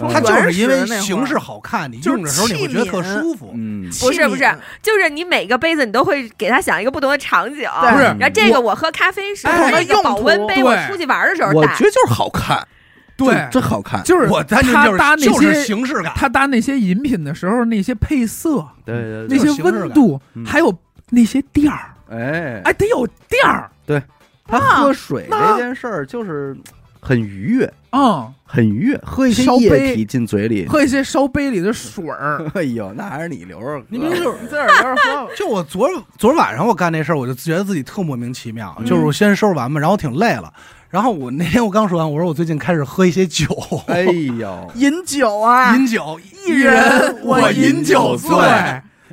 Speaker 1: 嗯
Speaker 2: 它就是因为
Speaker 3: 原始那会儿
Speaker 2: 形式好看，你
Speaker 3: 就是
Speaker 2: 用的时候你会觉得特
Speaker 3: 器皿
Speaker 2: 舒服。
Speaker 1: 嗯，
Speaker 3: 器皿，
Speaker 5: 不是不是就是你每个杯子你都会给他想一个不同的场景，
Speaker 3: 对
Speaker 4: 不是
Speaker 5: 然后这个我喝咖啡是
Speaker 3: 哎
Speaker 5: 我一个保温杯，
Speaker 4: 用途
Speaker 5: 我出去玩的时候
Speaker 1: 我
Speaker 5: 带
Speaker 1: 觉。得就是好看，
Speaker 4: 对，
Speaker 1: 真好看。
Speaker 4: 就是
Speaker 2: 我单纯
Speaker 4: 他搭
Speaker 2: 就是
Speaker 4: 那
Speaker 2: 就是
Speaker 4: 些
Speaker 2: 形式感，
Speaker 4: 他搭那些饮品的时候，那些配色、
Speaker 1: 对
Speaker 2: 对
Speaker 4: 那些温度
Speaker 1: 嗯，
Speaker 4: 还有那些垫儿，
Speaker 1: 哎，
Speaker 4: 哎，得有垫儿，
Speaker 1: 他喝水
Speaker 4: 那
Speaker 1: 这件事儿就是很愉悦，
Speaker 4: 嗯，
Speaker 1: 很愉悦，喝一些
Speaker 4: 烧
Speaker 1: 液
Speaker 4: 杯
Speaker 1: 体进嘴里。
Speaker 4: 喝一些烧杯里的水
Speaker 2: [laughs]
Speaker 4: 儿，
Speaker 1: [laughs] 哎呦，那还是你留着喝。
Speaker 2: 你们就是
Speaker 4: 自个儿 [laughs] 喝，
Speaker 2: 就我昨昨儿晚上我干那事儿，我就觉得自己特莫名其妙，就是我先收拾完嘛，然后挺累了，然后我那天我刚说完，我说我最近开始喝一些酒，
Speaker 1: 哎 [laughs] 呦，
Speaker 3: 饮酒啊，
Speaker 2: 饮酒，
Speaker 3: 一人
Speaker 2: 我饮酒醉，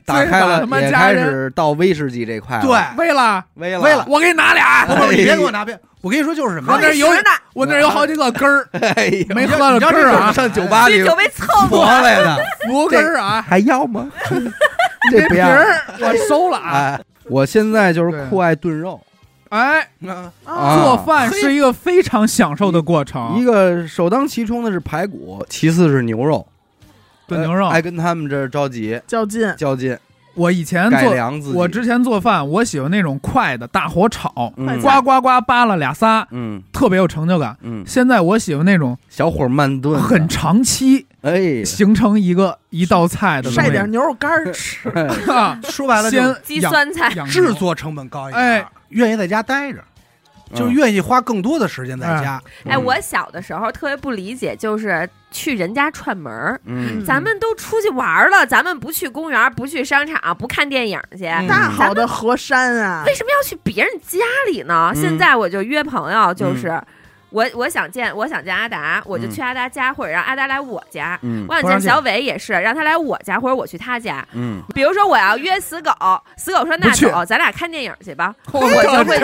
Speaker 1: 打开
Speaker 4: 把
Speaker 1: 了
Speaker 4: 他妈
Speaker 1: 也
Speaker 4: 家
Speaker 1: 开
Speaker 4: 人
Speaker 1: 始倒威士忌这块了，
Speaker 2: 对，
Speaker 4: 为了
Speaker 1: 威了
Speaker 2: 威了
Speaker 4: 我给你拿
Speaker 2: 不
Speaker 4: 俩，啊
Speaker 2: 不，你别给我拿别，我跟你说就是什么
Speaker 4: 我
Speaker 2: 呀，
Speaker 4: 那儿有
Speaker 5: 好几十呢
Speaker 4: 我那儿有好几个根儿，
Speaker 1: 哎呦，
Speaker 4: 没喝了根儿啊，
Speaker 1: 上酒吧
Speaker 5: 去
Speaker 1: 里
Speaker 5: 酒杯蹭
Speaker 1: 活
Speaker 5: 过，
Speaker 1: 来的，
Speaker 4: 五根儿啊，
Speaker 1: [laughs] 还要 [laughs] 吗？
Speaker 4: 这
Speaker 1: 这不
Speaker 4: 瓶
Speaker 1: 要
Speaker 4: 儿我收了啊，
Speaker 1: 哎，我现在就是酷爱炖肉，
Speaker 4: 哎，
Speaker 2: 啊
Speaker 1: 啊
Speaker 4: 做饭是一个非常享受的过
Speaker 1: 一
Speaker 4: 程，
Speaker 1: 个首当其冲的是排骨，其次是牛肉，
Speaker 4: 炖牛肉
Speaker 1: 哎，爱跟他们这儿着急
Speaker 3: 较劲，
Speaker 1: 较劲，
Speaker 4: 我以前
Speaker 1: 改
Speaker 4: 做
Speaker 1: 良自己。
Speaker 4: 我之前做饭，我喜欢那种快的大火炒，
Speaker 1: 嗯
Speaker 4: 呱呱呱扒拉俩仨，
Speaker 1: 嗯
Speaker 4: 特别有成就感。
Speaker 1: 嗯，
Speaker 4: 现在我喜欢那种
Speaker 1: 小火慢炖的，
Speaker 4: 很长期
Speaker 1: 哎，
Speaker 4: 形成一个一道菜的东西
Speaker 3: 晒点牛肉干儿吃，
Speaker 4: 啊，
Speaker 2: 说白了，
Speaker 4: 先
Speaker 5: 鸡酸菜，
Speaker 4: 养
Speaker 2: 制，作成本高一点，
Speaker 4: 哎
Speaker 2: 愿意在家待着，就是愿意花更多的时间在家。
Speaker 1: 嗯
Speaker 5: 哎，我小的时候特别不理解，就是去人家串门儿。
Speaker 1: 嗯
Speaker 5: 咱们都出去玩儿了，咱们不去公园儿，不去商场，不看电影去，
Speaker 2: 嗯
Speaker 3: 大好的河山啊
Speaker 5: 为，什么要去别人家里呢？
Speaker 1: 嗯
Speaker 5: 现在我就约朋友，就是、我我想见我想见阿达，我就去阿达家，或者让阿达来我家。
Speaker 1: 嗯
Speaker 5: 我想见小伟也是，让他来我家，或者我去他家。
Speaker 1: 嗯，
Speaker 5: 比如说我要约死狗，死狗说那
Speaker 4: 不去
Speaker 5: 走，咱俩看电影去吧。
Speaker 4: 我
Speaker 5: [laughs] 我
Speaker 4: [laughs]
Speaker 5: 就会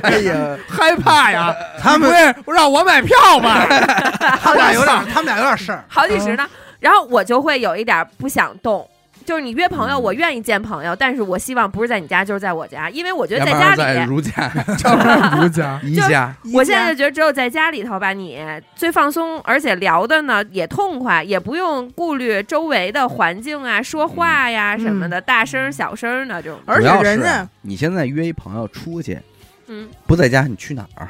Speaker 1: 哎呀，
Speaker 4: 害怕呀。 [laughs]
Speaker 2: 他们
Speaker 4: 你不会让我买票吧？
Speaker 2: 他们俩有点， [laughs] 他们俩有点事儿。
Speaker 5: 好几十呢，
Speaker 4: 嗯
Speaker 5: 然后我就会有一点不想动。就是你约朋友，
Speaker 1: 嗯
Speaker 5: 我愿意见朋友，但是我希望不是在你家，就是在我家，因为我觉得
Speaker 1: 要不
Speaker 5: 家
Speaker 1: 然在
Speaker 5: 里，
Speaker 1: 如
Speaker 5: [laughs]
Speaker 1: 家
Speaker 4: 如家，
Speaker 1: 宜家，
Speaker 5: 我现在就觉得只有在家里头吧，你最放松，而且聊的呢也痛快，也不用顾虑周围的环境啊、说话呀、什么
Speaker 4: 嗯
Speaker 5: 的，大声小声的这种。
Speaker 3: 而
Speaker 1: 主
Speaker 3: 且
Speaker 1: 要
Speaker 3: 人
Speaker 1: 是
Speaker 3: 家
Speaker 1: 你现在约一朋友出去
Speaker 5: 嗯，
Speaker 1: 不在家，你去哪儿？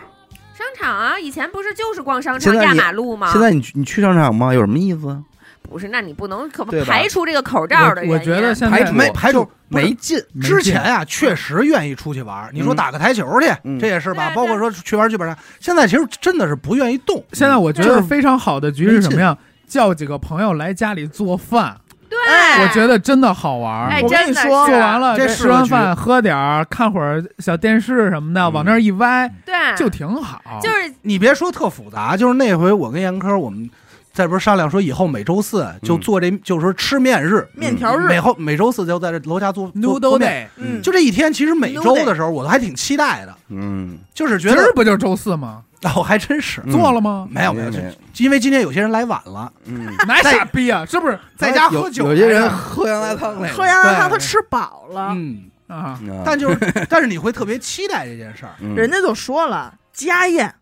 Speaker 5: 商场啊，以前不是就是逛商
Speaker 1: 现
Speaker 5: 场
Speaker 1: 在
Speaker 5: 压
Speaker 1: 你
Speaker 5: 马路吗？
Speaker 1: 现在你去你去商场吗？有什么意思啊？
Speaker 5: 不是，那你不能可
Speaker 1: 对吧
Speaker 5: 排除这个口罩的
Speaker 4: 我
Speaker 5: 原因。啊
Speaker 4: 我觉得现
Speaker 1: 排除
Speaker 4: 在
Speaker 2: 没排除
Speaker 1: 就没劲，
Speaker 4: 没劲
Speaker 2: 之前啊，确实愿意出去玩儿。你说打个台球去，
Speaker 1: 嗯
Speaker 2: 这也是吧？
Speaker 5: 对对啊
Speaker 2: 包括说去玩剧本杀，现在其实真的是不愿意动。
Speaker 4: 现在我觉
Speaker 2: 就
Speaker 4: 得
Speaker 2: 是
Speaker 4: 非常好的局是什么呀？叫几个朋友来家里做饭，
Speaker 5: 对，
Speaker 4: 我觉得真的好玩儿。
Speaker 5: 啊哎，
Speaker 3: 我跟你
Speaker 5: 真的
Speaker 3: 说
Speaker 5: 是
Speaker 4: 做完了，
Speaker 2: 这是
Speaker 4: 吃完饭喝点儿，看会儿小电视什么的，
Speaker 1: 嗯
Speaker 4: 往那儿一歪
Speaker 5: 对，
Speaker 4: 就挺好。
Speaker 5: 就是
Speaker 2: 你别说特复杂，就是那回我跟严科我们再不是商量说以后每周四就做这，就是说吃面日，
Speaker 3: 面条日
Speaker 2: 每，后每周四就在这楼下做做做
Speaker 4: Noodle
Speaker 2: 面。
Speaker 4: Day，
Speaker 3: 嗯，
Speaker 2: 就这一天，其实每周的时候我都还挺期待的，
Speaker 1: 嗯，
Speaker 2: 就是觉
Speaker 4: 今
Speaker 2: 得
Speaker 4: 儿不就是周四吗？
Speaker 2: 哦，还真是
Speaker 1: 嗯
Speaker 4: 做了吗？
Speaker 2: 没有没有，就
Speaker 1: 没有
Speaker 2: 因为今天有些人来晚了，
Speaker 1: [laughs] 嗯，
Speaker 4: 哪傻逼啊？是不是
Speaker 2: 在家喝酒
Speaker 1: 有
Speaker 2: 来
Speaker 1: 有
Speaker 2: 着，
Speaker 1: 些人喝羊杂汤来着
Speaker 3: 喝羊杂汤
Speaker 2: 对
Speaker 3: 他吃饱了，
Speaker 2: 嗯，
Speaker 4: 啊？
Speaker 1: 啊
Speaker 2: 但就是但是你会特别期待这件事儿，
Speaker 1: 嗯
Speaker 3: 人家就说了，家宴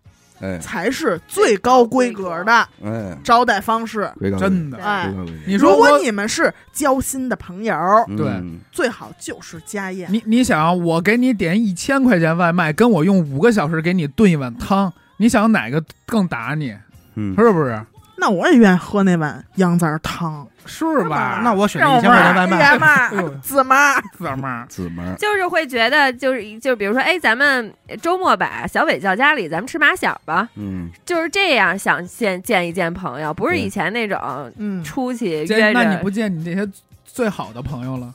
Speaker 1: 哎
Speaker 3: 才是最高规格的 [laughs]
Speaker 1: 哎，
Speaker 3: 招待方式。
Speaker 1: 鬼
Speaker 2: 嗯
Speaker 1: 搞鬼
Speaker 4: 真的？
Speaker 3: 哎
Speaker 1: 鬼搞鬼
Speaker 4: 你
Speaker 3: 如
Speaker 4: 说
Speaker 3: 果
Speaker 4: 我，
Speaker 3: 你们是交心的朋友，
Speaker 4: 对
Speaker 1: 嗯
Speaker 3: 最好就是家宴。
Speaker 4: 你你想啊，我给你点一千块钱外卖，跟我用五个小时给你炖一碗汤，你想哪个更打你？
Speaker 1: 嗯，
Speaker 4: 是不是？
Speaker 3: 那我也愿意喝那碗羊杂汤，
Speaker 4: 是
Speaker 5: 是
Speaker 4: 吧
Speaker 5: 吧？
Speaker 2: 那我选一千块钱外卖，嗯
Speaker 3: 爷
Speaker 2: [laughs]
Speaker 3: 们
Speaker 4: 哎呦
Speaker 3: 儿、姊妹儿，
Speaker 4: 哥们儿，
Speaker 1: 姊妹儿，
Speaker 5: 就是会觉得，就是就比如说，哎，咱们周末把小伟叫家里，咱们吃麻小吧，
Speaker 1: 嗯，
Speaker 5: 就是这样想见见一见朋友，不是
Speaker 1: 对
Speaker 5: 以前那种
Speaker 3: 嗯，
Speaker 5: 出去
Speaker 4: 见
Speaker 5: 约
Speaker 4: 那你
Speaker 5: 着
Speaker 4: 不。见你这些最好的朋友了，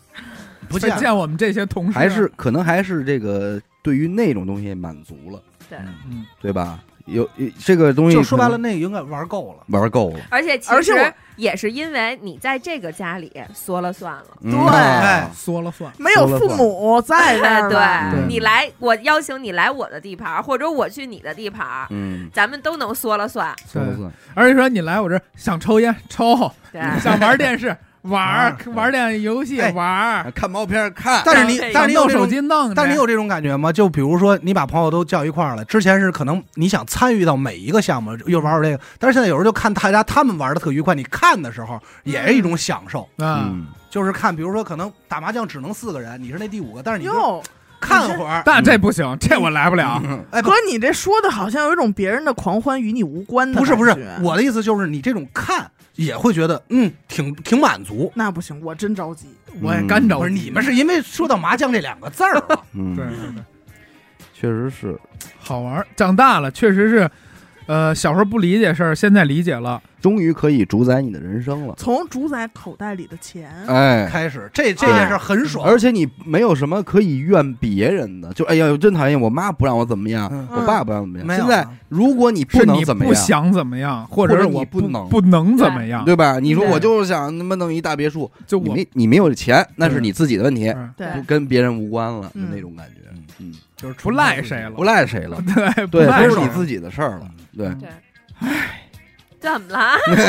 Speaker 2: 不
Speaker 4: 见
Speaker 2: 见
Speaker 4: 见我们这些同事
Speaker 1: 还是可能还是这个对于那种东西满足了，
Speaker 4: 嗯，
Speaker 1: 对吧？有有这个东西
Speaker 2: 就说白
Speaker 1: 可
Speaker 2: 了，
Speaker 1: 能
Speaker 2: 那个应该玩够了。
Speaker 1: 玩够了，
Speaker 5: 而且其
Speaker 3: 而且
Speaker 5: 实
Speaker 3: 我
Speaker 5: 也是因为你在这个家里说了算了，
Speaker 1: 对
Speaker 2: 哎
Speaker 4: 说了算。
Speaker 3: 没有父母在这 [laughs]
Speaker 5: 哎
Speaker 3: 儿呢，
Speaker 5: 对
Speaker 1: 对
Speaker 5: 你来，我邀请你来我的地盘儿，或者我去你的地盘儿，
Speaker 1: 嗯，
Speaker 5: 咱们都能说了算。
Speaker 1: 算不算？
Speaker 4: 而且说你来我这儿想抽烟抽，
Speaker 5: 对，
Speaker 4: 想玩电视玩儿
Speaker 1: 玩儿
Speaker 4: 玩儿电游戏
Speaker 2: 哎
Speaker 4: 玩儿，
Speaker 1: 啊看毛片儿看
Speaker 2: 但是你
Speaker 5: 当这个
Speaker 2: 但是你有
Speaker 4: 用
Speaker 2: 这
Speaker 4: 手
Speaker 2: 种
Speaker 4: 机
Speaker 3: 嗯
Speaker 4: 弄着，
Speaker 2: 但是你有这种感觉吗？就比如说你把朋友都叫一块儿了，之前是可能你想参与到每一个项目，又玩玩这个，但是现在有时候就看大家他们玩的特愉快，你看的时候也是一种享受。
Speaker 4: 啊，
Speaker 1: 嗯，
Speaker 2: 就是看，比如说可能打麻将只能四个人，你是那第五个，但是你就
Speaker 3: 哟，
Speaker 2: 看会儿，
Speaker 4: 但这不行，这我来不了。
Speaker 2: 哎，不
Speaker 3: 哥，你这说的好像有一种别人的狂欢与你无关的
Speaker 2: 不是不
Speaker 3: 感
Speaker 2: 是，
Speaker 3: 觉
Speaker 2: 我的意思就是你这种看也会觉得嗯挺挺满足。
Speaker 3: 那不行，我真着急。
Speaker 4: 我也干着
Speaker 2: 不
Speaker 4: 急。
Speaker 2: 是你们是因为说到麻将这两个字儿啊了，
Speaker 1: 嗯，
Speaker 4: 对，对对
Speaker 1: 确实是
Speaker 4: 好玩儿。长大了确实是，呃，小时候不理解事儿，现在理解了。
Speaker 1: 终于可以主宰你的人生了，
Speaker 3: 从主宰口袋里的钱，
Speaker 1: 哎。
Speaker 2: 开始这这件事很爽。
Speaker 1: 而且你没有什么可以怨别人的，就哎呀，真讨厌！我妈不让我怎么样，
Speaker 2: 嗯
Speaker 1: 我爸不让我怎么样。
Speaker 2: 没有
Speaker 1: 现在如果你不
Speaker 4: 是
Speaker 1: 能
Speaker 4: 你
Speaker 1: 怎么
Speaker 4: 不
Speaker 1: 样，
Speaker 4: 想怎么样，或
Speaker 1: 或
Speaker 4: 者
Speaker 1: 者
Speaker 4: 是
Speaker 1: 你
Speaker 4: 我
Speaker 1: 不能
Speaker 4: 不能怎么样，
Speaker 1: 对吧？你说
Speaker 5: 对
Speaker 1: 我就是想他妈弄一大别墅，
Speaker 4: 就
Speaker 1: 你
Speaker 4: 我
Speaker 1: 没你没有钱，那是你自己的问题，
Speaker 4: 嗯 [laughs]
Speaker 3: 对 [laughs]
Speaker 1: 不跟别人无关了，就
Speaker 3: 嗯
Speaker 1: 那种感觉，嗯，
Speaker 2: 就是
Speaker 4: 不赖谁了
Speaker 1: 不赖谁了，
Speaker 4: 对不
Speaker 1: 对，
Speaker 4: 赖嗯
Speaker 1: 都
Speaker 4: 手
Speaker 1: 是你自己的事儿了，对，
Speaker 5: 对，怎么了？
Speaker 3: 嗯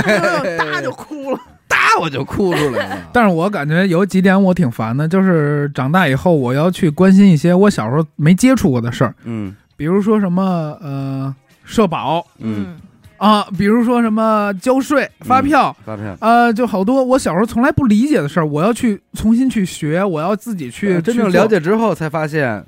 Speaker 3: 大就哭了。
Speaker 1: 打我就哭出来了，
Speaker 4: 但是我感觉有几点我挺烦的，就是长大以后我要去关心一些我小时候没接触过的事儿，
Speaker 1: 嗯
Speaker 4: 比如说什么呃社保
Speaker 1: 嗯，，
Speaker 4: 啊，比如说什么交税、发票。
Speaker 2: 嗯
Speaker 1: 发票
Speaker 4: 呃，就好多我小时候从来不理解的事儿，我要去重新去学，我要自己去、
Speaker 1: 真
Speaker 2: 啊
Speaker 4: 呃去
Speaker 1: 正
Speaker 4: 做
Speaker 1: 了。解之后才发现，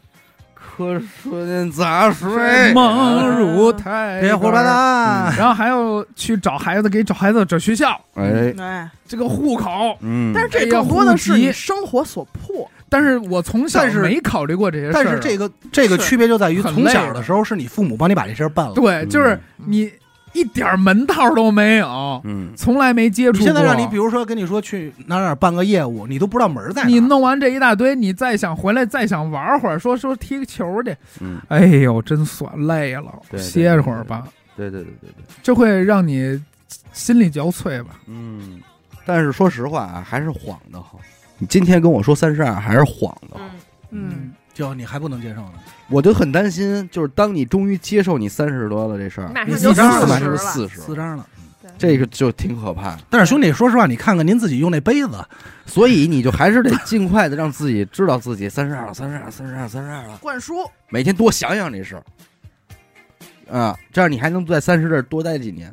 Speaker 1: 瞌睡杂睡，
Speaker 4: 梦如太
Speaker 2: 别哎胡说八
Speaker 1: 嗯
Speaker 2: 道。啊
Speaker 4: 然后还要去找孩子，给找孩子找学校，
Speaker 1: 哎，
Speaker 3: 哎，
Speaker 4: 这个户口。
Speaker 1: 嗯，
Speaker 3: 但是这更多的是你生活所迫，
Speaker 4: 但是我从小
Speaker 2: 但是
Speaker 4: 没考虑过这些事儿啊。
Speaker 2: 但是这个这个
Speaker 3: 是
Speaker 2: 区别就在于，
Speaker 4: 很
Speaker 2: 从
Speaker 4: 累
Speaker 2: 小
Speaker 4: 的
Speaker 2: 的时候是你父母帮你把这事儿办了，
Speaker 4: 对，
Speaker 1: 嗯
Speaker 4: 哎就是你一点门道都没有，
Speaker 1: 嗯
Speaker 4: 从来没接
Speaker 2: 你
Speaker 4: 触过。
Speaker 2: 现在让你比如说跟你说去哪儿哪儿办个业务，你都不知道门儿在哪儿。
Speaker 4: 你弄完这一大堆，你再想回来，再想玩会儿，说说踢个球去，
Speaker 1: 嗯，
Speaker 4: 哎呦，真酸，累了，
Speaker 1: 对对
Speaker 4: 歇会儿吧，
Speaker 1: 对对对对对，
Speaker 4: 这会让你心力交瘁吧？
Speaker 1: 嗯。但是说实话啊，还是晃的好。你今天跟我说三十二，还是晃的好。
Speaker 5: 嗯，
Speaker 3: 嗯，
Speaker 2: 就你还不能接受呢。
Speaker 1: 我就很担心，就是当你终于接受你三十多了这事儿
Speaker 5: 你，马
Speaker 2: 你
Speaker 5: 上
Speaker 2: 自
Speaker 5: 就
Speaker 2: 己
Speaker 5: 四
Speaker 1: 上
Speaker 5: 十
Speaker 1: 来
Speaker 2: 马
Speaker 1: 是
Speaker 5: 了，
Speaker 1: 四十，
Speaker 2: 四张了。
Speaker 1: 这个就挺可怕的。
Speaker 2: 但是兄弟，说实话，你看看您自己用那杯子，
Speaker 1: 所以你就还是得尽快的让自己知道自己三十二了，三十二，三十二，三十二了，
Speaker 3: 灌输
Speaker 1: 每天多想想这事儿。啊，这样你还能在三十这儿多待几年，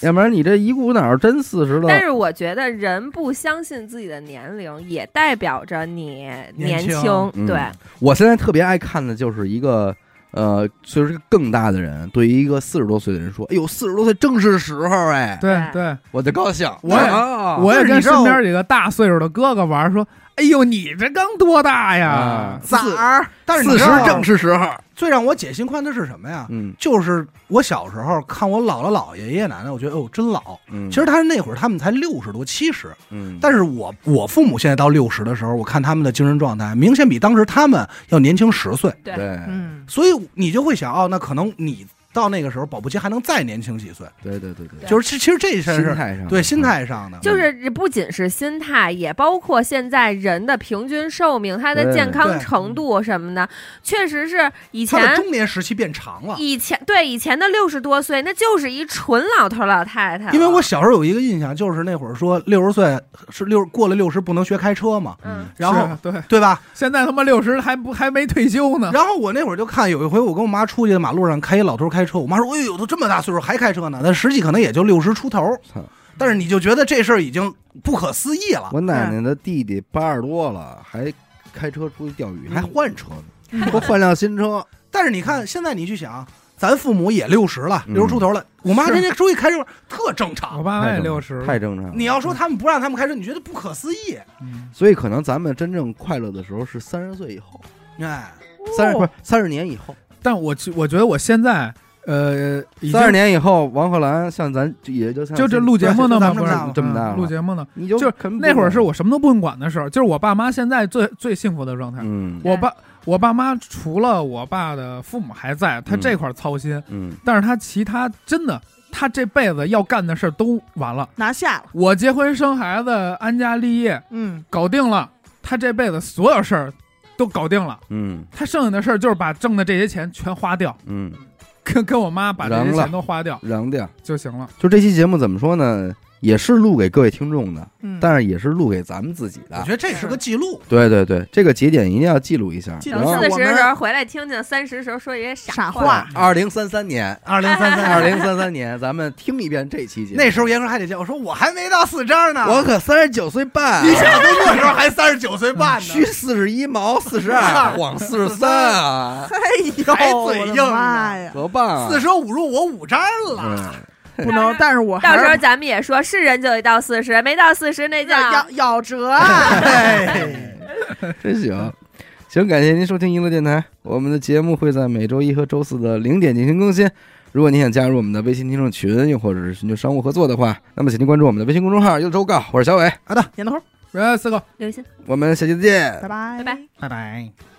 Speaker 1: 要不然你这一股脑儿真四十了。
Speaker 5: 但是我觉得人不相信自己的年龄，也代表着你年
Speaker 2: 轻
Speaker 1: 嗯
Speaker 5: 对，
Speaker 1: 我现在特别爱看的就是一个，呃，就是更大的人对于一个四十多岁的人说：“哎呦，四十多岁正是时候哎
Speaker 4: 对
Speaker 5: 对
Speaker 4: 对，！”
Speaker 1: 我就高兴，
Speaker 4: 我也
Speaker 1: 啊
Speaker 4: 我也
Speaker 2: 哦就是
Speaker 4: 跟
Speaker 2: 你知道
Speaker 4: 身边几个大岁数的哥哥玩，说，哎呦，你这刚多大呀
Speaker 1: 啊？
Speaker 2: 崽儿。但是你
Speaker 1: 四
Speaker 2: 知
Speaker 1: 十
Speaker 2: 道啊
Speaker 1: 正是时候。
Speaker 2: 最让我解心宽的是什么呀？
Speaker 1: 嗯
Speaker 2: 就是我小时候看我姥姥、姥爷、爷爷奶奶，我觉得哦真老。
Speaker 1: 嗯，
Speaker 2: 其实他那会儿他们才六十多、七十，
Speaker 1: 嗯，
Speaker 2: 但是我我父母现在到六十的时候，我看他们的精神状态明显比当时他们要年轻十岁。
Speaker 1: 对，
Speaker 3: 嗯
Speaker 2: 所以你就会想，哦，那可能你到那个时候，保不齐还能再年轻几岁。
Speaker 1: 对对对对，
Speaker 2: 就是其其实这事儿
Speaker 1: 心
Speaker 2: 是
Speaker 1: 态上嗯
Speaker 2: 对心态上的，
Speaker 5: 就是不仅是心态，也包括现在人的平均寿命、他的
Speaker 1: 对
Speaker 5: 健康
Speaker 2: 对
Speaker 5: 程度什么的，确实是以
Speaker 2: 他的
Speaker 5: 前
Speaker 2: 中年时期变长了。
Speaker 5: 以前对以前的六十多岁，那就是一纯老头老太太了。
Speaker 2: 因为我小时候有一个印象，就是那会儿说六十岁是六过了六十不能学开车嘛，
Speaker 5: 嗯，
Speaker 2: 然后
Speaker 4: 是啊对，
Speaker 2: 对吧？
Speaker 4: 现在他妈六十还不还没退休
Speaker 1: [laughs]
Speaker 4: 呢，
Speaker 2: 然后我那会儿就看有一回我跟我妈出去马路上开一老头开车，我妈说：“哎呦，都这么大岁数还开车呢。”但实际可能也就六十出头
Speaker 1: 操，
Speaker 2: 但是你就觉得这事儿已经不可思议了。
Speaker 1: 我奶奶的弟弟八十多了，还开车出去钓鱼，
Speaker 2: 还换车
Speaker 1: 呢，给我换辆新车。
Speaker 2: 但是你看现在你去想，咱父母也六十了，
Speaker 1: 嗯
Speaker 2: 六十出头了，我妈
Speaker 4: 是
Speaker 2: 天天出去开车特正
Speaker 4: 我
Speaker 2: 常。
Speaker 4: 爸妈也
Speaker 1: 太正
Speaker 4: 哎六十了
Speaker 1: 太，正常了。
Speaker 2: 你要说他们不让他们开车，你觉得不可思议？
Speaker 4: 嗯
Speaker 1: 所以可能咱们真正快乐的时候是三十岁以后，
Speaker 2: 哎，
Speaker 1: 三十不是三十年以后，
Speaker 4: 但我觉我觉得我现在呃，已经
Speaker 1: 三十年以后，王鹤兰像咱就也就像
Speaker 4: 就这录节目呢
Speaker 2: 咱们这
Speaker 4: 嘛，不
Speaker 2: 么
Speaker 4: 是
Speaker 2: 大了
Speaker 1: 这么大了嗯
Speaker 4: 嗯录节目呢，
Speaker 1: 你就
Speaker 4: 就是
Speaker 1: 肯
Speaker 4: 那会儿是
Speaker 1: 不
Speaker 4: 我什么都不用管的时候，就是我爸妈现在最最幸福的状态。
Speaker 1: 嗯
Speaker 4: 我爸我爸妈除了我爸的父母还在，他
Speaker 1: 嗯
Speaker 4: 这块儿操心，
Speaker 1: 嗯
Speaker 4: 但是他其他真的他这辈子要干的事儿都完了。
Speaker 3: 拿下了，
Speaker 4: 我结婚生孩子，安家立业，
Speaker 3: 嗯，
Speaker 4: 搞定了，他这辈子所有事儿都搞定了。
Speaker 1: 嗯
Speaker 4: 他剩下的事儿就是把挣的这些钱全花掉，
Speaker 1: 嗯，
Speaker 4: 跟跟我妈把这些
Speaker 1: 扔了
Speaker 4: 钱都花掉
Speaker 1: 扔掉。
Speaker 4: 就行了。
Speaker 1: 就这期节目怎么说呢？也是录给各位听众的，
Speaker 3: 嗯
Speaker 1: 但是也是录给咱们自己
Speaker 2: 我
Speaker 1: 的
Speaker 2: 觉。得这是个记录。
Speaker 1: 对对对，这个节点一定要记录一下。
Speaker 3: 记录
Speaker 1: 然
Speaker 3: 一下
Speaker 1: 后
Speaker 5: 四十的时
Speaker 3: 我
Speaker 5: 候回来听听三十时候说一些
Speaker 3: 傻
Speaker 5: 话，
Speaker 3: 话，
Speaker 1: 二零三三年，
Speaker 2: 二零三三，
Speaker 1: 啊二零三三年，咱们听一遍这期节目。
Speaker 2: 那时候严哥还得叫我说我还没到四张呢，
Speaker 1: 我可三十九岁半，啊 [laughs]
Speaker 2: 你想工作时候还三十九岁半呢
Speaker 1: 虚，四十一毛四十二，晃四十三啊，
Speaker 3: 哎
Speaker 2: 还
Speaker 3: 呦，
Speaker 2: 嘴
Speaker 3: 我的
Speaker 2: 硬呢
Speaker 1: [laughs]
Speaker 3: 妈呀，
Speaker 1: 多棒啊！
Speaker 2: 四舍五入我五张了。
Speaker 1: 嗯
Speaker 3: 不能，但是我还
Speaker 5: 到时候
Speaker 3: 是
Speaker 5: 咱们也说是人就得到四十，没到四十那叫
Speaker 3: 要咬咬折
Speaker 5: [laughs]
Speaker 3: 啊，
Speaker 2: 哎，
Speaker 1: 真行。行，感谢您收听娱乐电台，我们的节目会在每周一和周四的零点进行更新。如果您想加入我们的微信听众群，又或者是寻求商务合作的话，那么请您关注我们的微信公众号“一周告”，我是小伟，
Speaker 2: 好的，
Speaker 3: 点头，
Speaker 4: 来，四个，
Speaker 5: 刘鑫。
Speaker 1: 我们下期再见。
Speaker 3: 拜拜，
Speaker 5: 拜拜。
Speaker 4: 拜拜。